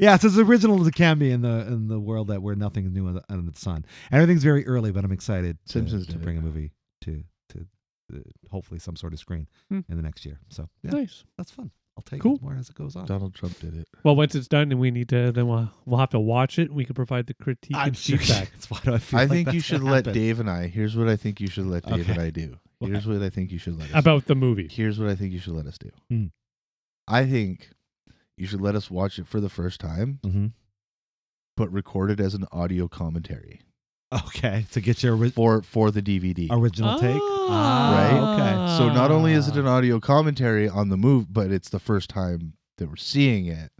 [SPEAKER 1] Yeah, it's as original as it can be in the in the world that where nothing is new under under the sun. And everything's very early, but I'm excited to,
[SPEAKER 3] Simpsons
[SPEAKER 1] to
[SPEAKER 3] did it.
[SPEAKER 1] bring a movie to to uh, hopefully some sort of screen
[SPEAKER 2] Hmm.
[SPEAKER 1] in the next year. So yeah,
[SPEAKER 2] nice.
[SPEAKER 1] that's fun. I'll take
[SPEAKER 2] Cool.
[SPEAKER 1] more as it goes on.
[SPEAKER 3] Donald Trump did it
[SPEAKER 2] Well, once it's done, and we need to, then we'll, we'll have to watch it. and We can provide the critique
[SPEAKER 1] I'm
[SPEAKER 2] and feedback.
[SPEAKER 1] That's why do I feel
[SPEAKER 3] I
[SPEAKER 1] like
[SPEAKER 3] think
[SPEAKER 1] that's
[SPEAKER 3] you should
[SPEAKER 1] gonna
[SPEAKER 3] let
[SPEAKER 1] happen?
[SPEAKER 3] Dave and I here's what I think you should let Dave and
[SPEAKER 1] Okay.
[SPEAKER 3] I do here's what I think you should let us
[SPEAKER 2] about the movie.
[SPEAKER 3] here's what I think you should let us do.
[SPEAKER 1] Hmm.
[SPEAKER 3] I think you should let us watch it for the first time,
[SPEAKER 1] Mhm.
[SPEAKER 3] but record it as an audio commentary
[SPEAKER 1] Okay, to get your ori-
[SPEAKER 3] for for the DVD.
[SPEAKER 2] Oh.
[SPEAKER 1] original take.
[SPEAKER 2] Ah.
[SPEAKER 1] Ah,
[SPEAKER 3] so not only is it an audio commentary on the move, but it's the first time that we're seeing it.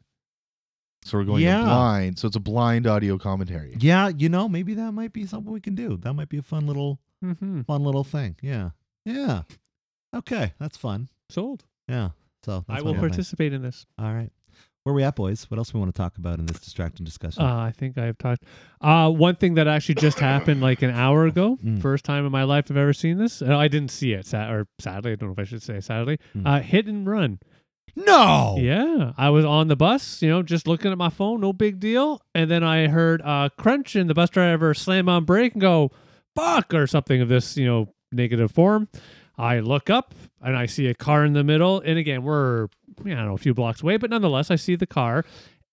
[SPEAKER 3] So we're going in
[SPEAKER 1] Yeah.
[SPEAKER 3] blind. So it's a blind audio commentary.
[SPEAKER 1] okay. Yeah, you know, maybe that might be something we can do. That might be a fun little
[SPEAKER 2] hmm
[SPEAKER 1] fun little thing. Yeah. Yeah. Okay, that's fun.
[SPEAKER 2] Sold.
[SPEAKER 1] Yeah. So
[SPEAKER 2] I
[SPEAKER 1] that's
[SPEAKER 2] will
[SPEAKER 1] what happened.
[SPEAKER 2] participate in this.
[SPEAKER 1] All right. Where we at, boys? What else we want to talk about in this distracting discussion?
[SPEAKER 2] Uh, I think I've talked. Uh, one thing that actually just happened like an hour ago.
[SPEAKER 1] Mm.
[SPEAKER 2] First time in my life I've ever seen this. Uh, I didn't see it, sa- or sadly, I don't know if I should say sadly.
[SPEAKER 1] Mm.
[SPEAKER 2] Uh, hit and run.
[SPEAKER 1] no.
[SPEAKER 2] Yeah, I was on the bus, you know, just looking at my phone, no big deal. And then I heard uh, crunch, and the bus driver slam on brake and go, "Fuck" or something of this, you know, negative form. I look up and I see a car in the middle, and again, we're I don't know a few blocks away, but nonetheless, I see the car,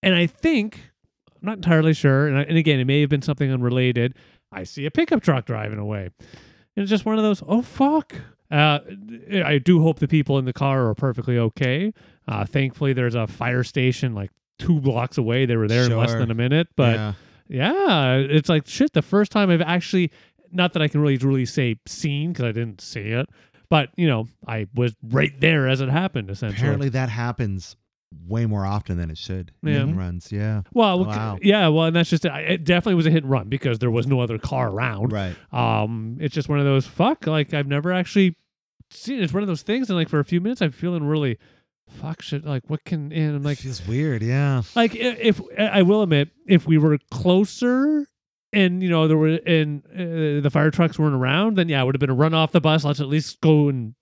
[SPEAKER 2] and I think I'm not entirely sure. And, I, and again, it may have been something unrelated. I see a pickup truck driving away. It's just one of those, oh, fuck. Uh, I do hope the people in the car are perfectly okay. Uh, thankfully, there's a fire station like two blocks away. They were there in less
[SPEAKER 1] Sure.
[SPEAKER 2] than a minute. But
[SPEAKER 1] Yeah.
[SPEAKER 2] yeah, it's like shit. The first time I've actually, not that I can really really say seen because I didn't see it, but you know, I was right there as it happened. Essentially,
[SPEAKER 1] Apparently that happens way more often than it should.
[SPEAKER 2] Yeah.
[SPEAKER 1] Hit and runs. Yeah.
[SPEAKER 2] well,
[SPEAKER 1] Wow.
[SPEAKER 2] yeah, well, and that's just it. it. Definitely was a hit and run because there was no other car around.
[SPEAKER 1] Right.
[SPEAKER 2] Um, it's just one of those fuck. Like I've never actually seen. It's one of those things, and like for a few minutes, I'm feeling really fuck shit. Like what can? And I'm
[SPEAKER 1] Like
[SPEAKER 2] like,
[SPEAKER 1] feels weird. Yeah.
[SPEAKER 2] like i- if I will admit, if we were closer and you know there were and uh, the fire trucks weren't around, then yeah, it would have been a run off the bus. Let's at least go and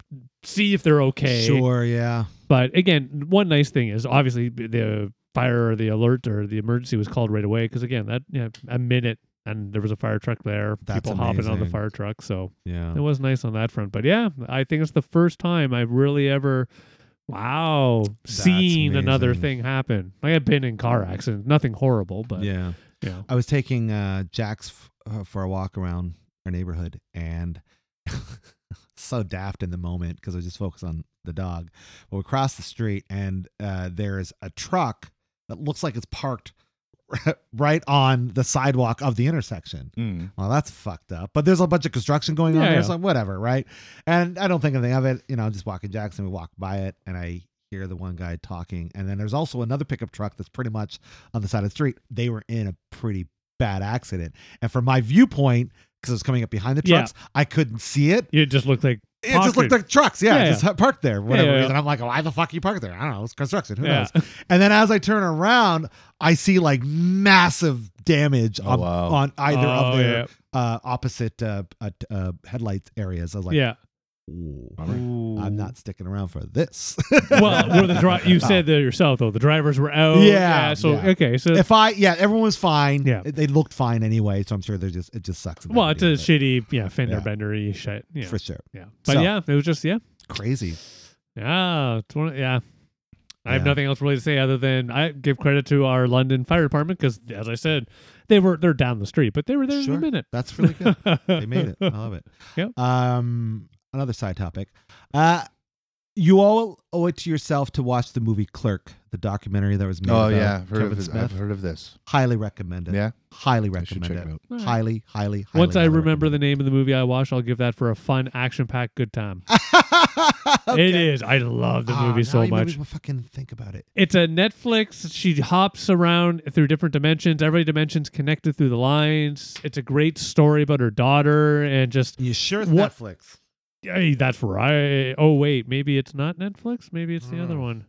[SPEAKER 2] see if they're okay.
[SPEAKER 1] Sure. Yeah.
[SPEAKER 2] But again, one nice thing is obviously the fire or the alert or the emergency was called right away because again, that yeah, a minute and there was a fire truck there.
[SPEAKER 1] That's
[SPEAKER 2] people hopping on the
[SPEAKER 1] amazing.
[SPEAKER 2] fire truck, so
[SPEAKER 1] Yeah.
[SPEAKER 2] it was nice on that front. But yeah, I think it's the first time I've really ever wow seen another
[SPEAKER 1] amazing.
[SPEAKER 2] thing happen. Like I've been in car accidents, nothing horrible, but yeah,
[SPEAKER 1] Yeah. I was taking uh, Jax f- uh, for a walk around our neighborhood, and so daft in the moment because I was just focused on the dog. But we crossed the street, and uh, there's a truck that looks like it's parked right on the sidewalk of the intersection.
[SPEAKER 3] Mm.
[SPEAKER 1] Well, that's fucked up. But there's a bunch of construction going on
[SPEAKER 2] Yeah,
[SPEAKER 1] there,
[SPEAKER 2] yeah.
[SPEAKER 1] so whatever, right? And I don't think anything of it. You know, I'm just walking Jackson. We walked by it, and I hear the one guy talking. And then there's also another pickup truck that's pretty much on the side of the street. They were in a pretty bad accident. And from my viewpoint, because I was coming up behind the
[SPEAKER 2] Yeah.
[SPEAKER 1] trucks, I couldn't see it.
[SPEAKER 2] You just looked like
[SPEAKER 1] It just looked
[SPEAKER 2] Parked.
[SPEAKER 1] like trucks. Yeah,
[SPEAKER 2] Yeah,
[SPEAKER 1] just parked there. for Whatever
[SPEAKER 2] yeah, yeah.
[SPEAKER 1] reason. I'm like, why the fuck you parked there? I don't know. It's construction. Who
[SPEAKER 2] yeah.
[SPEAKER 1] knows? And then as I turn around, I see like massive damage
[SPEAKER 3] Oh,
[SPEAKER 1] on,
[SPEAKER 3] wow.
[SPEAKER 1] on either
[SPEAKER 2] Oh,
[SPEAKER 1] of their
[SPEAKER 2] yeah.
[SPEAKER 1] uh, opposite uh, uh, t- uh, headlights areas. I was like,
[SPEAKER 2] yeah.
[SPEAKER 1] "Ooh,
[SPEAKER 2] Ooh. Uh,
[SPEAKER 1] I'm not sticking around for this.
[SPEAKER 2] well, were the dri- you said that yourself though. The drivers were out.
[SPEAKER 1] Yeah,
[SPEAKER 2] so
[SPEAKER 1] yeah.
[SPEAKER 2] okay. So
[SPEAKER 1] if I, yeah, everyone was fine.
[SPEAKER 2] Yeah.
[SPEAKER 1] They looked fine anyway. So I'm sure they're just, it just sucks. in that
[SPEAKER 2] well, it's a
[SPEAKER 1] video,
[SPEAKER 2] shitty, yeah, fender
[SPEAKER 1] Yeah.
[SPEAKER 2] bendery shit.
[SPEAKER 1] but
[SPEAKER 2] Yeah,
[SPEAKER 1] For sure.
[SPEAKER 2] yeah. But
[SPEAKER 1] So-
[SPEAKER 2] yeah, it was just yeah,
[SPEAKER 1] Crazy.
[SPEAKER 2] yeah, it's one of- yeah. I have
[SPEAKER 1] Yeah.
[SPEAKER 2] nothing else really to say other than I give credit to our London fire department because, as I said, they were they're down the street, but they were there in
[SPEAKER 1] Sure.
[SPEAKER 2] a minute.
[SPEAKER 1] That's really good. they made it. I love it.
[SPEAKER 2] Yep.
[SPEAKER 1] Um, another side topic. Uh, you all owe it to yourself to watch the movie Clerk, the documentary that was made.
[SPEAKER 3] Oh
[SPEAKER 1] about
[SPEAKER 3] yeah, I've heard
[SPEAKER 1] Kevin
[SPEAKER 3] of it.
[SPEAKER 1] Smith.
[SPEAKER 3] I've heard of this.
[SPEAKER 1] Highly recommend it.
[SPEAKER 3] Yeah,
[SPEAKER 1] Highly
[SPEAKER 3] I should
[SPEAKER 1] recommend
[SPEAKER 3] check
[SPEAKER 1] it.
[SPEAKER 3] it out.
[SPEAKER 2] All right.
[SPEAKER 1] Highly, highly, highly.
[SPEAKER 2] Once I
[SPEAKER 1] highly
[SPEAKER 2] remember the
[SPEAKER 1] recommend
[SPEAKER 2] name of the movie I watched, I'll give that for a fun action-packed good time.
[SPEAKER 1] it. Okay.
[SPEAKER 2] It is. I love the
[SPEAKER 1] Ah,
[SPEAKER 2] movie
[SPEAKER 1] now
[SPEAKER 2] so
[SPEAKER 1] you made me
[SPEAKER 2] much.
[SPEAKER 1] fucking think about it.
[SPEAKER 2] It's a Netflix. She hops around through different dimensions. Every dimension's connected through the lines. It's a great story about her daughter and just
[SPEAKER 1] You sure it's
[SPEAKER 2] What-
[SPEAKER 1] Netflix?
[SPEAKER 2] hey, that's right. Oh wait, maybe it's not Netflix. Maybe it's the other
[SPEAKER 1] Mm.
[SPEAKER 2] one.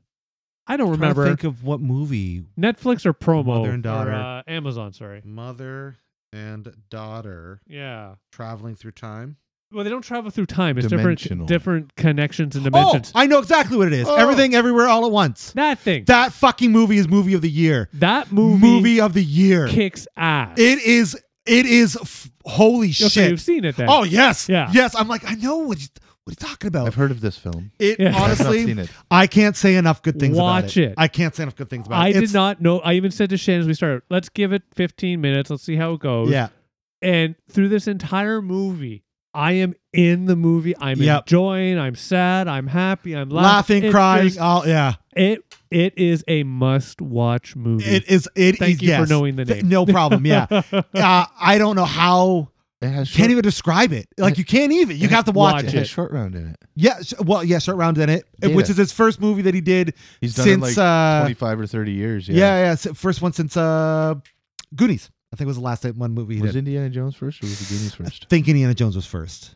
[SPEAKER 2] I don't
[SPEAKER 1] Trying to
[SPEAKER 2] remember
[SPEAKER 1] think of what movie
[SPEAKER 2] Netflix or promo
[SPEAKER 1] Mother and
[SPEAKER 2] or,
[SPEAKER 1] daughter. Mm.
[SPEAKER 2] uh, Amazon. Sorry.
[SPEAKER 1] mother and daughter
[SPEAKER 2] Yeah.
[SPEAKER 1] traveling through time.
[SPEAKER 2] Well, they don't travel through time. It's
[SPEAKER 3] Dimensional.
[SPEAKER 2] different different connections and dimensions.
[SPEAKER 1] Oh, I know exactly what it is.
[SPEAKER 3] Oh.
[SPEAKER 1] Everything, everywhere, all at once.
[SPEAKER 2] that thing. That,
[SPEAKER 1] That fucking movie is movie of the year.
[SPEAKER 2] movie,
[SPEAKER 1] of the year.
[SPEAKER 2] kicks ass.
[SPEAKER 1] It is. It is. F- holy
[SPEAKER 2] Okay,
[SPEAKER 1] shit.
[SPEAKER 2] You've seen it then.
[SPEAKER 1] Oh yes.
[SPEAKER 2] Yeah.
[SPEAKER 1] Yes. I'm like I know what you, what are you talking about.
[SPEAKER 3] I've heard of this film.
[SPEAKER 1] it
[SPEAKER 2] Yeah. I've not
[SPEAKER 3] I've not
[SPEAKER 1] honestly,
[SPEAKER 3] seen it.
[SPEAKER 1] I can't say enough good things
[SPEAKER 2] Watch
[SPEAKER 1] about
[SPEAKER 2] it.
[SPEAKER 1] I can't say enough good things about
[SPEAKER 2] I
[SPEAKER 1] it.
[SPEAKER 2] did not know. I even said to Shannon as we started, let's give it 15 minutes. Let's see how it goes.
[SPEAKER 1] Yeah.
[SPEAKER 2] And through this entire movie, I am in the movie. I'm
[SPEAKER 1] Yep.
[SPEAKER 2] enjoying. I'm sad. I'm happy. I'm laughing.
[SPEAKER 1] Laughing,
[SPEAKER 2] It
[SPEAKER 1] crying. uh,
[SPEAKER 2] is-
[SPEAKER 1] all yeah.
[SPEAKER 2] it it is a must watch movie.
[SPEAKER 1] It is. It
[SPEAKER 2] Thank
[SPEAKER 1] is-
[SPEAKER 2] you
[SPEAKER 1] yes.
[SPEAKER 2] for knowing the
[SPEAKER 1] Th-
[SPEAKER 2] name.
[SPEAKER 1] no problem. Yeah. uh, I don't know how.
[SPEAKER 3] It has short,
[SPEAKER 1] Can't even describe it. Like you can't even. You have to watch,
[SPEAKER 2] Watch
[SPEAKER 1] it.
[SPEAKER 3] it has short round in it.
[SPEAKER 1] Yeah. sh- Well, yeah. Short round in it,
[SPEAKER 3] Data.
[SPEAKER 1] which is his first movie that he did
[SPEAKER 3] He's done
[SPEAKER 1] since
[SPEAKER 3] it like
[SPEAKER 1] uh,
[SPEAKER 3] 25 or 30 years.
[SPEAKER 1] Yeah, yeah. s- first one since uh, Goonies. I think was the last one movie he
[SPEAKER 3] Was
[SPEAKER 1] did.
[SPEAKER 3] Indiana Jones first or was the Goonies first?
[SPEAKER 1] I think Indiana Jones was first.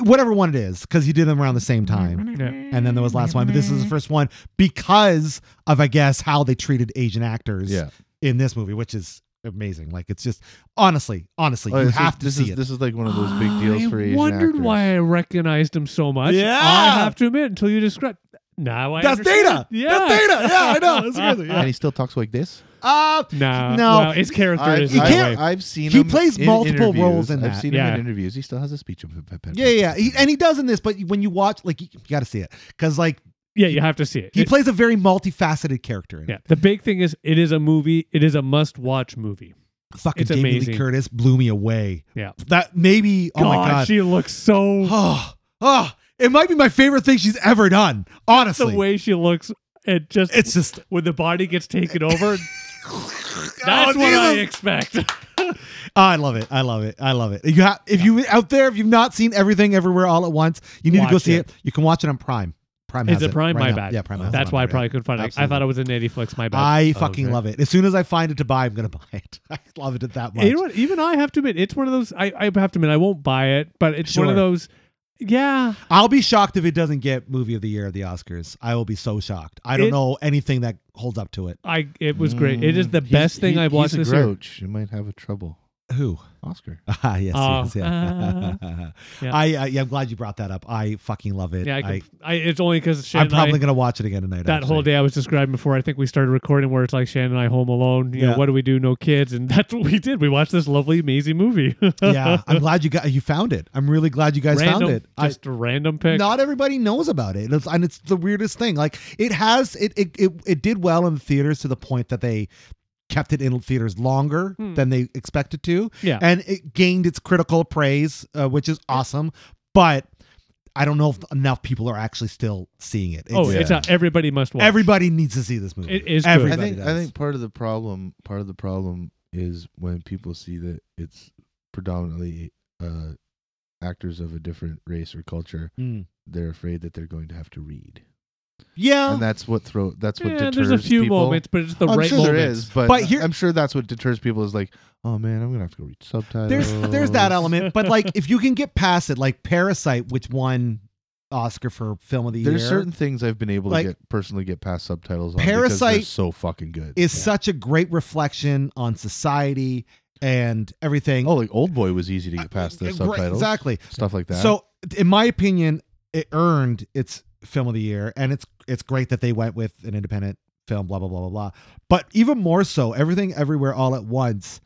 [SPEAKER 1] Whatever one it is, because he did them around the same time.
[SPEAKER 2] Yeah.
[SPEAKER 1] And then there was the last one, but this is the first one because of, I guess, how they treated Asian actors
[SPEAKER 3] Yeah.
[SPEAKER 1] in this movie, which is amazing. Like it's just honestly, honestly,
[SPEAKER 3] Oh,
[SPEAKER 1] you
[SPEAKER 3] this
[SPEAKER 1] have
[SPEAKER 3] is,
[SPEAKER 1] to
[SPEAKER 3] this
[SPEAKER 1] see
[SPEAKER 3] is,
[SPEAKER 1] it.
[SPEAKER 3] This is like one of those big deals
[SPEAKER 2] I
[SPEAKER 3] for Asian
[SPEAKER 2] wondered
[SPEAKER 3] actors.
[SPEAKER 2] why I recognized him so much.
[SPEAKER 1] Yeah.
[SPEAKER 2] I have to admit, until you describe. Now I
[SPEAKER 1] That's
[SPEAKER 2] understand.
[SPEAKER 1] data. That's data. Yeah, I know. It's crazy. Yeah.
[SPEAKER 3] And he still talks like this.
[SPEAKER 1] Uh,
[SPEAKER 2] Nah,
[SPEAKER 1] No.
[SPEAKER 2] well, his character
[SPEAKER 3] I,
[SPEAKER 2] is
[SPEAKER 1] you
[SPEAKER 2] that
[SPEAKER 1] can't-
[SPEAKER 2] way.
[SPEAKER 3] I've seen
[SPEAKER 1] He
[SPEAKER 3] him
[SPEAKER 1] plays
[SPEAKER 3] in
[SPEAKER 1] multiple
[SPEAKER 3] interviews.
[SPEAKER 1] roles in that.
[SPEAKER 3] I've seen
[SPEAKER 2] Yeah.
[SPEAKER 3] him in interviews. He still has a speech. impediment.
[SPEAKER 1] yeah, yeah. He, and he does in this, but when you watch, like, you, got to see it because, like,
[SPEAKER 2] Yeah, you have to see it.
[SPEAKER 1] he
[SPEAKER 2] It-
[SPEAKER 1] plays a very multifaceted character. In it.
[SPEAKER 2] yeah, the big thing is it is a movie. It is a must-watch movie.
[SPEAKER 1] fucking
[SPEAKER 2] It's
[SPEAKER 1] Jamie Lee
[SPEAKER 2] amazing.
[SPEAKER 1] Curtis blew me away.
[SPEAKER 2] Yeah.
[SPEAKER 1] That maybe oh my god.
[SPEAKER 2] she looks so.
[SPEAKER 1] oh, oh, it might be my favorite thing she's ever done. Honestly.
[SPEAKER 2] The way she looks, it just
[SPEAKER 1] it's just
[SPEAKER 2] when the body gets taken over.
[SPEAKER 1] Oh,
[SPEAKER 2] That's what I
[SPEAKER 1] Jesus.
[SPEAKER 2] expect.
[SPEAKER 1] Oh, I love it. I love it. I love it. You have if you out there if you've not seen everything everywhere all at once, you need to go
[SPEAKER 2] Watch
[SPEAKER 1] see it.
[SPEAKER 2] it.
[SPEAKER 1] You can watch it on Prime. Prime
[SPEAKER 2] Is
[SPEAKER 1] has
[SPEAKER 2] it Prime?
[SPEAKER 1] right
[SPEAKER 2] My
[SPEAKER 1] now.
[SPEAKER 2] bad.
[SPEAKER 1] Yeah, Prime. has it
[SPEAKER 2] That's
[SPEAKER 1] on
[SPEAKER 2] why I
[SPEAKER 1] there, yeah.
[SPEAKER 2] probably couldn't find it. I
[SPEAKER 1] Absolutely.
[SPEAKER 2] thought it was a Netflix. My bad.
[SPEAKER 1] I fucking
[SPEAKER 3] Okay.
[SPEAKER 1] love it. As soon as I find it to buy, I'm gonna buy it. I love it that much.
[SPEAKER 2] You know what? Even I have to admit, it's one of those. I, I have to admit, I won't buy it, but it's one
[SPEAKER 1] Sure.
[SPEAKER 2] of those. Yeah,
[SPEAKER 1] I'll be shocked if it doesn't get movie of the year at the Oscars. I will be so shocked. I don't
[SPEAKER 2] It-
[SPEAKER 1] know anything that holds up to it.
[SPEAKER 2] I. It was great. It is the
[SPEAKER 3] Mm,
[SPEAKER 2] best
[SPEAKER 3] he's-
[SPEAKER 2] thing
[SPEAKER 3] he-
[SPEAKER 2] I've watched
[SPEAKER 3] he's
[SPEAKER 2] this
[SPEAKER 3] a
[SPEAKER 2] year.
[SPEAKER 3] grouch. You might have a trouble.
[SPEAKER 1] Who?
[SPEAKER 3] Oscar.
[SPEAKER 1] Ah, yes,
[SPEAKER 2] Oh.
[SPEAKER 1] yes, yeah.
[SPEAKER 2] Yeah.
[SPEAKER 1] I, uh, yeah, I'm glad you brought that up. I fucking love it.
[SPEAKER 2] Yeah, I,
[SPEAKER 1] I,
[SPEAKER 2] could, I, It's only because
[SPEAKER 1] I,
[SPEAKER 2] Shannon
[SPEAKER 1] am probably
[SPEAKER 2] and
[SPEAKER 1] gonna watch it again tonight.
[SPEAKER 2] I, that whole
[SPEAKER 1] actually.
[SPEAKER 2] day I was describing before. I think we started recording where it's like Shannon and I home alone. You
[SPEAKER 1] Yeah.
[SPEAKER 2] know, what do we do? No kids, and that's what we did. We watched this lovely, amazing movie.
[SPEAKER 1] yeah, I'm glad you got you found it. I'm really glad you guys
[SPEAKER 2] random,
[SPEAKER 1] found it. I,
[SPEAKER 2] Just a random pick.
[SPEAKER 1] not everybody knows about it, it's, and it's the weirdest thing. Like it has it it, it it did well in the theaters to the point that they kept it in theaters longer
[SPEAKER 2] Hmm.
[SPEAKER 1] than they expected to.
[SPEAKER 2] Yeah.
[SPEAKER 1] and it gained its critical praise, uh, which is awesome. But I don't know if enough people are actually still seeing it.
[SPEAKER 2] oh,
[SPEAKER 1] It's-
[SPEAKER 2] it's a, everybody must watch.
[SPEAKER 1] Everybody needs to see this movie.
[SPEAKER 2] It is good.
[SPEAKER 1] Everybody
[SPEAKER 3] I think
[SPEAKER 1] does.
[SPEAKER 3] I think part of the problem part of the problem is when people see that it's predominantly uh, actors of a different race or culture,
[SPEAKER 1] Mm.
[SPEAKER 3] they're afraid that they're going to have to read.
[SPEAKER 1] Yeah.
[SPEAKER 3] and that's what throw. That's what
[SPEAKER 2] Yeah,
[SPEAKER 3] deters
[SPEAKER 2] there's a few
[SPEAKER 3] people.
[SPEAKER 2] moments, but it's the
[SPEAKER 1] I'm
[SPEAKER 2] right
[SPEAKER 1] sure
[SPEAKER 3] There
[SPEAKER 2] moment.
[SPEAKER 3] is, but,
[SPEAKER 1] But here-
[SPEAKER 3] I'm sure that's what deters people is like, oh man, I'm gonna have to go read subtitles.
[SPEAKER 1] there's there's that element, but like if you can get past it, like Parasite, which won Oscar for film of the
[SPEAKER 3] There's
[SPEAKER 1] year,
[SPEAKER 3] certain things I've been able
[SPEAKER 1] Like-
[SPEAKER 3] to get personally get past subtitles on because they're
[SPEAKER 1] Parasite
[SPEAKER 3] so fucking good.
[SPEAKER 1] is such a great reflection on society and everything.
[SPEAKER 3] oh like Old Boy was easy to get past
[SPEAKER 1] Uh,
[SPEAKER 3] the
[SPEAKER 1] great-
[SPEAKER 3] subtitles,
[SPEAKER 1] Exactly.
[SPEAKER 3] stuff like that.
[SPEAKER 1] So, in my opinion, it earned its film of the year, and it's it's great that they went with an independent film. Blah blah blah blah blah. But even more so, everything everywhere all at once.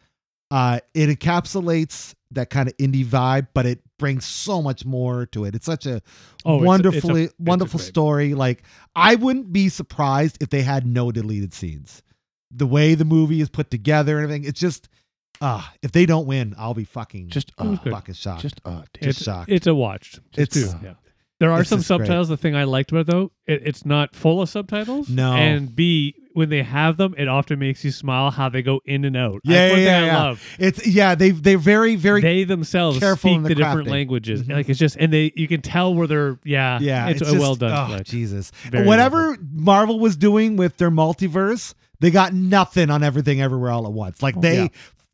[SPEAKER 1] Uh, it encapsulates that kind of indie vibe, but it brings so much more to it. It's such a
[SPEAKER 2] Oh, it's a-
[SPEAKER 1] wonderfully
[SPEAKER 2] it's a
[SPEAKER 1] wonderful
[SPEAKER 2] great-
[SPEAKER 1] story. Like I wouldn't be surprised if they had no deleted scenes. The way the movie is put together and everything, it's just uh if they don't win, I'll be fucking
[SPEAKER 3] just
[SPEAKER 2] It
[SPEAKER 3] uh,
[SPEAKER 2] was good.
[SPEAKER 1] fucking shocked.
[SPEAKER 3] just uh, damn.
[SPEAKER 1] Just
[SPEAKER 2] It's,
[SPEAKER 1] shocked.
[SPEAKER 2] it's a watch.
[SPEAKER 1] It's-
[SPEAKER 2] It's two. Yeah. There are
[SPEAKER 1] it's
[SPEAKER 2] some
[SPEAKER 1] just great.
[SPEAKER 2] subtitles. The thing I liked about it, though, it, it's not full of subtitles.
[SPEAKER 1] No.
[SPEAKER 2] And B, when they have them, it often makes you smile how they go in and out.
[SPEAKER 1] Yeah,
[SPEAKER 2] That's one
[SPEAKER 1] yeah,
[SPEAKER 2] thing
[SPEAKER 1] yeah,
[SPEAKER 2] I
[SPEAKER 1] yeah.
[SPEAKER 2] love.
[SPEAKER 1] It's yeah, they they're very very
[SPEAKER 2] They themselves
[SPEAKER 1] careful in
[SPEAKER 2] speak
[SPEAKER 1] the
[SPEAKER 2] the, different
[SPEAKER 1] crafting.
[SPEAKER 2] languages.
[SPEAKER 1] Mhm.
[SPEAKER 2] Like it's just, and they you can tell where they're. Yeah,
[SPEAKER 1] yeah.
[SPEAKER 2] It's,
[SPEAKER 1] It's,
[SPEAKER 2] a
[SPEAKER 1] just-
[SPEAKER 2] well done.
[SPEAKER 1] oh,
[SPEAKER 2] flick.
[SPEAKER 1] Jesus,
[SPEAKER 2] Very
[SPEAKER 1] whatever Marvel was doing with their multiverse, they got nothing on everything everywhere all at once. Like they
[SPEAKER 2] Oh, Yeah.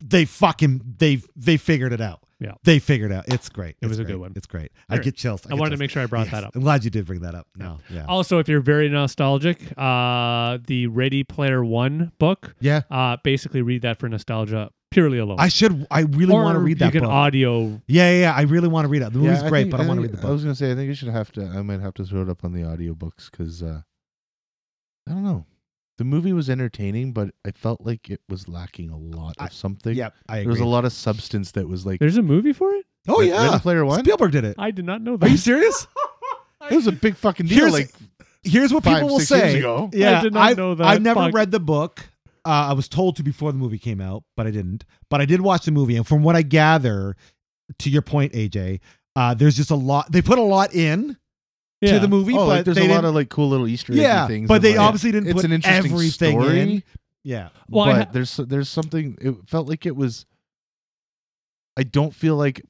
[SPEAKER 1] they fucking they they figured it out.
[SPEAKER 2] Yeah.
[SPEAKER 1] they figured it out. It's great.
[SPEAKER 2] It was
[SPEAKER 1] It's
[SPEAKER 2] a good
[SPEAKER 1] great.
[SPEAKER 2] one.
[SPEAKER 1] It's great. I
[SPEAKER 2] Alright.
[SPEAKER 1] get chills.
[SPEAKER 2] I
[SPEAKER 1] get
[SPEAKER 2] wanted to
[SPEAKER 1] chills.
[SPEAKER 2] make sure I brought
[SPEAKER 1] Yes.
[SPEAKER 2] that up. Oh.
[SPEAKER 1] I'm glad you did bring that up. No, yeah,
[SPEAKER 2] Also, if you're very nostalgic, uh, the Ready Player One book,
[SPEAKER 1] yeah.
[SPEAKER 2] uh, basically read that for nostalgia purely alone.
[SPEAKER 1] I should. I really
[SPEAKER 2] Or
[SPEAKER 1] want to read that
[SPEAKER 2] You
[SPEAKER 1] book.
[SPEAKER 2] can audio.
[SPEAKER 1] yeah, yeah, yeah. I really want to read it. The
[SPEAKER 3] Yeah,
[SPEAKER 1] movie's
[SPEAKER 3] I
[SPEAKER 1] great,
[SPEAKER 3] think-
[SPEAKER 1] but I, want to
[SPEAKER 3] think-
[SPEAKER 1] read the
[SPEAKER 3] I
[SPEAKER 1] book.
[SPEAKER 3] was gonna say I think you should have to. I might have to throw it up on the audiobooks because uh, I don't know. The movie was entertaining, but I felt like it was lacking a lot of something.
[SPEAKER 1] Yep, I
[SPEAKER 3] there was
[SPEAKER 1] agree.
[SPEAKER 3] a lot of substance that was like.
[SPEAKER 2] There's a movie for it.
[SPEAKER 1] oh
[SPEAKER 3] Re-
[SPEAKER 1] yeah,
[SPEAKER 3] Ready Player One.
[SPEAKER 1] Spielberg did it.
[SPEAKER 2] I did not know that.
[SPEAKER 1] Are you serious?
[SPEAKER 3] It was a big fucking deal.
[SPEAKER 1] Here's-
[SPEAKER 3] like
[SPEAKER 1] Here's what
[SPEAKER 3] five,
[SPEAKER 1] people will
[SPEAKER 3] six
[SPEAKER 1] say.
[SPEAKER 3] years ago.
[SPEAKER 1] Yeah,
[SPEAKER 2] I did not
[SPEAKER 1] I've-
[SPEAKER 2] know that.
[SPEAKER 1] I've never
[SPEAKER 2] Fuck.
[SPEAKER 1] read the book. Uh, I was told to before the movie came out, but I didn't. But I did watch the movie, and from what I gather, to your point, AJ, uh, there's just a lot. They put a lot in
[SPEAKER 2] Yeah.
[SPEAKER 1] to the movie,
[SPEAKER 3] Oh,
[SPEAKER 1] but
[SPEAKER 3] like there's
[SPEAKER 1] they
[SPEAKER 3] a lot
[SPEAKER 1] didn't-
[SPEAKER 3] of like cool little Easter eggy
[SPEAKER 1] yeah,
[SPEAKER 3] things.
[SPEAKER 1] but
[SPEAKER 3] and,
[SPEAKER 1] they
[SPEAKER 3] like,
[SPEAKER 1] obviously didn't
[SPEAKER 3] it's
[SPEAKER 1] put
[SPEAKER 3] an interesting
[SPEAKER 1] everything
[SPEAKER 3] story.
[SPEAKER 1] in. Yeah,
[SPEAKER 2] Well, I
[SPEAKER 3] but
[SPEAKER 2] ha-
[SPEAKER 3] there's there's something. It felt like it was. I don't feel like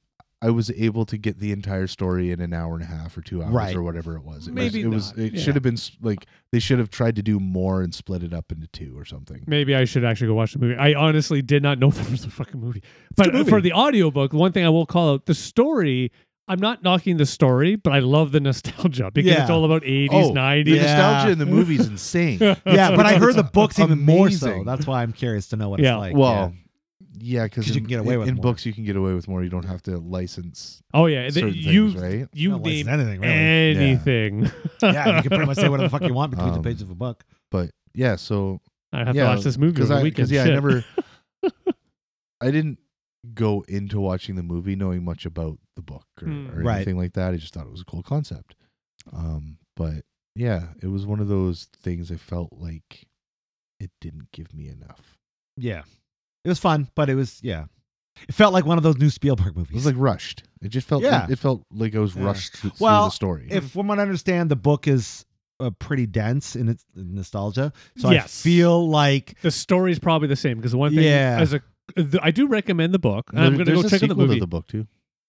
[SPEAKER 3] I was able to get the entire story in an hour and a half or two hours
[SPEAKER 1] Right.
[SPEAKER 3] or whatever it was. It
[SPEAKER 2] Maybe
[SPEAKER 3] was,
[SPEAKER 2] not,
[SPEAKER 3] it was. It
[SPEAKER 2] yeah.
[SPEAKER 3] should have been s- like they should have tried to do more and split it up into two or something.
[SPEAKER 2] Maybe I should actually go watch the movie. I honestly did not know there was a fucking movie. But uh,
[SPEAKER 1] good movie.
[SPEAKER 2] for the audiobook, one thing I will call out the story. I'm not knocking the story, but I love the nostalgia because
[SPEAKER 1] Yeah.
[SPEAKER 2] it's all about 80s,
[SPEAKER 3] Oh, The
[SPEAKER 2] 90s.
[SPEAKER 1] Yeah.
[SPEAKER 3] nostalgia in the movie is insane.
[SPEAKER 1] yeah. But I heard the
[SPEAKER 3] It's
[SPEAKER 1] books even more so.
[SPEAKER 3] amazing.
[SPEAKER 1] That's why I'm curious to know what
[SPEAKER 2] Yeah.
[SPEAKER 1] it's like.
[SPEAKER 3] well, yeah, because
[SPEAKER 1] 'Cause you can get away with
[SPEAKER 3] in
[SPEAKER 1] more.
[SPEAKER 3] books you can get away with more. You don't have to license
[SPEAKER 2] Oh, yeah. The-
[SPEAKER 3] certain
[SPEAKER 2] you
[SPEAKER 3] things, right?
[SPEAKER 1] yeah.
[SPEAKER 2] you eh.
[SPEAKER 1] Not
[SPEAKER 2] name
[SPEAKER 1] licensed anything really.
[SPEAKER 2] anything.
[SPEAKER 1] yeah, you can pretty much say whatever the fuck you want between
[SPEAKER 3] Um,
[SPEAKER 1] the pages of a book.
[SPEAKER 3] But yeah, so
[SPEAKER 2] I have
[SPEAKER 3] Yeah,
[SPEAKER 2] to watch this movie over
[SPEAKER 3] I
[SPEAKER 2] the weekend.
[SPEAKER 3] yeah,
[SPEAKER 2] Shit.
[SPEAKER 3] I never, I didn't go into watching the movie knowing much about the book or,
[SPEAKER 2] Hmm.
[SPEAKER 3] or
[SPEAKER 1] Right.
[SPEAKER 3] anything like that. I just thought it was a cool concept. Um, but yeah, it was one of those things. I felt like it didn't give me enough.
[SPEAKER 1] Yeah, it was fun, but it was yeah. It felt like one of those new Spielberg movies.
[SPEAKER 3] It was like rushed. It just felt.
[SPEAKER 1] Yeah.
[SPEAKER 3] It, it felt like I was
[SPEAKER 1] Yeah.
[SPEAKER 3] rushed through, through
[SPEAKER 1] Well,
[SPEAKER 3] the story.
[SPEAKER 1] if from what I understand, the book is uh, pretty dense in its nostalgia. So I
[SPEAKER 2] Yes.
[SPEAKER 1] feel like
[SPEAKER 2] The story's probably the same because the one thing
[SPEAKER 1] Yeah.
[SPEAKER 2] as a th- I do recommend the book. And
[SPEAKER 3] There-
[SPEAKER 2] I'm going to
[SPEAKER 3] there's
[SPEAKER 2] go
[SPEAKER 3] a
[SPEAKER 2] check out the
[SPEAKER 3] sequel to
[SPEAKER 2] movie.
[SPEAKER 3] the book too.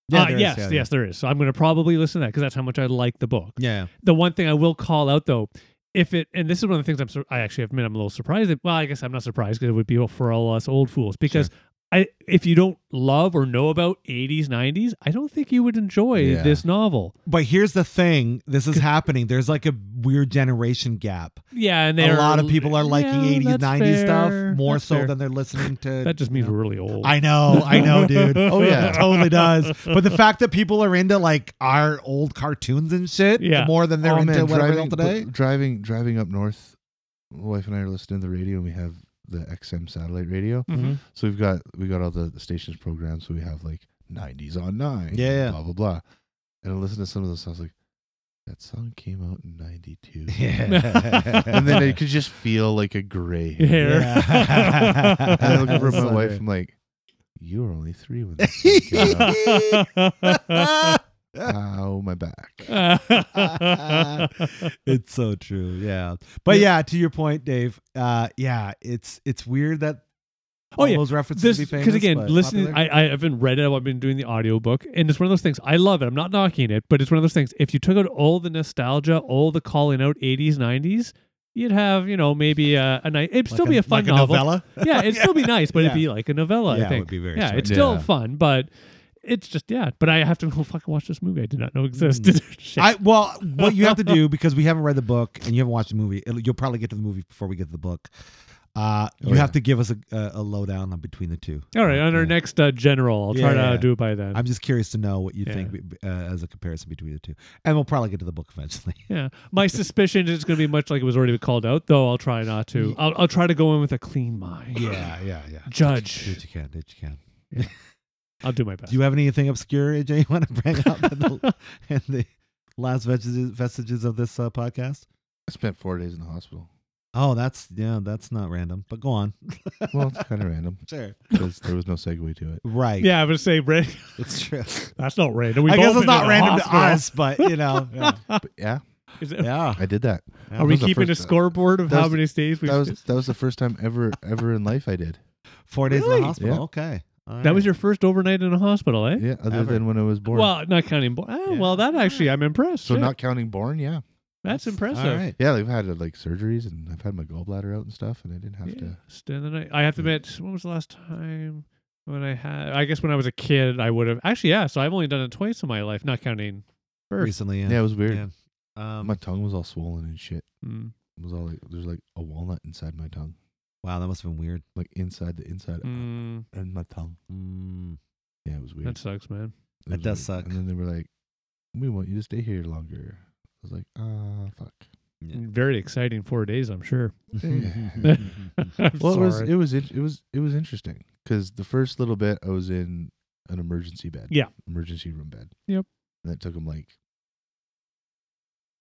[SPEAKER 1] Yeah,
[SPEAKER 2] uh,
[SPEAKER 1] there is,
[SPEAKER 2] yes,
[SPEAKER 1] yeah, yeah.
[SPEAKER 2] yes, there is. So I'm going to probably listen to that because that's how much I like the book.
[SPEAKER 1] yeah,
[SPEAKER 2] The one thing I will call out though, if it and this is one of the things I'm sur- I actually admit I'm a little surprised. That, well, I guess I'm not surprised because it would be for all us old fools because. I, if you don't love or know about 80s 90s i don't think you would enjoy
[SPEAKER 3] Yeah.
[SPEAKER 2] this novel
[SPEAKER 1] but here's the thing: this is happening. There's like a weird generation gap.
[SPEAKER 2] yeah and
[SPEAKER 1] A
[SPEAKER 2] there
[SPEAKER 1] lot of people are liking
[SPEAKER 2] yeah,
[SPEAKER 1] 80s,
[SPEAKER 2] that's
[SPEAKER 1] 90s
[SPEAKER 2] fair.
[SPEAKER 1] stuff more
[SPEAKER 2] That's
[SPEAKER 1] so
[SPEAKER 2] fair.
[SPEAKER 1] than they're listening to.
[SPEAKER 2] that just means we're really old
[SPEAKER 1] I know, I know, dude.
[SPEAKER 2] Oh,
[SPEAKER 3] yeah.
[SPEAKER 1] it totally does. But the fact that people are into like our old cartoons and shit
[SPEAKER 2] Yeah.
[SPEAKER 1] more than they're
[SPEAKER 3] Oh,
[SPEAKER 1] into
[SPEAKER 3] man,
[SPEAKER 1] whatever
[SPEAKER 3] driving,
[SPEAKER 1] else today.
[SPEAKER 3] dr- driving driving up north, my wife and I are listening to the radio, and we have the XM satellite radio.
[SPEAKER 2] Mhm.
[SPEAKER 3] So we've got we got all the, the stations programmed. So we have like '90s on nine,
[SPEAKER 1] Yeah, yeah.
[SPEAKER 3] blah blah blah. And I listened to some of those. I was like, that song came out in '92,
[SPEAKER 1] Yeah.
[SPEAKER 3] and then I could just feel like a gray. hair.
[SPEAKER 2] Hair.
[SPEAKER 1] Yeah.
[SPEAKER 3] And I look over at my
[SPEAKER 1] Sorry.
[SPEAKER 3] wife. I'm like, you were only three when that song came out. Ow, my back.
[SPEAKER 1] it's so true yeah but yeah to your point dave uh yeah it's it's weird that
[SPEAKER 2] Oh,
[SPEAKER 1] all
[SPEAKER 2] yeah.
[SPEAKER 1] those references
[SPEAKER 2] this
[SPEAKER 1] be famous.
[SPEAKER 2] because again
[SPEAKER 1] but
[SPEAKER 2] listening
[SPEAKER 1] popular?
[SPEAKER 2] I, I haven't read it i've been doing the audiobook and it's one of those things i love it i'm not knocking it but it's one of those things if you took out all the nostalgia all the calling out 80s 90s you'd have you know maybe a, a night it'd
[SPEAKER 1] Like
[SPEAKER 2] still be a fun
[SPEAKER 1] like
[SPEAKER 2] novel
[SPEAKER 1] novella.
[SPEAKER 2] yeah it'd still be nice but it'd
[SPEAKER 1] Yeah.
[SPEAKER 2] be like a novella
[SPEAKER 1] Yeah,
[SPEAKER 2] i
[SPEAKER 1] it
[SPEAKER 2] think
[SPEAKER 1] would be very
[SPEAKER 2] yeah
[SPEAKER 1] short.
[SPEAKER 2] it's still
[SPEAKER 3] Yeah.
[SPEAKER 2] fun but it's just yeah but i have to go fucking watch this movie i did not know existed Shit.
[SPEAKER 1] Mm. I well, what you have to do because we haven't read the book and you haven't watched the movie. it'll- you'll probably get to the movie before we get to the book. Uh,
[SPEAKER 3] Oh,
[SPEAKER 1] you have
[SPEAKER 3] yeah.
[SPEAKER 1] to give us a, a, a lowdown on between the two.
[SPEAKER 2] all right on our
[SPEAKER 1] Yeah.
[SPEAKER 2] next uh, general i'll try
[SPEAKER 1] Yeah,
[SPEAKER 2] to
[SPEAKER 1] yeah.
[SPEAKER 2] do it by then
[SPEAKER 1] I'm just curious to know what you
[SPEAKER 2] Yeah.
[SPEAKER 1] think be- be- uh, as a comparison between the two, and we'll probably get to the book eventually.
[SPEAKER 2] Yeah, my suspicion is it's going to be much like it was already called out, though. I'll try not to. I'll, I'll try to go in with a clean mind.
[SPEAKER 1] yeah, yeah, yeah. Do
[SPEAKER 2] Judge,
[SPEAKER 1] what you can. Do what you can.
[SPEAKER 2] I'll do my best.
[SPEAKER 1] Do you have anything obscure, AJ? You want to bring up in the, in the last vestiges, vestiges of this uh, podcast?
[SPEAKER 3] I spent four days in the hospital.
[SPEAKER 1] Oh, that's yeah, that's not random. But go on.
[SPEAKER 3] Well, it's kind of random
[SPEAKER 1] Sure.
[SPEAKER 3] because there was no segue to it.
[SPEAKER 1] Right.
[SPEAKER 2] yeah, I would say ra-
[SPEAKER 1] it's true.
[SPEAKER 2] that's not random. We've
[SPEAKER 1] I
[SPEAKER 2] all
[SPEAKER 1] guess
[SPEAKER 2] been
[SPEAKER 1] it's
[SPEAKER 2] in
[SPEAKER 1] not
[SPEAKER 2] a
[SPEAKER 1] random to
[SPEAKER 2] hospital.
[SPEAKER 1] us, but you know, yeah.
[SPEAKER 3] But yeah,
[SPEAKER 2] Is it-
[SPEAKER 1] yeah.
[SPEAKER 3] I did that.
[SPEAKER 1] Yeah.
[SPEAKER 2] Are we
[SPEAKER 3] was the
[SPEAKER 2] keeping a
[SPEAKER 1] uh,
[SPEAKER 3] first-
[SPEAKER 2] scoreboard of
[SPEAKER 3] that
[SPEAKER 2] how
[SPEAKER 3] was-
[SPEAKER 2] many days we?
[SPEAKER 3] That was that was the first time ever ever in life I did.
[SPEAKER 1] Four days in
[SPEAKER 2] Really?
[SPEAKER 1] the hospital.
[SPEAKER 3] Yeah.
[SPEAKER 1] Okay. All
[SPEAKER 2] that was
[SPEAKER 1] right.
[SPEAKER 2] your first overnight in a hospital, eh?
[SPEAKER 3] Yeah, other
[SPEAKER 1] Ever.
[SPEAKER 3] than when I was born.
[SPEAKER 2] Well, not counting. Bo- oh,
[SPEAKER 1] Yeah.
[SPEAKER 2] Well, that actually, I'm impressed.
[SPEAKER 3] so
[SPEAKER 2] Shit.
[SPEAKER 3] not counting born, yeah,
[SPEAKER 2] that's impressive.
[SPEAKER 1] All right.
[SPEAKER 3] yeah. They've had uh, like surgeries and I've had my gallbladder out and stuff, and I didn't have
[SPEAKER 2] Yeah.
[SPEAKER 3] to.
[SPEAKER 2] Stand the night. I have to admit, when was the last time when I had? I guess when I was a kid, I would have actually. Yeah, so I've only done it twice in my life, not counting birth.
[SPEAKER 1] recently.
[SPEAKER 3] Yeah,
[SPEAKER 1] Yeah.
[SPEAKER 3] it was weird.
[SPEAKER 1] Um,
[SPEAKER 3] my tongue was all swollen and shit.
[SPEAKER 2] Mm.
[SPEAKER 3] It was all like there's like a walnut inside my tongue,
[SPEAKER 1] wow, that must have been weird.
[SPEAKER 3] like inside the inside
[SPEAKER 2] Mm,
[SPEAKER 3] and my tongue.
[SPEAKER 1] Mm,
[SPEAKER 3] Yeah, it was weird.
[SPEAKER 2] that sucks, man.
[SPEAKER 3] It
[SPEAKER 1] that
[SPEAKER 3] was
[SPEAKER 1] does
[SPEAKER 3] weird.
[SPEAKER 1] suck.
[SPEAKER 3] And then they were like, "We want you to stay here longer." I was like, "Ah, fuck."
[SPEAKER 1] Yeah.
[SPEAKER 2] Very exciting four days, I'm sure.
[SPEAKER 3] Yeah.
[SPEAKER 2] I'm
[SPEAKER 3] Well, it was
[SPEAKER 2] sorry.
[SPEAKER 3] it was in- it was it was interesting because the first little bit I was in an emergency bed.
[SPEAKER 2] Yeah.
[SPEAKER 3] emergency room bed.
[SPEAKER 2] Yep.
[SPEAKER 3] And that took them like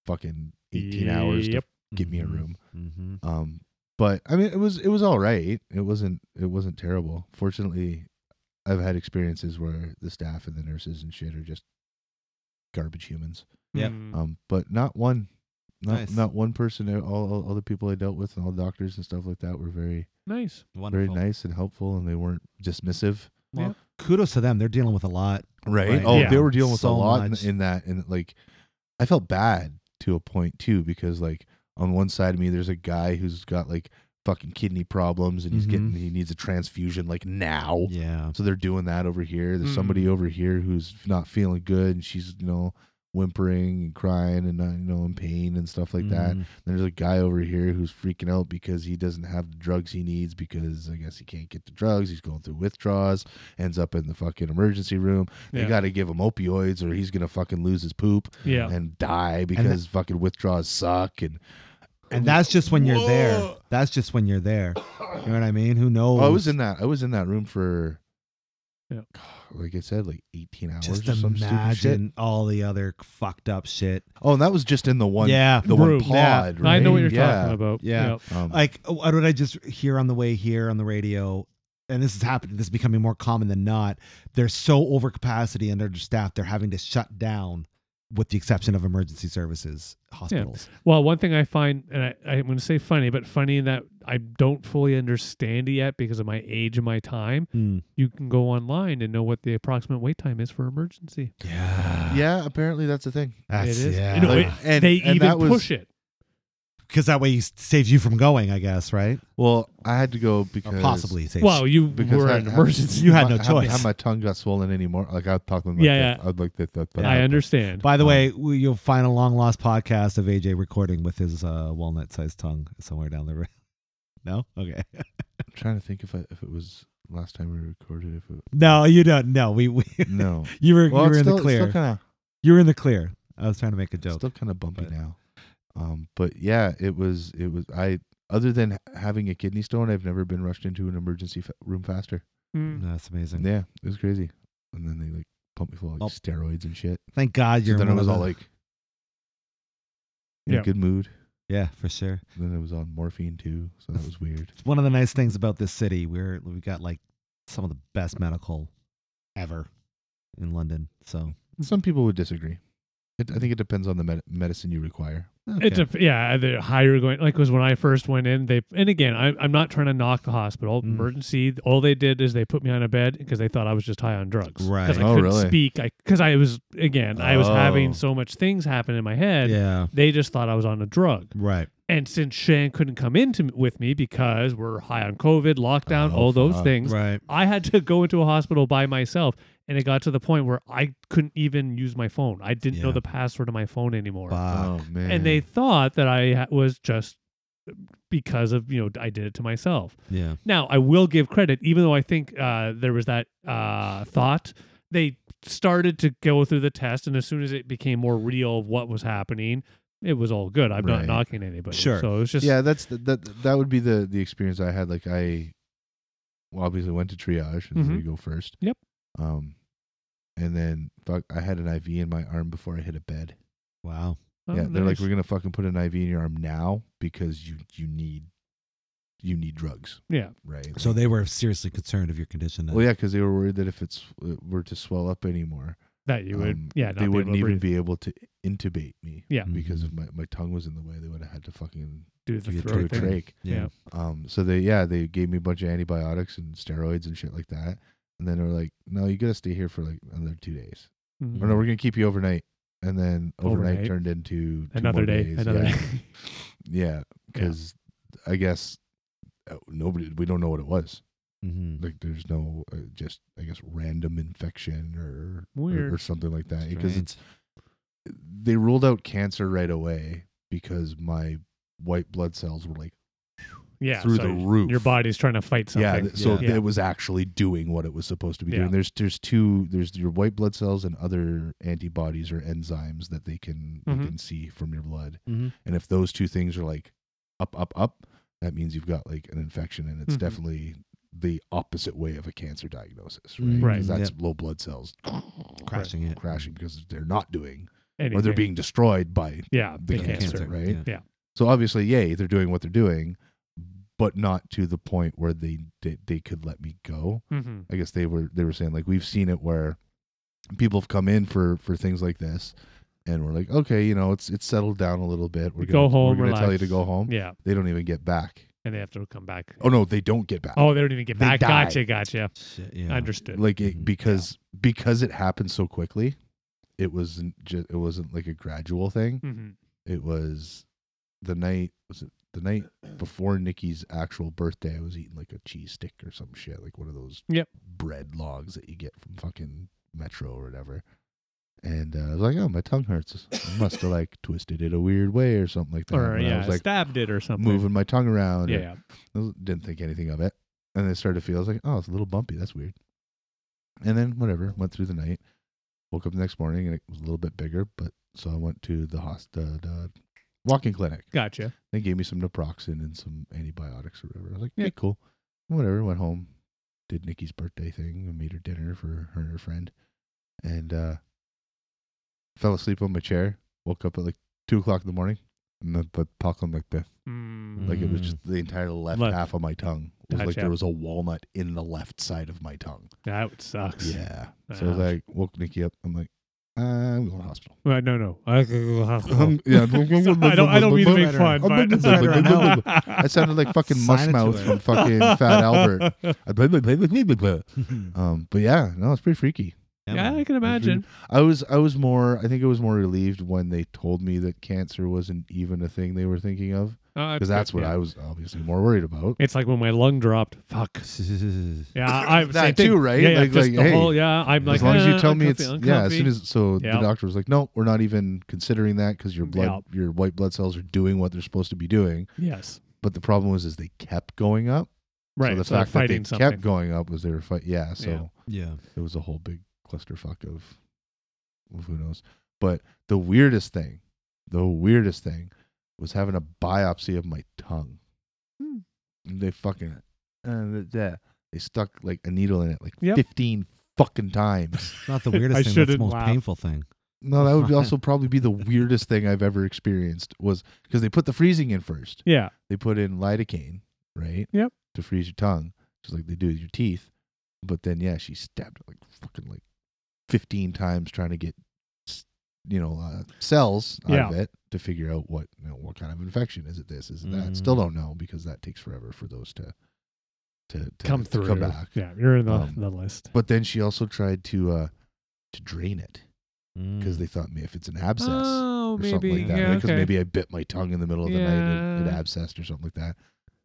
[SPEAKER 3] fucking eighteen hours to
[SPEAKER 2] Yep.
[SPEAKER 3] get me a room.
[SPEAKER 1] hmm
[SPEAKER 3] Um, but I mean, it was it was all right. It wasn't it wasn't terrible. Fortunately, I've had experiences where the staff and the nurses and shit are just garbage humans.
[SPEAKER 1] Yep.
[SPEAKER 2] Mm.
[SPEAKER 3] Um, but not one, not
[SPEAKER 1] Nice.
[SPEAKER 3] not one person. uh, All, all all the people I dealt with and all the doctors and stuff like that were very
[SPEAKER 2] nice.
[SPEAKER 1] Wonderful.
[SPEAKER 3] very nice and helpful, and they weren't dismissive.
[SPEAKER 1] Well,
[SPEAKER 2] Yeah.
[SPEAKER 1] kudos to them. They're dealing with a lot.
[SPEAKER 3] Right?
[SPEAKER 1] Right.
[SPEAKER 3] Oh,
[SPEAKER 2] Yeah.
[SPEAKER 3] they were dealing with a
[SPEAKER 1] So
[SPEAKER 3] lot
[SPEAKER 1] much.
[SPEAKER 3] in, in that, and like, I felt bad to a point too because like on one side of me, there's a guy who's got like fucking kidney problems, and he's
[SPEAKER 1] Mhm.
[SPEAKER 3] getting he needs a transfusion like now.
[SPEAKER 1] Yeah.
[SPEAKER 3] So they're doing that over here. There's
[SPEAKER 2] Mm.
[SPEAKER 3] somebody over here who's not feeling good, and she's you know whimpering and crying and not you know in pain and stuff like that.
[SPEAKER 1] Mhm.
[SPEAKER 3] There's a guy over here who's freaking out because he doesn't have the drugs he needs because I guess he can't get the drugs. He's going through withdrawals, ends up in the fucking emergency room.
[SPEAKER 2] Yeah.
[SPEAKER 3] They got to give him opioids or he's going to fucking lose his poop
[SPEAKER 2] Yeah.
[SPEAKER 3] and die because fucking withdrawals suck. And
[SPEAKER 1] And that's just when you're there.
[SPEAKER 3] Whoa.
[SPEAKER 1] That's just when you're there. You know what I mean? Who knows?
[SPEAKER 3] Oh, I was in that. I was in that room for,
[SPEAKER 2] Yeah.
[SPEAKER 3] like I said, like 18 hours
[SPEAKER 1] Just
[SPEAKER 3] or some stupid shit.
[SPEAKER 1] imagine all the other fucked up shit.
[SPEAKER 3] Oh, and that was just in the one,
[SPEAKER 1] yeah.
[SPEAKER 3] the
[SPEAKER 2] Room.
[SPEAKER 3] one pod.
[SPEAKER 1] Yeah.
[SPEAKER 2] I know what you're
[SPEAKER 3] right? Yeah.
[SPEAKER 2] talking about.
[SPEAKER 1] Yeah.
[SPEAKER 2] Yep.
[SPEAKER 3] Um,
[SPEAKER 1] like what did I just hear on the way here on the radio? And this is happening. This is becoming more common than not. They're so over capacity and understaffed. They're having to shut down, with the exception of emergency services hospitals.
[SPEAKER 2] Well, one thing I find, and I, I'm going to say funny, but funny in that I don't fully understand it yet because of my age and my time.
[SPEAKER 1] Hmm.
[SPEAKER 2] You can go online and know what the approximate wait time is for emergency.
[SPEAKER 1] Yeah,
[SPEAKER 3] yeah, apparently that's the thing.
[SPEAKER 1] That's,
[SPEAKER 2] it is.
[SPEAKER 1] Yeah,
[SPEAKER 2] You know,
[SPEAKER 3] Like,
[SPEAKER 2] it-
[SPEAKER 3] and-
[SPEAKER 2] they
[SPEAKER 3] and
[SPEAKER 2] even
[SPEAKER 3] that was-
[SPEAKER 2] push it.
[SPEAKER 1] because that way you, saves you from going, I guess, right?
[SPEAKER 3] Well, I had to go
[SPEAKER 1] Or
[SPEAKER 3] because
[SPEAKER 1] possibly saves.
[SPEAKER 2] Well, you
[SPEAKER 3] because
[SPEAKER 2] were
[SPEAKER 3] I-
[SPEAKER 2] in
[SPEAKER 3] I-
[SPEAKER 2] emergency.
[SPEAKER 1] you had no
[SPEAKER 3] my- how-
[SPEAKER 1] choice.
[SPEAKER 3] How my tongue got swollen anymore. Like I'd talk with my
[SPEAKER 2] Yeah,
[SPEAKER 3] yeah, I'd like that. that, that
[SPEAKER 2] I understand.
[SPEAKER 1] By the way, we- you'll find a long lost podcast of AJ recording with his uh, walnut sized tongue somewhere down the road. No, okay.
[SPEAKER 3] I'm trying to think if I, if it was last time we recorded. If it
[SPEAKER 1] No, you don't. No, we, we
[SPEAKER 3] no,
[SPEAKER 1] you were
[SPEAKER 3] well,
[SPEAKER 1] you were
[SPEAKER 3] it's
[SPEAKER 1] in
[SPEAKER 3] still,
[SPEAKER 1] the clear.
[SPEAKER 3] It's still kind
[SPEAKER 1] you were in the clear. I was trying to make a
[SPEAKER 3] of
[SPEAKER 1] joke.
[SPEAKER 3] still kind of bumpy
[SPEAKER 1] but-
[SPEAKER 3] now. Um, but yeah, it was it was I. Other than h- having a kidney stone, I've never been rushed into an emergency fa- room faster. Hmm.
[SPEAKER 2] Mm.
[SPEAKER 1] That's amazing.
[SPEAKER 3] Yeah, it was crazy. And then they like pumped me full of like,
[SPEAKER 1] Oh.
[SPEAKER 3] steroids and shit.
[SPEAKER 1] Thank God
[SPEAKER 3] So
[SPEAKER 1] you're.
[SPEAKER 3] then I
[SPEAKER 1] one
[SPEAKER 3] was
[SPEAKER 1] of
[SPEAKER 3] all
[SPEAKER 1] the-
[SPEAKER 3] like in
[SPEAKER 2] Yeah.
[SPEAKER 3] a good mood.
[SPEAKER 1] yeah, for sure.
[SPEAKER 3] And then I was on morphine too, so that was weird.
[SPEAKER 1] It's one of the nice things about this city. We're we got like some of the best medical ever in London. So
[SPEAKER 3] Some people would disagree. It, I think it depends on the med- medicine you require.
[SPEAKER 1] Okay.
[SPEAKER 2] It's a yeah. The higher going like was when I first went in. They and again, I, I'm not trying to knock the hospital.
[SPEAKER 1] Mm.
[SPEAKER 2] Emergency. All they did is they put me on a bed because they thought I was just high on drugs.
[SPEAKER 1] Right.
[SPEAKER 2] Because I
[SPEAKER 3] Oh,
[SPEAKER 2] couldn't
[SPEAKER 3] really?
[SPEAKER 2] speak. I because I was again. I was
[SPEAKER 3] Oh.
[SPEAKER 2] having so much things happen in my head.
[SPEAKER 1] yeah.
[SPEAKER 2] They just thought I was on a drug.
[SPEAKER 1] Right.
[SPEAKER 2] And since Shan couldn't come in to, with me because we're high on COVID, lockdown,
[SPEAKER 3] Oh,
[SPEAKER 2] all those
[SPEAKER 3] fuck.
[SPEAKER 2] things,
[SPEAKER 1] Right.
[SPEAKER 2] I had to go into a hospital by myself. And it got to the point where I couldn't even use my phone. I didn't know
[SPEAKER 1] Yeah.
[SPEAKER 2] the password to my phone anymore
[SPEAKER 1] Fuck.
[SPEAKER 3] oh man.
[SPEAKER 2] and they thought that I ha- was just because of you know I did it to myself.
[SPEAKER 1] Yeah.
[SPEAKER 2] Now I will give credit, even though I think uh, there was that uh, thought they started to go through the test, and as soon as it became more real of what was happening, it was all good. I'm
[SPEAKER 3] Right.
[SPEAKER 2] not knocking anybody.
[SPEAKER 1] Sure.
[SPEAKER 2] So it was just
[SPEAKER 3] yeah, that's the, that that would be the the experience I had. Like I, well, obviously went to triage and
[SPEAKER 2] Mhm.
[SPEAKER 3] you go first.
[SPEAKER 2] Yep.
[SPEAKER 3] Um, and then fuck, I had an IV in my arm before I hit a bed.
[SPEAKER 1] Wow.
[SPEAKER 2] oh,
[SPEAKER 3] yeah, they're like,
[SPEAKER 2] nice.
[SPEAKER 3] we're gonna fucking put an IV in your arm now because you you need you need drugs,
[SPEAKER 2] yeah.
[SPEAKER 3] right?
[SPEAKER 1] So
[SPEAKER 3] Like-
[SPEAKER 1] they were seriously concerned of your condition. Then.
[SPEAKER 3] well, yeah, because they were worried that if it's it were to swell up anymore,
[SPEAKER 2] That you would,
[SPEAKER 3] um,
[SPEAKER 2] yeah, not
[SPEAKER 3] they
[SPEAKER 2] be
[SPEAKER 3] wouldn't
[SPEAKER 2] able to
[SPEAKER 3] even
[SPEAKER 2] breathe,
[SPEAKER 3] be able to intubate me
[SPEAKER 2] Yeah.
[SPEAKER 1] Mm-hmm.
[SPEAKER 3] because if my my tongue was in the way, they would have had to fucking
[SPEAKER 2] do the
[SPEAKER 1] you
[SPEAKER 3] do a
[SPEAKER 2] throat thing.
[SPEAKER 3] trach. Um, so they yeah, they gave me a bunch of antibiotics and steroids and shit like that. And then they were like, No, you gotta stay here for like another two days.
[SPEAKER 2] Mhm.
[SPEAKER 3] Or no, we're gonna keep you overnight. And then overnight,
[SPEAKER 2] Overnight.
[SPEAKER 3] turned into two
[SPEAKER 2] Another
[SPEAKER 3] more
[SPEAKER 2] day,
[SPEAKER 3] days.
[SPEAKER 2] another
[SPEAKER 3] yeah.
[SPEAKER 2] day.
[SPEAKER 3] Yeah, because I guess uh, nobody we don't know what it was.
[SPEAKER 1] Mm-hmm.
[SPEAKER 2] Mm.
[SPEAKER 3] Like there's no uh, just I guess random infection or or-
[SPEAKER 2] Weird.
[SPEAKER 3] or something like that because it's they ruled out cancer right away because my white blood cells were like
[SPEAKER 2] yeah,
[SPEAKER 3] through
[SPEAKER 2] so
[SPEAKER 3] the roof.
[SPEAKER 2] Your body's trying to fight something.
[SPEAKER 3] Yeah, th- so
[SPEAKER 1] Yeah.
[SPEAKER 2] Yeah.
[SPEAKER 3] it was actually doing what it was supposed to be
[SPEAKER 2] Yeah.
[SPEAKER 3] doing. There's there's two there's your white blood cells and other antibodies or enzymes that they can
[SPEAKER 2] Mhm.
[SPEAKER 3] they can see from your blood.
[SPEAKER 2] Mm-hmm.
[SPEAKER 1] Mhm.
[SPEAKER 3] And if those two things are like up up up, that means you've got like an infection and it's
[SPEAKER 2] Mhm.
[SPEAKER 3] definitely the opposite way of a cancer diagnosis, right?
[SPEAKER 1] Mm,
[SPEAKER 2] Right.
[SPEAKER 3] 'Cause that's low blood cells
[SPEAKER 1] crashing it.
[SPEAKER 3] crashing because they're not doing or they're
[SPEAKER 2] Anything.
[SPEAKER 3] being destroyed by
[SPEAKER 2] yeah,
[SPEAKER 3] the
[SPEAKER 2] the
[SPEAKER 3] cancer,
[SPEAKER 2] cancer.
[SPEAKER 3] right?
[SPEAKER 1] Yeah.
[SPEAKER 3] So obviously, yay, they're doing what they're doing, but not to the point where they they, they could let me go.
[SPEAKER 2] Mm-hmm.
[SPEAKER 3] I guess they were they were saying like we've seen it where people have come in for for things like this, and we're like, okay, you know, it's it's settled down a little bit. We're
[SPEAKER 2] Go home,
[SPEAKER 3] We're gonna tell you to
[SPEAKER 2] relax.
[SPEAKER 3] go home.
[SPEAKER 2] Yeah,
[SPEAKER 3] They don't even get back.
[SPEAKER 2] and they have to come back.
[SPEAKER 3] Oh no, they don't get back.
[SPEAKER 2] Oh, they don't even get
[SPEAKER 3] They
[SPEAKER 2] back.
[SPEAKER 3] die.
[SPEAKER 2] Gotcha, gotcha.
[SPEAKER 1] Shit, yeah.
[SPEAKER 2] Understood.
[SPEAKER 3] like it,
[SPEAKER 1] Mhm.
[SPEAKER 3] because because it happened so quickly, it wasn't just it wasn't like a gradual thing.
[SPEAKER 2] hmm
[SPEAKER 3] It was the night was it the night before Nikki's actual birthday. I was eating like a cheese stick or some shit, like one of those
[SPEAKER 2] Yep.
[SPEAKER 3] bread logs that you get from fucking Metro or whatever. And uh, I was like, oh, my tongue hurts. I must have like twisted it a weird way or something like that.
[SPEAKER 2] Or
[SPEAKER 3] And
[SPEAKER 2] yeah,
[SPEAKER 3] I was like
[SPEAKER 2] stabbed it or something.
[SPEAKER 3] moving my tongue around.
[SPEAKER 2] Yeah,
[SPEAKER 3] or-
[SPEAKER 2] yeah.
[SPEAKER 3] I was- didn't think anything of it. And then it started to feel, I was like, oh, it's a little bumpy. That's weird. And then whatever, went through the night. Woke up the next morning and it was a little bit bigger. But so I went to the host, the, the walking clinic.
[SPEAKER 2] gotcha.
[SPEAKER 3] They gave me some naproxen and some antibiotics or whatever. I was like, yeah,
[SPEAKER 2] Yeah.
[SPEAKER 3] cool. Whatever. Went home, did Nikki's birthday thing, and made her dinner for her and her friend, and uh, fell asleep on my chair. Woke up at like two o'clock in the morning, and then but puckling like this,
[SPEAKER 2] Mm.
[SPEAKER 3] like it was
[SPEAKER 1] Mm.
[SPEAKER 3] just the entire left,
[SPEAKER 2] Left.
[SPEAKER 3] half of my tongue. It was like
[SPEAKER 2] Gotcha.
[SPEAKER 3] there was a walnut in the left side of my tongue.
[SPEAKER 2] that would sucks.
[SPEAKER 3] Yeah. So I
[SPEAKER 2] Ouch.
[SPEAKER 3] was like, woke Nikki up. I'm like, I'm going to hospital.
[SPEAKER 2] Well, no, no. I
[SPEAKER 3] Um, yeah. I
[SPEAKER 2] I don't. I don't mean to make fun.
[SPEAKER 3] I'm-
[SPEAKER 2] but-
[SPEAKER 3] I'm- I sounded like fucking
[SPEAKER 1] Sign it to
[SPEAKER 3] mushmouth
[SPEAKER 1] it.
[SPEAKER 3] from fucking Fat Albert. Uh, blah, blah, blah, blah, blah, blah, blah.
[SPEAKER 1] yeah,
[SPEAKER 3] Um, but yeah, no, it's pretty freaky.
[SPEAKER 2] Yeah,
[SPEAKER 1] man.
[SPEAKER 2] I can imagine.
[SPEAKER 3] I was I was more I think I was more relieved when they told me that cancer wasn't even a thing they were thinking of because that's what I was obviously more worried about.
[SPEAKER 2] Uh, It's like when my lung dropped. Fuck. Yeah, I
[SPEAKER 3] That
[SPEAKER 2] same thing.
[SPEAKER 3] too, right?
[SPEAKER 2] Yeah, yeah,
[SPEAKER 3] Like-
[SPEAKER 2] just
[SPEAKER 3] like,
[SPEAKER 2] the
[SPEAKER 3] hey,
[SPEAKER 2] whole, yeah. I'm like
[SPEAKER 3] as long as you
[SPEAKER 2] "Uh,
[SPEAKER 3] tell me
[SPEAKER 2] uncomfy,
[SPEAKER 3] it's yeah, as
[SPEAKER 2] uncomfy."
[SPEAKER 3] soon as so
[SPEAKER 2] Yeah.
[SPEAKER 3] the doctor was like, no, we're not even considering that because your blood your white blood cells are doing what they're supposed to be doing.
[SPEAKER 2] yes,
[SPEAKER 3] But the problem was is they kept going up.
[SPEAKER 2] right.
[SPEAKER 3] So the
[SPEAKER 2] so they're
[SPEAKER 3] fact that they
[SPEAKER 2] fighting something.
[SPEAKER 3] kept going up was they were fight. Yeah. So.
[SPEAKER 2] Yeah.
[SPEAKER 1] Yeah.
[SPEAKER 3] it was a whole big clusterfuck of, of who knows. But the weirdest thing, the weirdest thing was having a biopsy of my tongue.
[SPEAKER 2] Hmm.
[SPEAKER 3] And they fucking uh, yeah, they stuck like a needle in it like
[SPEAKER 2] Yep.
[SPEAKER 3] 15 fucking times.
[SPEAKER 1] Not the weirdest thing.
[SPEAKER 2] I
[SPEAKER 1] That's the
[SPEAKER 2] shouldn't
[SPEAKER 1] most
[SPEAKER 2] laugh.
[SPEAKER 1] painful thing.
[SPEAKER 3] No, that would also probably be the weirdest thing I've ever experienced was because they put the freezing in first.
[SPEAKER 2] Yeah,
[SPEAKER 3] They put in lidocaine, right?
[SPEAKER 2] Yep.
[SPEAKER 3] To freeze your tongue, just like they do with your teeth. But then, yeah, she stabbed it like fucking like 15 times trying to get s- you know uh, cells out
[SPEAKER 2] Yeah.
[SPEAKER 3] of it to figure out what you know, what kind of infection is it. This is it that.
[SPEAKER 2] Mm-hmm.
[SPEAKER 3] Still don't know because that takes forever for those to to, to
[SPEAKER 2] come
[SPEAKER 3] to
[SPEAKER 2] through.
[SPEAKER 3] come back.
[SPEAKER 2] Yeah, you're in the,
[SPEAKER 3] Um,
[SPEAKER 2] the list.
[SPEAKER 3] But then she also tried to uh to drain it because
[SPEAKER 1] Mm.
[SPEAKER 3] they thought if it's an abscess
[SPEAKER 2] oh,
[SPEAKER 3] or
[SPEAKER 2] maybe.
[SPEAKER 3] something like that.
[SPEAKER 2] yeah,
[SPEAKER 3] Because
[SPEAKER 2] okay.
[SPEAKER 3] maybe I bit my tongue in the middle of the night and it
[SPEAKER 2] Yeah.
[SPEAKER 3] abscessed or something like that.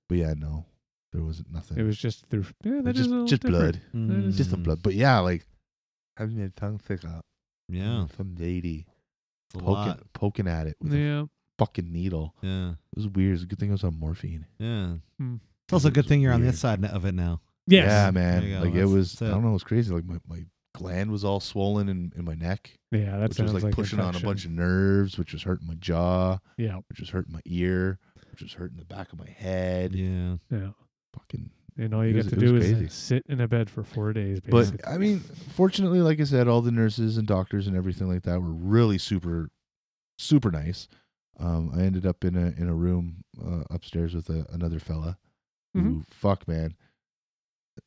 [SPEAKER 3] But yeah, no, there wasn't nothing.
[SPEAKER 2] it was just through. Yeah, that is
[SPEAKER 3] just
[SPEAKER 2] a little
[SPEAKER 3] just
[SPEAKER 2] different.
[SPEAKER 3] blood,
[SPEAKER 2] That is-
[SPEAKER 3] just the
[SPEAKER 1] Mm.
[SPEAKER 3] blood. But yeah, like having your tongue stick out,
[SPEAKER 1] Yeah,
[SPEAKER 3] some lady
[SPEAKER 1] it's a
[SPEAKER 3] poking
[SPEAKER 1] lot.
[SPEAKER 3] poking at it with a
[SPEAKER 2] Yeah.
[SPEAKER 3] fucking needle.
[SPEAKER 1] Yeah,
[SPEAKER 3] It was weird. It's a good thing I was on morphine.
[SPEAKER 1] yeah.
[SPEAKER 2] Hmm.
[SPEAKER 1] It's also a good
[SPEAKER 3] It's
[SPEAKER 1] thing you're on the
[SPEAKER 3] weird.
[SPEAKER 1] other side of it now.
[SPEAKER 2] Yes.
[SPEAKER 3] Yeah,
[SPEAKER 1] There you
[SPEAKER 3] man.
[SPEAKER 1] go.
[SPEAKER 3] Like it
[SPEAKER 1] That's-
[SPEAKER 3] was.
[SPEAKER 1] that's
[SPEAKER 3] I
[SPEAKER 1] it.
[SPEAKER 3] don't know. It was crazy. Like my my gland was all swollen in, in my neck,
[SPEAKER 2] Yeah, that
[SPEAKER 3] which
[SPEAKER 2] sounds
[SPEAKER 3] was like,
[SPEAKER 2] like
[SPEAKER 3] pushing on a
[SPEAKER 2] infection.
[SPEAKER 3] bunch of nerves, which was hurting my jaw,
[SPEAKER 2] Yeah,
[SPEAKER 3] which was hurting my ear, which was hurting the back of my head.
[SPEAKER 1] Yeah,
[SPEAKER 2] yeah.
[SPEAKER 3] Fucking
[SPEAKER 2] And all
[SPEAKER 3] It
[SPEAKER 2] you
[SPEAKER 3] was-
[SPEAKER 2] get to
[SPEAKER 3] it was
[SPEAKER 2] do is
[SPEAKER 3] crazy.
[SPEAKER 2] uh, sit in a bed for four days.
[SPEAKER 3] But
[SPEAKER 2] Basically.
[SPEAKER 3] I mean, fortunately, like I said, all the nurses and doctors and everything like that were really super, super nice. Um, I ended up in a in a room uh, upstairs with a, another fella. Who,
[SPEAKER 1] Mm-hmm.
[SPEAKER 2] Mhm.
[SPEAKER 3] fuck, man,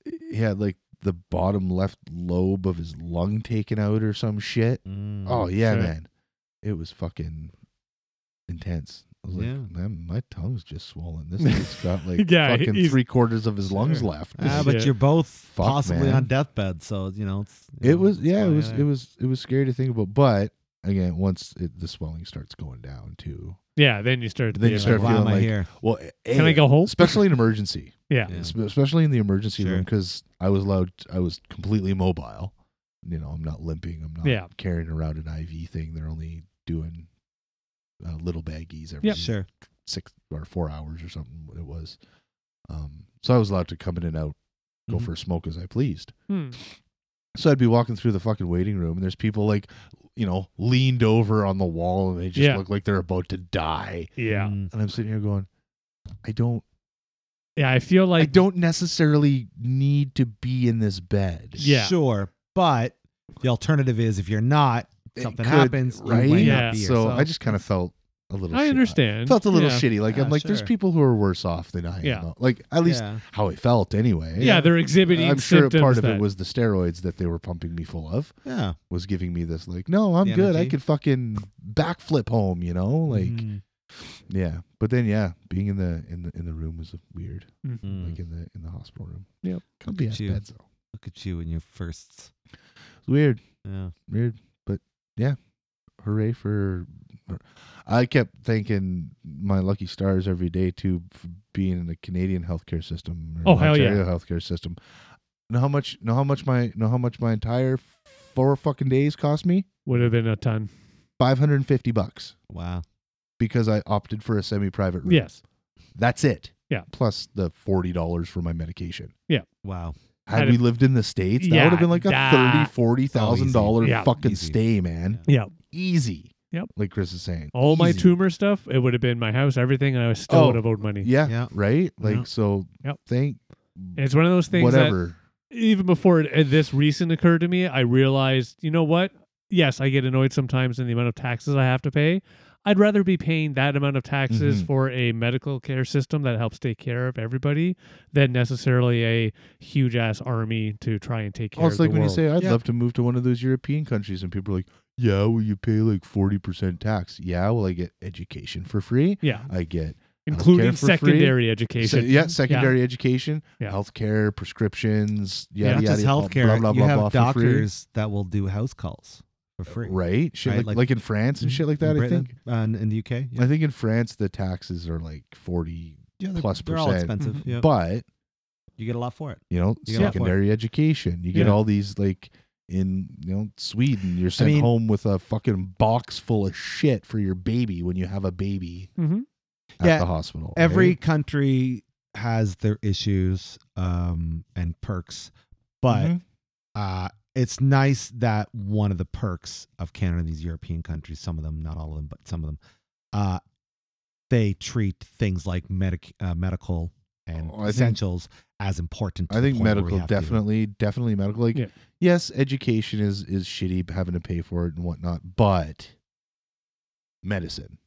[SPEAKER 3] he had like the bottom left lobe of his lung taken out or some shit.
[SPEAKER 1] Mm.
[SPEAKER 3] Oh yeah,
[SPEAKER 2] Shit.
[SPEAKER 3] man, it was fucking intense. I was like,
[SPEAKER 1] Yeah.
[SPEAKER 3] man, my tongue's just swollen. This dude's got like
[SPEAKER 2] Yeah, he-
[SPEAKER 3] fucking
[SPEAKER 2] he's-
[SPEAKER 3] three quarters of his lungs
[SPEAKER 1] Sure.
[SPEAKER 3] left.
[SPEAKER 1] Ah,
[SPEAKER 2] Yeah.
[SPEAKER 1] but you're both
[SPEAKER 3] Fuck,
[SPEAKER 1] possibly
[SPEAKER 3] man.
[SPEAKER 1] on deathbed, so you know it's. you
[SPEAKER 3] It
[SPEAKER 1] know,
[SPEAKER 3] was
[SPEAKER 1] it's
[SPEAKER 3] yeah, it
[SPEAKER 1] fine,
[SPEAKER 3] was
[SPEAKER 1] eh?
[SPEAKER 3] it was it was scary to think about. But again, once it, the swelling starts going down too,
[SPEAKER 2] yeah, then you start. To
[SPEAKER 3] Then
[SPEAKER 2] be
[SPEAKER 3] you
[SPEAKER 2] like,
[SPEAKER 3] start
[SPEAKER 1] why
[SPEAKER 2] wow.
[SPEAKER 1] am
[SPEAKER 3] feeling
[SPEAKER 1] I
[SPEAKER 3] like-
[SPEAKER 1] here?
[SPEAKER 3] well,
[SPEAKER 2] Can I go home?
[SPEAKER 3] Especially in emergency,
[SPEAKER 2] Yeah.
[SPEAKER 1] Yeah.
[SPEAKER 3] Espe- especially in the emergency room
[SPEAKER 1] Sure.
[SPEAKER 3] because I was allowed. I was completely mobile. You know, I'm not limping. I'm not
[SPEAKER 2] Yeah.
[SPEAKER 3] carrying around an IV thing. They're only doing uh, little baggies every
[SPEAKER 2] Yep.
[SPEAKER 1] Sure.
[SPEAKER 3] six or four hours or something. It was. Um, so I was allowed to come in and out, go
[SPEAKER 2] Mm-hmm.
[SPEAKER 1] Mhm.
[SPEAKER 3] for a smoke as I pleased.
[SPEAKER 2] Hmm.
[SPEAKER 3] So I'd be walking through the fucking waiting room, and there's people like, you know, leaned over on the wall, and they just
[SPEAKER 2] Yeah.
[SPEAKER 3] look like they're about to die.
[SPEAKER 2] Yeah.
[SPEAKER 1] Mm.
[SPEAKER 3] And I'm sitting here going, I don't,
[SPEAKER 2] Yeah. I feel
[SPEAKER 3] I
[SPEAKER 2] like
[SPEAKER 3] don't necessarily need to be in this bed.
[SPEAKER 2] Yeah.
[SPEAKER 1] Sure, but the alternative is if you're not,
[SPEAKER 3] It
[SPEAKER 1] something
[SPEAKER 3] could-
[SPEAKER 1] happens, you
[SPEAKER 3] right?
[SPEAKER 1] might
[SPEAKER 2] Yeah.
[SPEAKER 1] not be here.
[SPEAKER 3] So I just kind of felt a little.
[SPEAKER 2] I
[SPEAKER 3] shit.
[SPEAKER 2] understand.
[SPEAKER 3] felt a little
[SPEAKER 2] yeah.
[SPEAKER 3] shitty. Like
[SPEAKER 1] Yeah,
[SPEAKER 3] I'm like, there's
[SPEAKER 1] sure.
[SPEAKER 3] people who are worse off than I am.
[SPEAKER 2] Yeah.
[SPEAKER 3] Like at least
[SPEAKER 1] Yeah.
[SPEAKER 3] how I felt anyway.
[SPEAKER 2] Yeah, they're exhibiting.
[SPEAKER 3] I'm sure
[SPEAKER 2] symptoms
[SPEAKER 3] part of
[SPEAKER 2] that,
[SPEAKER 3] it was the steroids that they were pumping me full of
[SPEAKER 1] yeah.
[SPEAKER 3] was giving me this like, no, I'm
[SPEAKER 1] The
[SPEAKER 3] good. I
[SPEAKER 1] energy.
[SPEAKER 3] could fucking backflip home. You know, like.
[SPEAKER 1] Mm.
[SPEAKER 3] Yeah, but then yeah, being in the in the in the room was weird,
[SPEAKER 1] Mm.
[SPEAKER 3] like in the in the hospital room.
[SPEAKER 2] Yep.
[SPEAKER 3] come be
[SPEAKER 1] at
[SPEAKER 3] at
[SPEAKER 1] you.
[SPEAKER 3] bed though.
[SPEAKER 1] Look at you in your firsts.
[SPEAKER 3] It's weird,
[SPEAKER 1] Yeah.
[SPEAKER 3] weird, but yeah, hooray for. for- I kept thanking my lucky stars every day too for being in the Canadian healthcare system. Or
[SPEAKER 2] Oh, hell yeah.
[SPEAKER 3] Ontario healthcare system. Know how much? Know how much my? Know how much my entire four fucking days cost me?
[SPEAKER 2] would have been a ton.
[SPEAKER 3] Five hundred and fifty bucks
[SPEAKER 1] Wow.
[SPEAKER 3] because I opted for a semi-private room.
[SPEAKER 2] Yes.
[SPEAKER 3] That's it.
[SPEAKER 2] Yeah.
[SPEAKER 3] Plus the forty dollars for my medication.
[SPEAKER 1] Wow.
[SPEAKER 3] Had
[SPEAKER 2] Had
[SPEAKER 3] we
[SPEAKER 2] it-
[SPEAKER 3] lived in the States, that
[SPEAKER 2] Yeah,
[SPEAKER 3] would have been like a
[SPEAKER 2] that-
[SPEAKER 3] thirty, forty thousand dollar
[SPEAKER 2] Easy. Yeah.
[SPEAKER 3] fucking
[SPEAKER 1] Easy.
[SPEAKER 3] stay, man.
[SPEAKER 2] Yeah.
[SPEAKER 3] Easy.
[SPEAKER 2] Yep.
[SPEAKER 3] Like Chris is saying.
[SPEAKER 2] All my
[SPEAKER 3] Easy.
[SPEAKER 2] tumor stuff, it would have been my house, everything, and I still
[SPEAKER 3] Oh,
[SPEAKER 2] would have owed money.
[SPEAKER 3] Yeah.
[SPEAKER 1] Yeah.
[SPEAKER 3] Right? Like
[SPEAKER 1] Yeah.
[SPEAKER 3] so
[SPEAKER 2] Yep.
[SPEAKER 3] thank
[SPEAKER 2] It's one of those things that
[SPEAKER 3] whatever.
[SPEAKER 2] even before it, uh, this recent occurred to me, I realized, you know what? Yes, I get annoyed sometimes in the amount of taxes I have to pay. I'd rather be paying that amount of taxes
[SPEAKER 3] Mhm.
[SPEAKER 2] for a medical care system that helps take care of everybody than necessarily a huge ass army to try and take care
[SPEAKER 3] Oh, it's
[SPEAKER 2] of
[SPEAKER 3] like
[SPEAKER 2] the
[SPEAKER 3] when
[SPEAKER 2] world.
[SPEAKER 3] you say I'd
[SPEAKER 1] Yeah.
[SPEAKER 3] love to move to one of those European countries and people are like, Yeah, well you pay like forty percent tax. Yeah, well I get education for free.
[SPEAKER 2] yeah,
[SPEAKER 3] I get
[SPEAKER 2] including
[SPEAKER 3] for free.
[SPEAKER 2] secondary
[SPEAKER 3] se-
[SPEAKER 2] education.
[SPEAKER 3] yeah, secondary education,
[SPEAKER 2] Yeah.
[SPEAKER 3] healthcare, prescriptions, yada
[SPEAKER 1] Not
[SPEAKER 3] yada.
[SPEAKER 1] just
[SPEAKER 3] blah,
[SPEAKER 1] healthcare.
[SPEAKER 3] blah, blah,
[SPEAKER 1] you
[SPEAKER 3] blah,
[SPEAKER 1] have
[SPEAKER 3] blah, for free.
[SPEAKER 1] doctors that will do house calls for free.
[SPEAKER 3] right? Shit
[SPEAKER 1] Right,
[SPEAKER 3] Like,
[SPEAKER 1] like-
[SPEAKER 3] like in France and shit like that, I
[SPEAKER 1] Britain,
[SPEAKER 3] think.
[SPEAKER 1] uh, in, in the UK. Yeah.
[SPEAKER 3] I think in France the taxes are like forty,
[SPEAKER 1] Yeah, they're,
[SPEAKER 3] plus
[SPEAKER 1] they're all
[SPEAKER 3] percent.
[SPEAKER 1] expensive.
[SPEAKER 2] Mhm.
[SPEAKER 1] Yeah.
[SPEAKER 3] but
[SPEAKER 1] you get a lot for it.
[SPEAKER 3] you know,
[SPEAKER 1] You get a lot for
[SPEAKER 3] secondary education. You get
[SPEAKER 2] Yeah.
[SPEAKER 3] all these like in you know Sweden, you're sent
[SPEAKER 1] mean-
[SPEAKER 3] home with a fucking box full of shit for your baby when you have a baby
[SPEAKER 2] hmm
[SPEAKER 3] at
[SPEAKER 1] Yeah,
[SPEAKER 3] the hospital.
[SPEAKER 1] Every
[SPEAKER 3] right?
[SPEAKER 1] country has their issues um, and perks, but
[SPEAKER 2] Mm-hmm.
[SPEAKER 3] Mhm.
[SPEAKER 1] uh, it's nice that one of the perks of Canada and these European countries, some of them, not all of them, but some of them, uh, they treat things like medic, uh, medical and
[SPEAKER 3] Oh, I think-
[SPEAKER 1] essentials as important. to
[SPEAKER 3] I
[SPEAKER 1] the
[SPEAKER 3] think
[SPEAKER 1] point where we
[SPEAKER 3] medical
[SPEAKER 1] have to-
[SPEAKER 3] definitely, definitely medical. Like,
[SPEAKER 2] Yeah.
[SPEAKER 3] yes, education is is shitty, having to pay for it and whatnot, but medicine,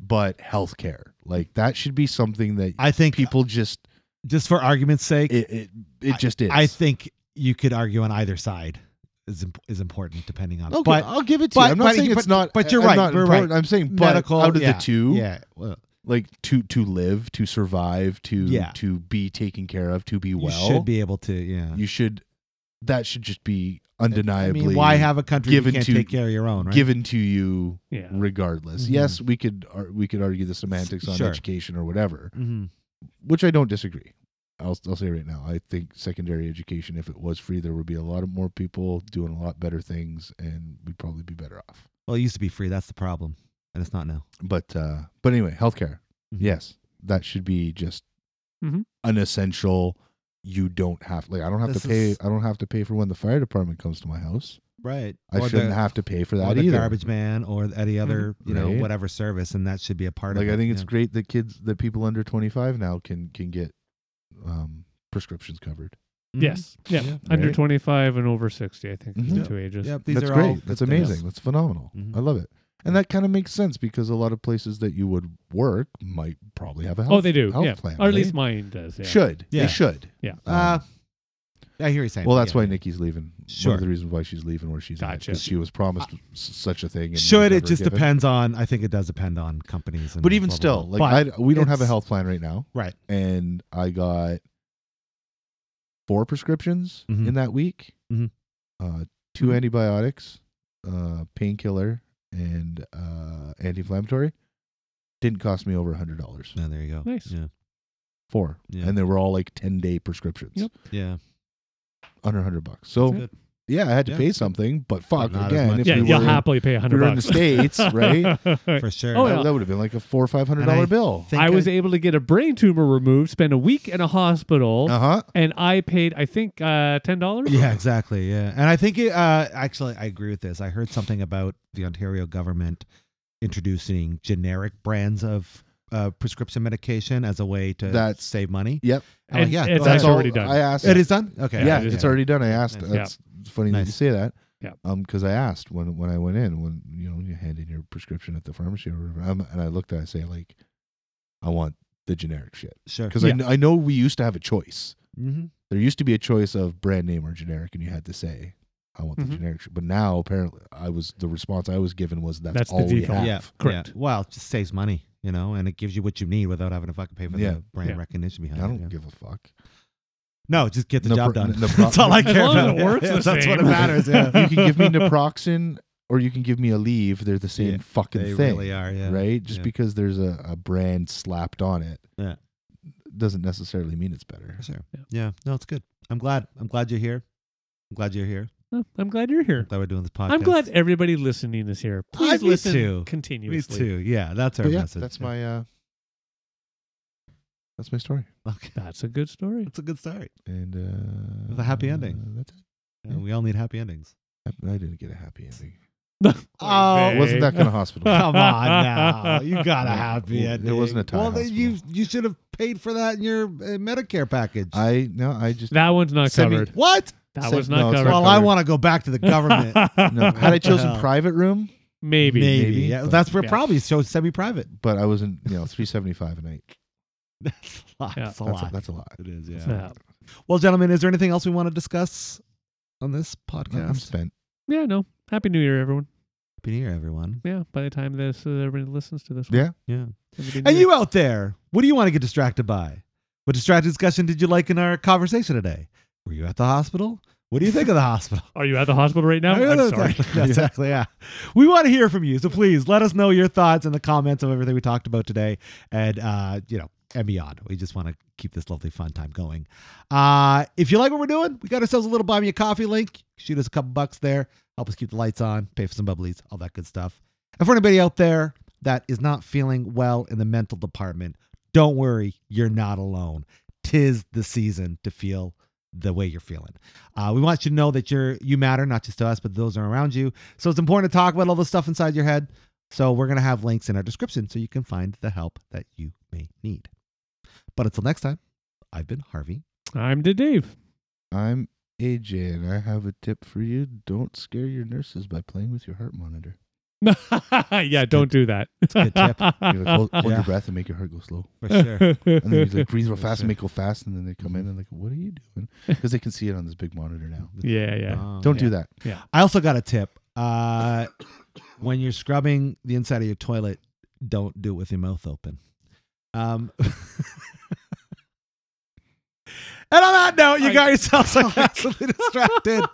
[SPEAKER 3] but healthcare, like that should be something that
[SPEAKER 1] I think uh, people,
[SPEAKER 3] people just
[SPEAKER 1] just for argument's sake,
[SPEAKER 3] it it, it just is.
[SPEAKER 1] I think you could argue on either side is imp- is important depending on.
[SPEAKER 3] Okay,
[SPEAKER 1] but
[SPEAKER 3] I'll give it to
[SPEAKER 1] but-
[SPEAKER 3] you. I'm not
[SPEAKER 1] but-
[SPEAKER 3] saying
[SPEAKER 1] but-
[SPEAKER 3] it's not.
[SPEAKER 1] but you're
[SPEAKER 3] I'm
[SPEAKER 1] right,
[SPEAKER 3] not
[SPEAKER 1] we're
[SPEAKER 3] important. I'm saying but
[SPEAKER 1] medical
[SPEAKER 3] out of
[SPEAKER 1] yeah,
[SPEAKER 3] the two,
[SPEAKER 1] yeah, well,
[SPEAKER 3] like to to live, to survive, to
[SPEAKER 1] Yeah.
[SPEAKER 3] to be taken care of, to be
[SPEAKER 1] you
[SPEAKER 3] well.
[SPEAKER 1] should be able to. Yeah,
[SPEAKER 3] You should. That should just be
[SPEAKER 1] I
[SPEAKER 3] undeniably.
[SPEAKER 1] mean, why have a country if you
[SPEAKER 3] given
[SPEAKER 1] can't
[SPEAKER 3] to-
[SPEAKER 1] take care of your own? Right?
[SPEAKER 3] given to you
[SPEAKER 2] Yeah.
[SPEAKER 3] regardless?
[SPEAKER 1] Mhm.
[SPEAKER 3] Yes, we could ar- we could argue the semantics on
[SPEAKER 1] Sure.
[SPEAKER 3] education or whatever,
[SPEAKER 1] Mhm.
[SPEAKER 3] which I don't disagree. I'll I'll say right now, I think secondary education, if it was free, there would be a lot of more people doing a lot better things, and we'd probably be better off.
[SPEAKER 1] Well, it used to be free. That's the problem, and it's not now.
[SPEAKER 3] But uh, but anyway, healthcare.
[SPEAKER 1] Mhm.
[SPEAKER 3] Yes, that should be just
[SPEAKER 2] Mhm.
[SPEAKER 3] an essential. You don't have like I don't have
[SPEAKER 1] Mm-hmm. This
[SPEAKER 3] to pay.
[SPEAKER 1] is-
[SPEAKER 3] I don't have to pay for when the fire department comes to my house.
[SPEAKER 1] Right.
[SPEAKER 3] I
[SPEAKER 1] or
[SPEAKER 3] shouldn't
[SPEAKER 1] the,
[SPEAKER 3] have to pay for
[SPEAKER 1] or
[SPEAKER 3] that
[SPEAKER 1] the
[SPEAKER 3] either.
[SPEAKER 1] garbage man or any other you know
[SPEAKER 3] Right.
[SPEAKER 1] whatever service, and that should be a part
[SPEAKER 3] Like
[SPEAKER 1] of. it,
[SPEAKER 3] I think it's
[SPEAKER 1] yeah.
[SPEAKER 3] great that kids that people under twenty five now can can get um, prescriptions covered.
[SPEAKER 1] Mhm.
[SPEAKER 2] Yes. Yeah.
[SPEAKER 1] Yeah.
[SPEAKER 2] Under
[SPEAKER 3] Right.
[SPEAKER 2] 25 and over 60, I think, are
[SPEAKER 3] Mhm.
[SPEAKER 2] the two ages.
[SPEAKER 1] Yep. These
[SPEAKER 3] That's
[SPEAKER 1] are all
[SPEAKER 3] great.
[SPEAKER 1] good
[SPEAKER 3] That's
[SPEAKER 1] things.
[SPEAKER 3] amazing. That's phenomenal.
[SPEAKER 1] Mhm.
[SPEAKER 3] I love it. And that kind of makes sense because a lot of places that you would work might probably have a health.
[SPEAKER 2] Oh, they do.
[SPEAKER 3] Health
[SPEAKER 2] yeah.
[SPEAKER 3] plan,
[SPEAKER 2] or at
[SPEAKER 3] right?
[SPEAKER 2] least mine does. Yeah.
[SPEAKER 3] should
[SPEAKER 1] Yeah.
[SPEAKER 3] they should.
[SPEAKER 2] Yeah.
[SPEAKER 3] Um,
[SPEAKER 1] Uh, I hear you saying.
[SPEAKER 3] well,
[SPEAKER 1] but
[SPEAKER 3] that's
[SPEAKER 1] yeah.
[SPEAKER 3] why Nikki's leaving. One
[SPEAKER 1] Sure.
[SPEAKER 3] of the reasons why she's leaving where she's at
[SPEAKER 2] Gotcha.
[SPEAKER 3] because she was promised s- such a thing. And was
[SPEAKER 1] Should it
[SPEAKER 3] never
[SPEAKER 1] just
[SPEAKER 3] given.
[SPEAKER 1] depends on? I think it does depend on companies. And
[SPEAKER 3] But even
[SPEAKER 1] blah, blah,
[SPEAKER 3] still,
[SPEAKER 1] blah.
[SPEAKER 3] like
[SPEAKER 1] But-
[SPEAKER 3] I, we don't have a
[SPEAKER 1] it's-
[SPEAKER 3] health plan right now,
[SPEAKER 1] right.
[SPEAKER 3] and I got four prescriptions
[SPEAKER 1] Mhm.
[SPEAKER 3] in that week,
[SPEAKER 1] Mhm.
[SPEAKER 3] uh, 2
[SPEAKER 1] Mm-hmm.
[SPEAKER 3] antibiotics, uh, painkiller, and uh, anti-inflammatory. Didn't cost me over a hundred dollars.
[SPEAKER 1] No, there you go.
[SPEAKER 2] Nice.
[SPEAKER 1] Yeah.
[SPEAKER 3] Four,
[SPEAKER 1] Yeah.
[SPEAKER 3] and they were all like ten day prescriptions,
[SPEAKER 2] Yep.
[SPEAKER 1] Yeah.
[SPEAKER 3] under a hundred bucks. So
[SPEAKER 1] Good.
[SPEAKER 3] yeah, I had to
[SPEAKER 1] Yeah.
[SPEAKER 3] pay something, but fuck
[SPEAKER 1] not as
[SPEAKER 3] again,
[SPEAKER 1] much
[SPEAKER 3] if
[SPEAKER 2] Yeah,
[SPEAKER 3] we
[SPEAKER 1] you
[SPEAKER 2] you'll
[SPEAKER 3] were,
[SPEAKER 2] happily pay 100
[SPEAKER 3] we were in the
[SPEAKER 2] bucks.
[SPEAKER 3] States, right?
[SPEAKER 1] For sure.
[SPEAKER 2] Oh,
[SPEAKER 3] that,
[SPEAKER 2] yeah.
[SPEAKER 3] that would have been like a four or five hundred
[SPEAKER 1] And I
[SPEAKER 3] dollar bill.
[SPEAKER 1] Think
[SPEAKER 2] I was
[SPEAKER 1] I-
[SPEAKER 2] able to get a brain tumor removed, spend a week in a hospital,
[SPEAKER 3] Uh huh.
[SPEAKER 2] and I paid, I think, uh, $10.
[SPEAKER 1] Yeah, exactly. Yeah. And I think, it, uh, actually, I agree with this. I heard something about the Ontario government introducing generic brands of uh, prescription medication as a way to
[SPEAKER 3] That's-
[SPEAKER 1] save money.
[SPEAKER 3] Yep.
[SPEAKER 1] I'm like,
[SPEAKER 2] And
[SPEAKER 1] yeah,
[SPEAKER 2] it's
[SPEAKER 1] go ahead.
[SPEAKER 2] actually already done.
[SPEAKER 3] I asked.
[SPEAKER 1] It is done? Okay.
[SPEAKER 3] yeah,
[SPEAKER 2] it is
[SPEAKER 3] it's already done. I asked.
[SPEAKER 1] Nice.
[SPEAKER 3] That's funny that you
[SPEAKER 1] Nice.
[SPEAKER 3] say that.
[SPEAKER 2] Yeah.
[SPEAKER 3] Um, because I asked when when I went in when you know you hand in your prescription at the pharmacy or whatever, um, and I looked at it, I say like, I want the generic shit
[SPEAKER 1] Sure.
[SPEAKER 3] because I
[SPEAKER 2] Yeah.
[SPEAKER 3] kn- I know we used to have a choice.
[SPEAKER 1] Mhm.
[SPEAKER 3] There used to be a choice of brand name or generic, and you had to say. I want the
[SPEAKER 2] Mhm.
[SPEAKER 3] generic shit, but now apparently I was the response I was given was that's,
[SPEAKER 2] That's the
[SPEAKER 3] all we
[SPEAKER 2] default.
[SPEAKER 3] have.
[SPEAKER 1] Yeah.
[SPEAKER 2] Correct.
[SPEAKER 1] Yeah. Well, it just saves money, you know, and it gives you what you need without having to fucking pay for
[SPEAKER 3] Yeah.
[SPEAKER 1] the brand
[SPEAKER 2] Yeah.
[SPEAKER 1] recognition
[SPEAKER 3] I
[SPEAKER 1] behind it.
[SPEAKER 3] don't
[SPEAKER 1] yeah.
[SPEAKER 3] give a fuck.
[SPEAKER 1] No, just get the
[SPEAKER 3] No
[SPEAKER 1] job
[SPEAKER 3] pro-
[SPEAKER 1] done.
[SPEAKER 3] no pro-
[SPEAKER 1] that's all I
[SPEAKER 2] As
[SPEAKER 1] care
[SPEAKER 2] long as
[SPEAKER 1] about.
[SPEAKER 2] it works the
[SPEAKER 1] that's what it
[SPEAKER 2] same.
[SPEAKER 1] matters. Yeah.
[SPEAKER 3] you can give me naproxen or you can give me a leave. They're the same
[SPEAKER 1] Yeah,
[SPEAKER 3] fucking
[SPEAKER 1] they
[SPEAKER 3] thing.
[SPEAKER 1] really are. Yeah.
[SPEAKER 3] right? Just
[SPEAKER 1] yeah.
[SPEAKER 3] because there's a, a brand slapped on it
[SPEAKER 1] Yeah.
[SPEAKER 3] doesn't necessarily mean it's better.
[SPEAKER 1] For sure.
[SPEAKER 2] Yeah.
[SPEAKER 1] Yeah. No, it's good. I'm glad. I'm glad you're here. I'm glad you're here.
[SPEAKER 2] Oh, I'm glad you're here.
[SPEAKER 1] Glad we're doing this podcast.
[SPEAKER 2] I'm glad everybody listening is here.
[SPEAKER 1] I-
[SPEAKER 2] Please
[SPEAKER 1] me
[SPEAKER 2] listen
[SPEAKER 1] too. Me Me
[SPEAKER 2] continuously.
[SPEAKER 1] too. Yeah, that's our
[SPEAKER 3] But yeah,
[SPEAKER 1] message.
[SPEAKER 3] that's my uh that's my story.
[SPEAKER 1] Okay.
[SPEAKER 2] That's a good story.
[SPEAKER 1] That's a good start.
[SPEAKER 3] And uh
[SPEAKER 1] With a happy ending.
[SPEAKER 3] That's it.
[SPEAKER 1] Yeah, we all need happy endings.
[SPEAKER 3] I, I didn't get a happy ending.
[SPEAKER 1] Oh,
[SPEAKER 3] It wasn't that kind of hospital.
[SPEAKER 1] Come on now, you got a
[SPEAKER 3] Yeah.
[SPEAKER 1] happy
[SPEAKER 3] Well,
[SPEAKER 1] ending.
[SPEAKER 3] there wasn't a Thai
[SPEAKER 1] Well, then you
[SPEAKER 3] hospital.
[SPEAKER 1] you should have paid for that in your uh, Medicare package.
[SPEAKER 3] I no, I just
[SPEAKER 2] That one's not
[SPEAKER 3] Send me-
[SPEAKER 2] covered.
[SPEAKER 1] what?
[SPEAKER 2] that
[SPEAKER 3] send-
[SPEAKER 2] one's not
[SPEAKER 3] no, it's
[SPEAKER 2] covered.
[SPEAKER 3] not
[SPEAKER 1] Well, I
[SPEAKER 3] covered.
[SPEAKER 1] want to go back to the government.
[SPEAKER 3] no. Had I chosen
[SPEAKER 1] hell?
[SPEAKER 3] private room,
[SPEAKER 2] Maybe.
[SPEAKER 1] maybe.
[SPEAKER 3] maybe,
[SPEAKER 1] Yeah,
[SPEAKER 3] but-
[SPEAKER 1] that's where
[SPEAKER 2] Yeah.
[SPEAKER 1] probably so semi-private.
[SPEAKER 3] but I wasn't, you know, three seventy five a night.
[SPEAKER 1] That's a lot.
[SPEAKER 2] Yeah.
[SPEAKER 1] That's a
[SPEAKER 3] That's
[SPEAKER 1] lot.
[SPEAKER 3] a, that's a lot.
[SPEAKER 1] it is.
[SPEAKER 2] Yeah.
[SPEAKER 1] Yeah. Well, gentlemen, is there anything else we want to discuss on this podcast?
[SPEAKER 3] I'm spent.
[SPEAKER 2] Yeah, no. Happy New Year, everyone.
[SPEAKER 1] Happy New Year, everyone.
[SPEAKER 2] Yeah, by the time this uh, everybody listens to this, one,
[SPEAKER 3] Yeah.
[SPEAKER 1] Yeah.
[SPEAKER 2] it'll be New
[SPEAKER 1] And
[SPEAKER 2] Year.
[SPEAKER 1] you out there, what do you want to get distracted by? What distracted discussion did you like in our conversation today? Were you at the hospital? What do you think of the hospital?
[SPEAKER 2] are you at the hospital right now? I'm sorry.
[SPEAKER 1] Yeah, exactly. Yeah. We want to hear from you. So please let us know your thoughts in the comments of everything we talked about today and, uh, you know, and beyond. We just want to keep this lovely fun time going. Uh, if you like what we're doing, we got ourselves a little buy me a coffee link. Shoot us a couple bucks there. Help us keep the lights on, pay for some bubblies, all that good stuff. And for anybody out there that is not feeling well in the mental department, don't worry, you're not alone. Tis the season to feel the way you're feeling. Uh, we want you to know that you're you matter, not just to us, but those are around you. So it's important to talk about all the stuff inside your head. So we're gonna have links in our description so you can find the help that you may need. But until next time, I've been Harvey.
[SPEAKER 2] I'm to Dave.
[SPEAKER 3] I'm AJ, and I have a tip for you. Don't scare your nurses by playing with your heart monitor.
[SPEAKER 2] yeah, don't do that.
[SPEAKER 1] good tip.
[SPEAKER 3] You like, hold hold
[SPEAKER 1] Yeah.
[SPEAKER 3] your breath and make your heart go slow.
[SPEAKER 1] For Oh, Mm-hmm.
[SPEAKER 3] And then you like breathe real fast and make it go fast, and then they come in and like, "What are you doing?" because they can see it on this big monitor now.
[SPEAKER 2] Yeah, yeah.
[SPEAKER 1] Oh,
[SPEAKER 3] Don't
[SPEAKER 1] yeah.
[SPEAKER 3] do that.
[SPEAKER 1] I also got a tip. Uh, when you're scrubbing the inside of your toilet, don't do it with your mouth open. Um, and on that note, you got yourself sarcastically distracted.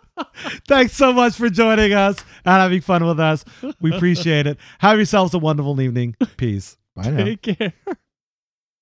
[SPEAKER 1] Thanks so much for joining us and having fun with us. We appreciate it. Have yourselves a wonderful evening. Peace.
[SPEAKER 3] Bye now.
[SPEAKER 2] Take care.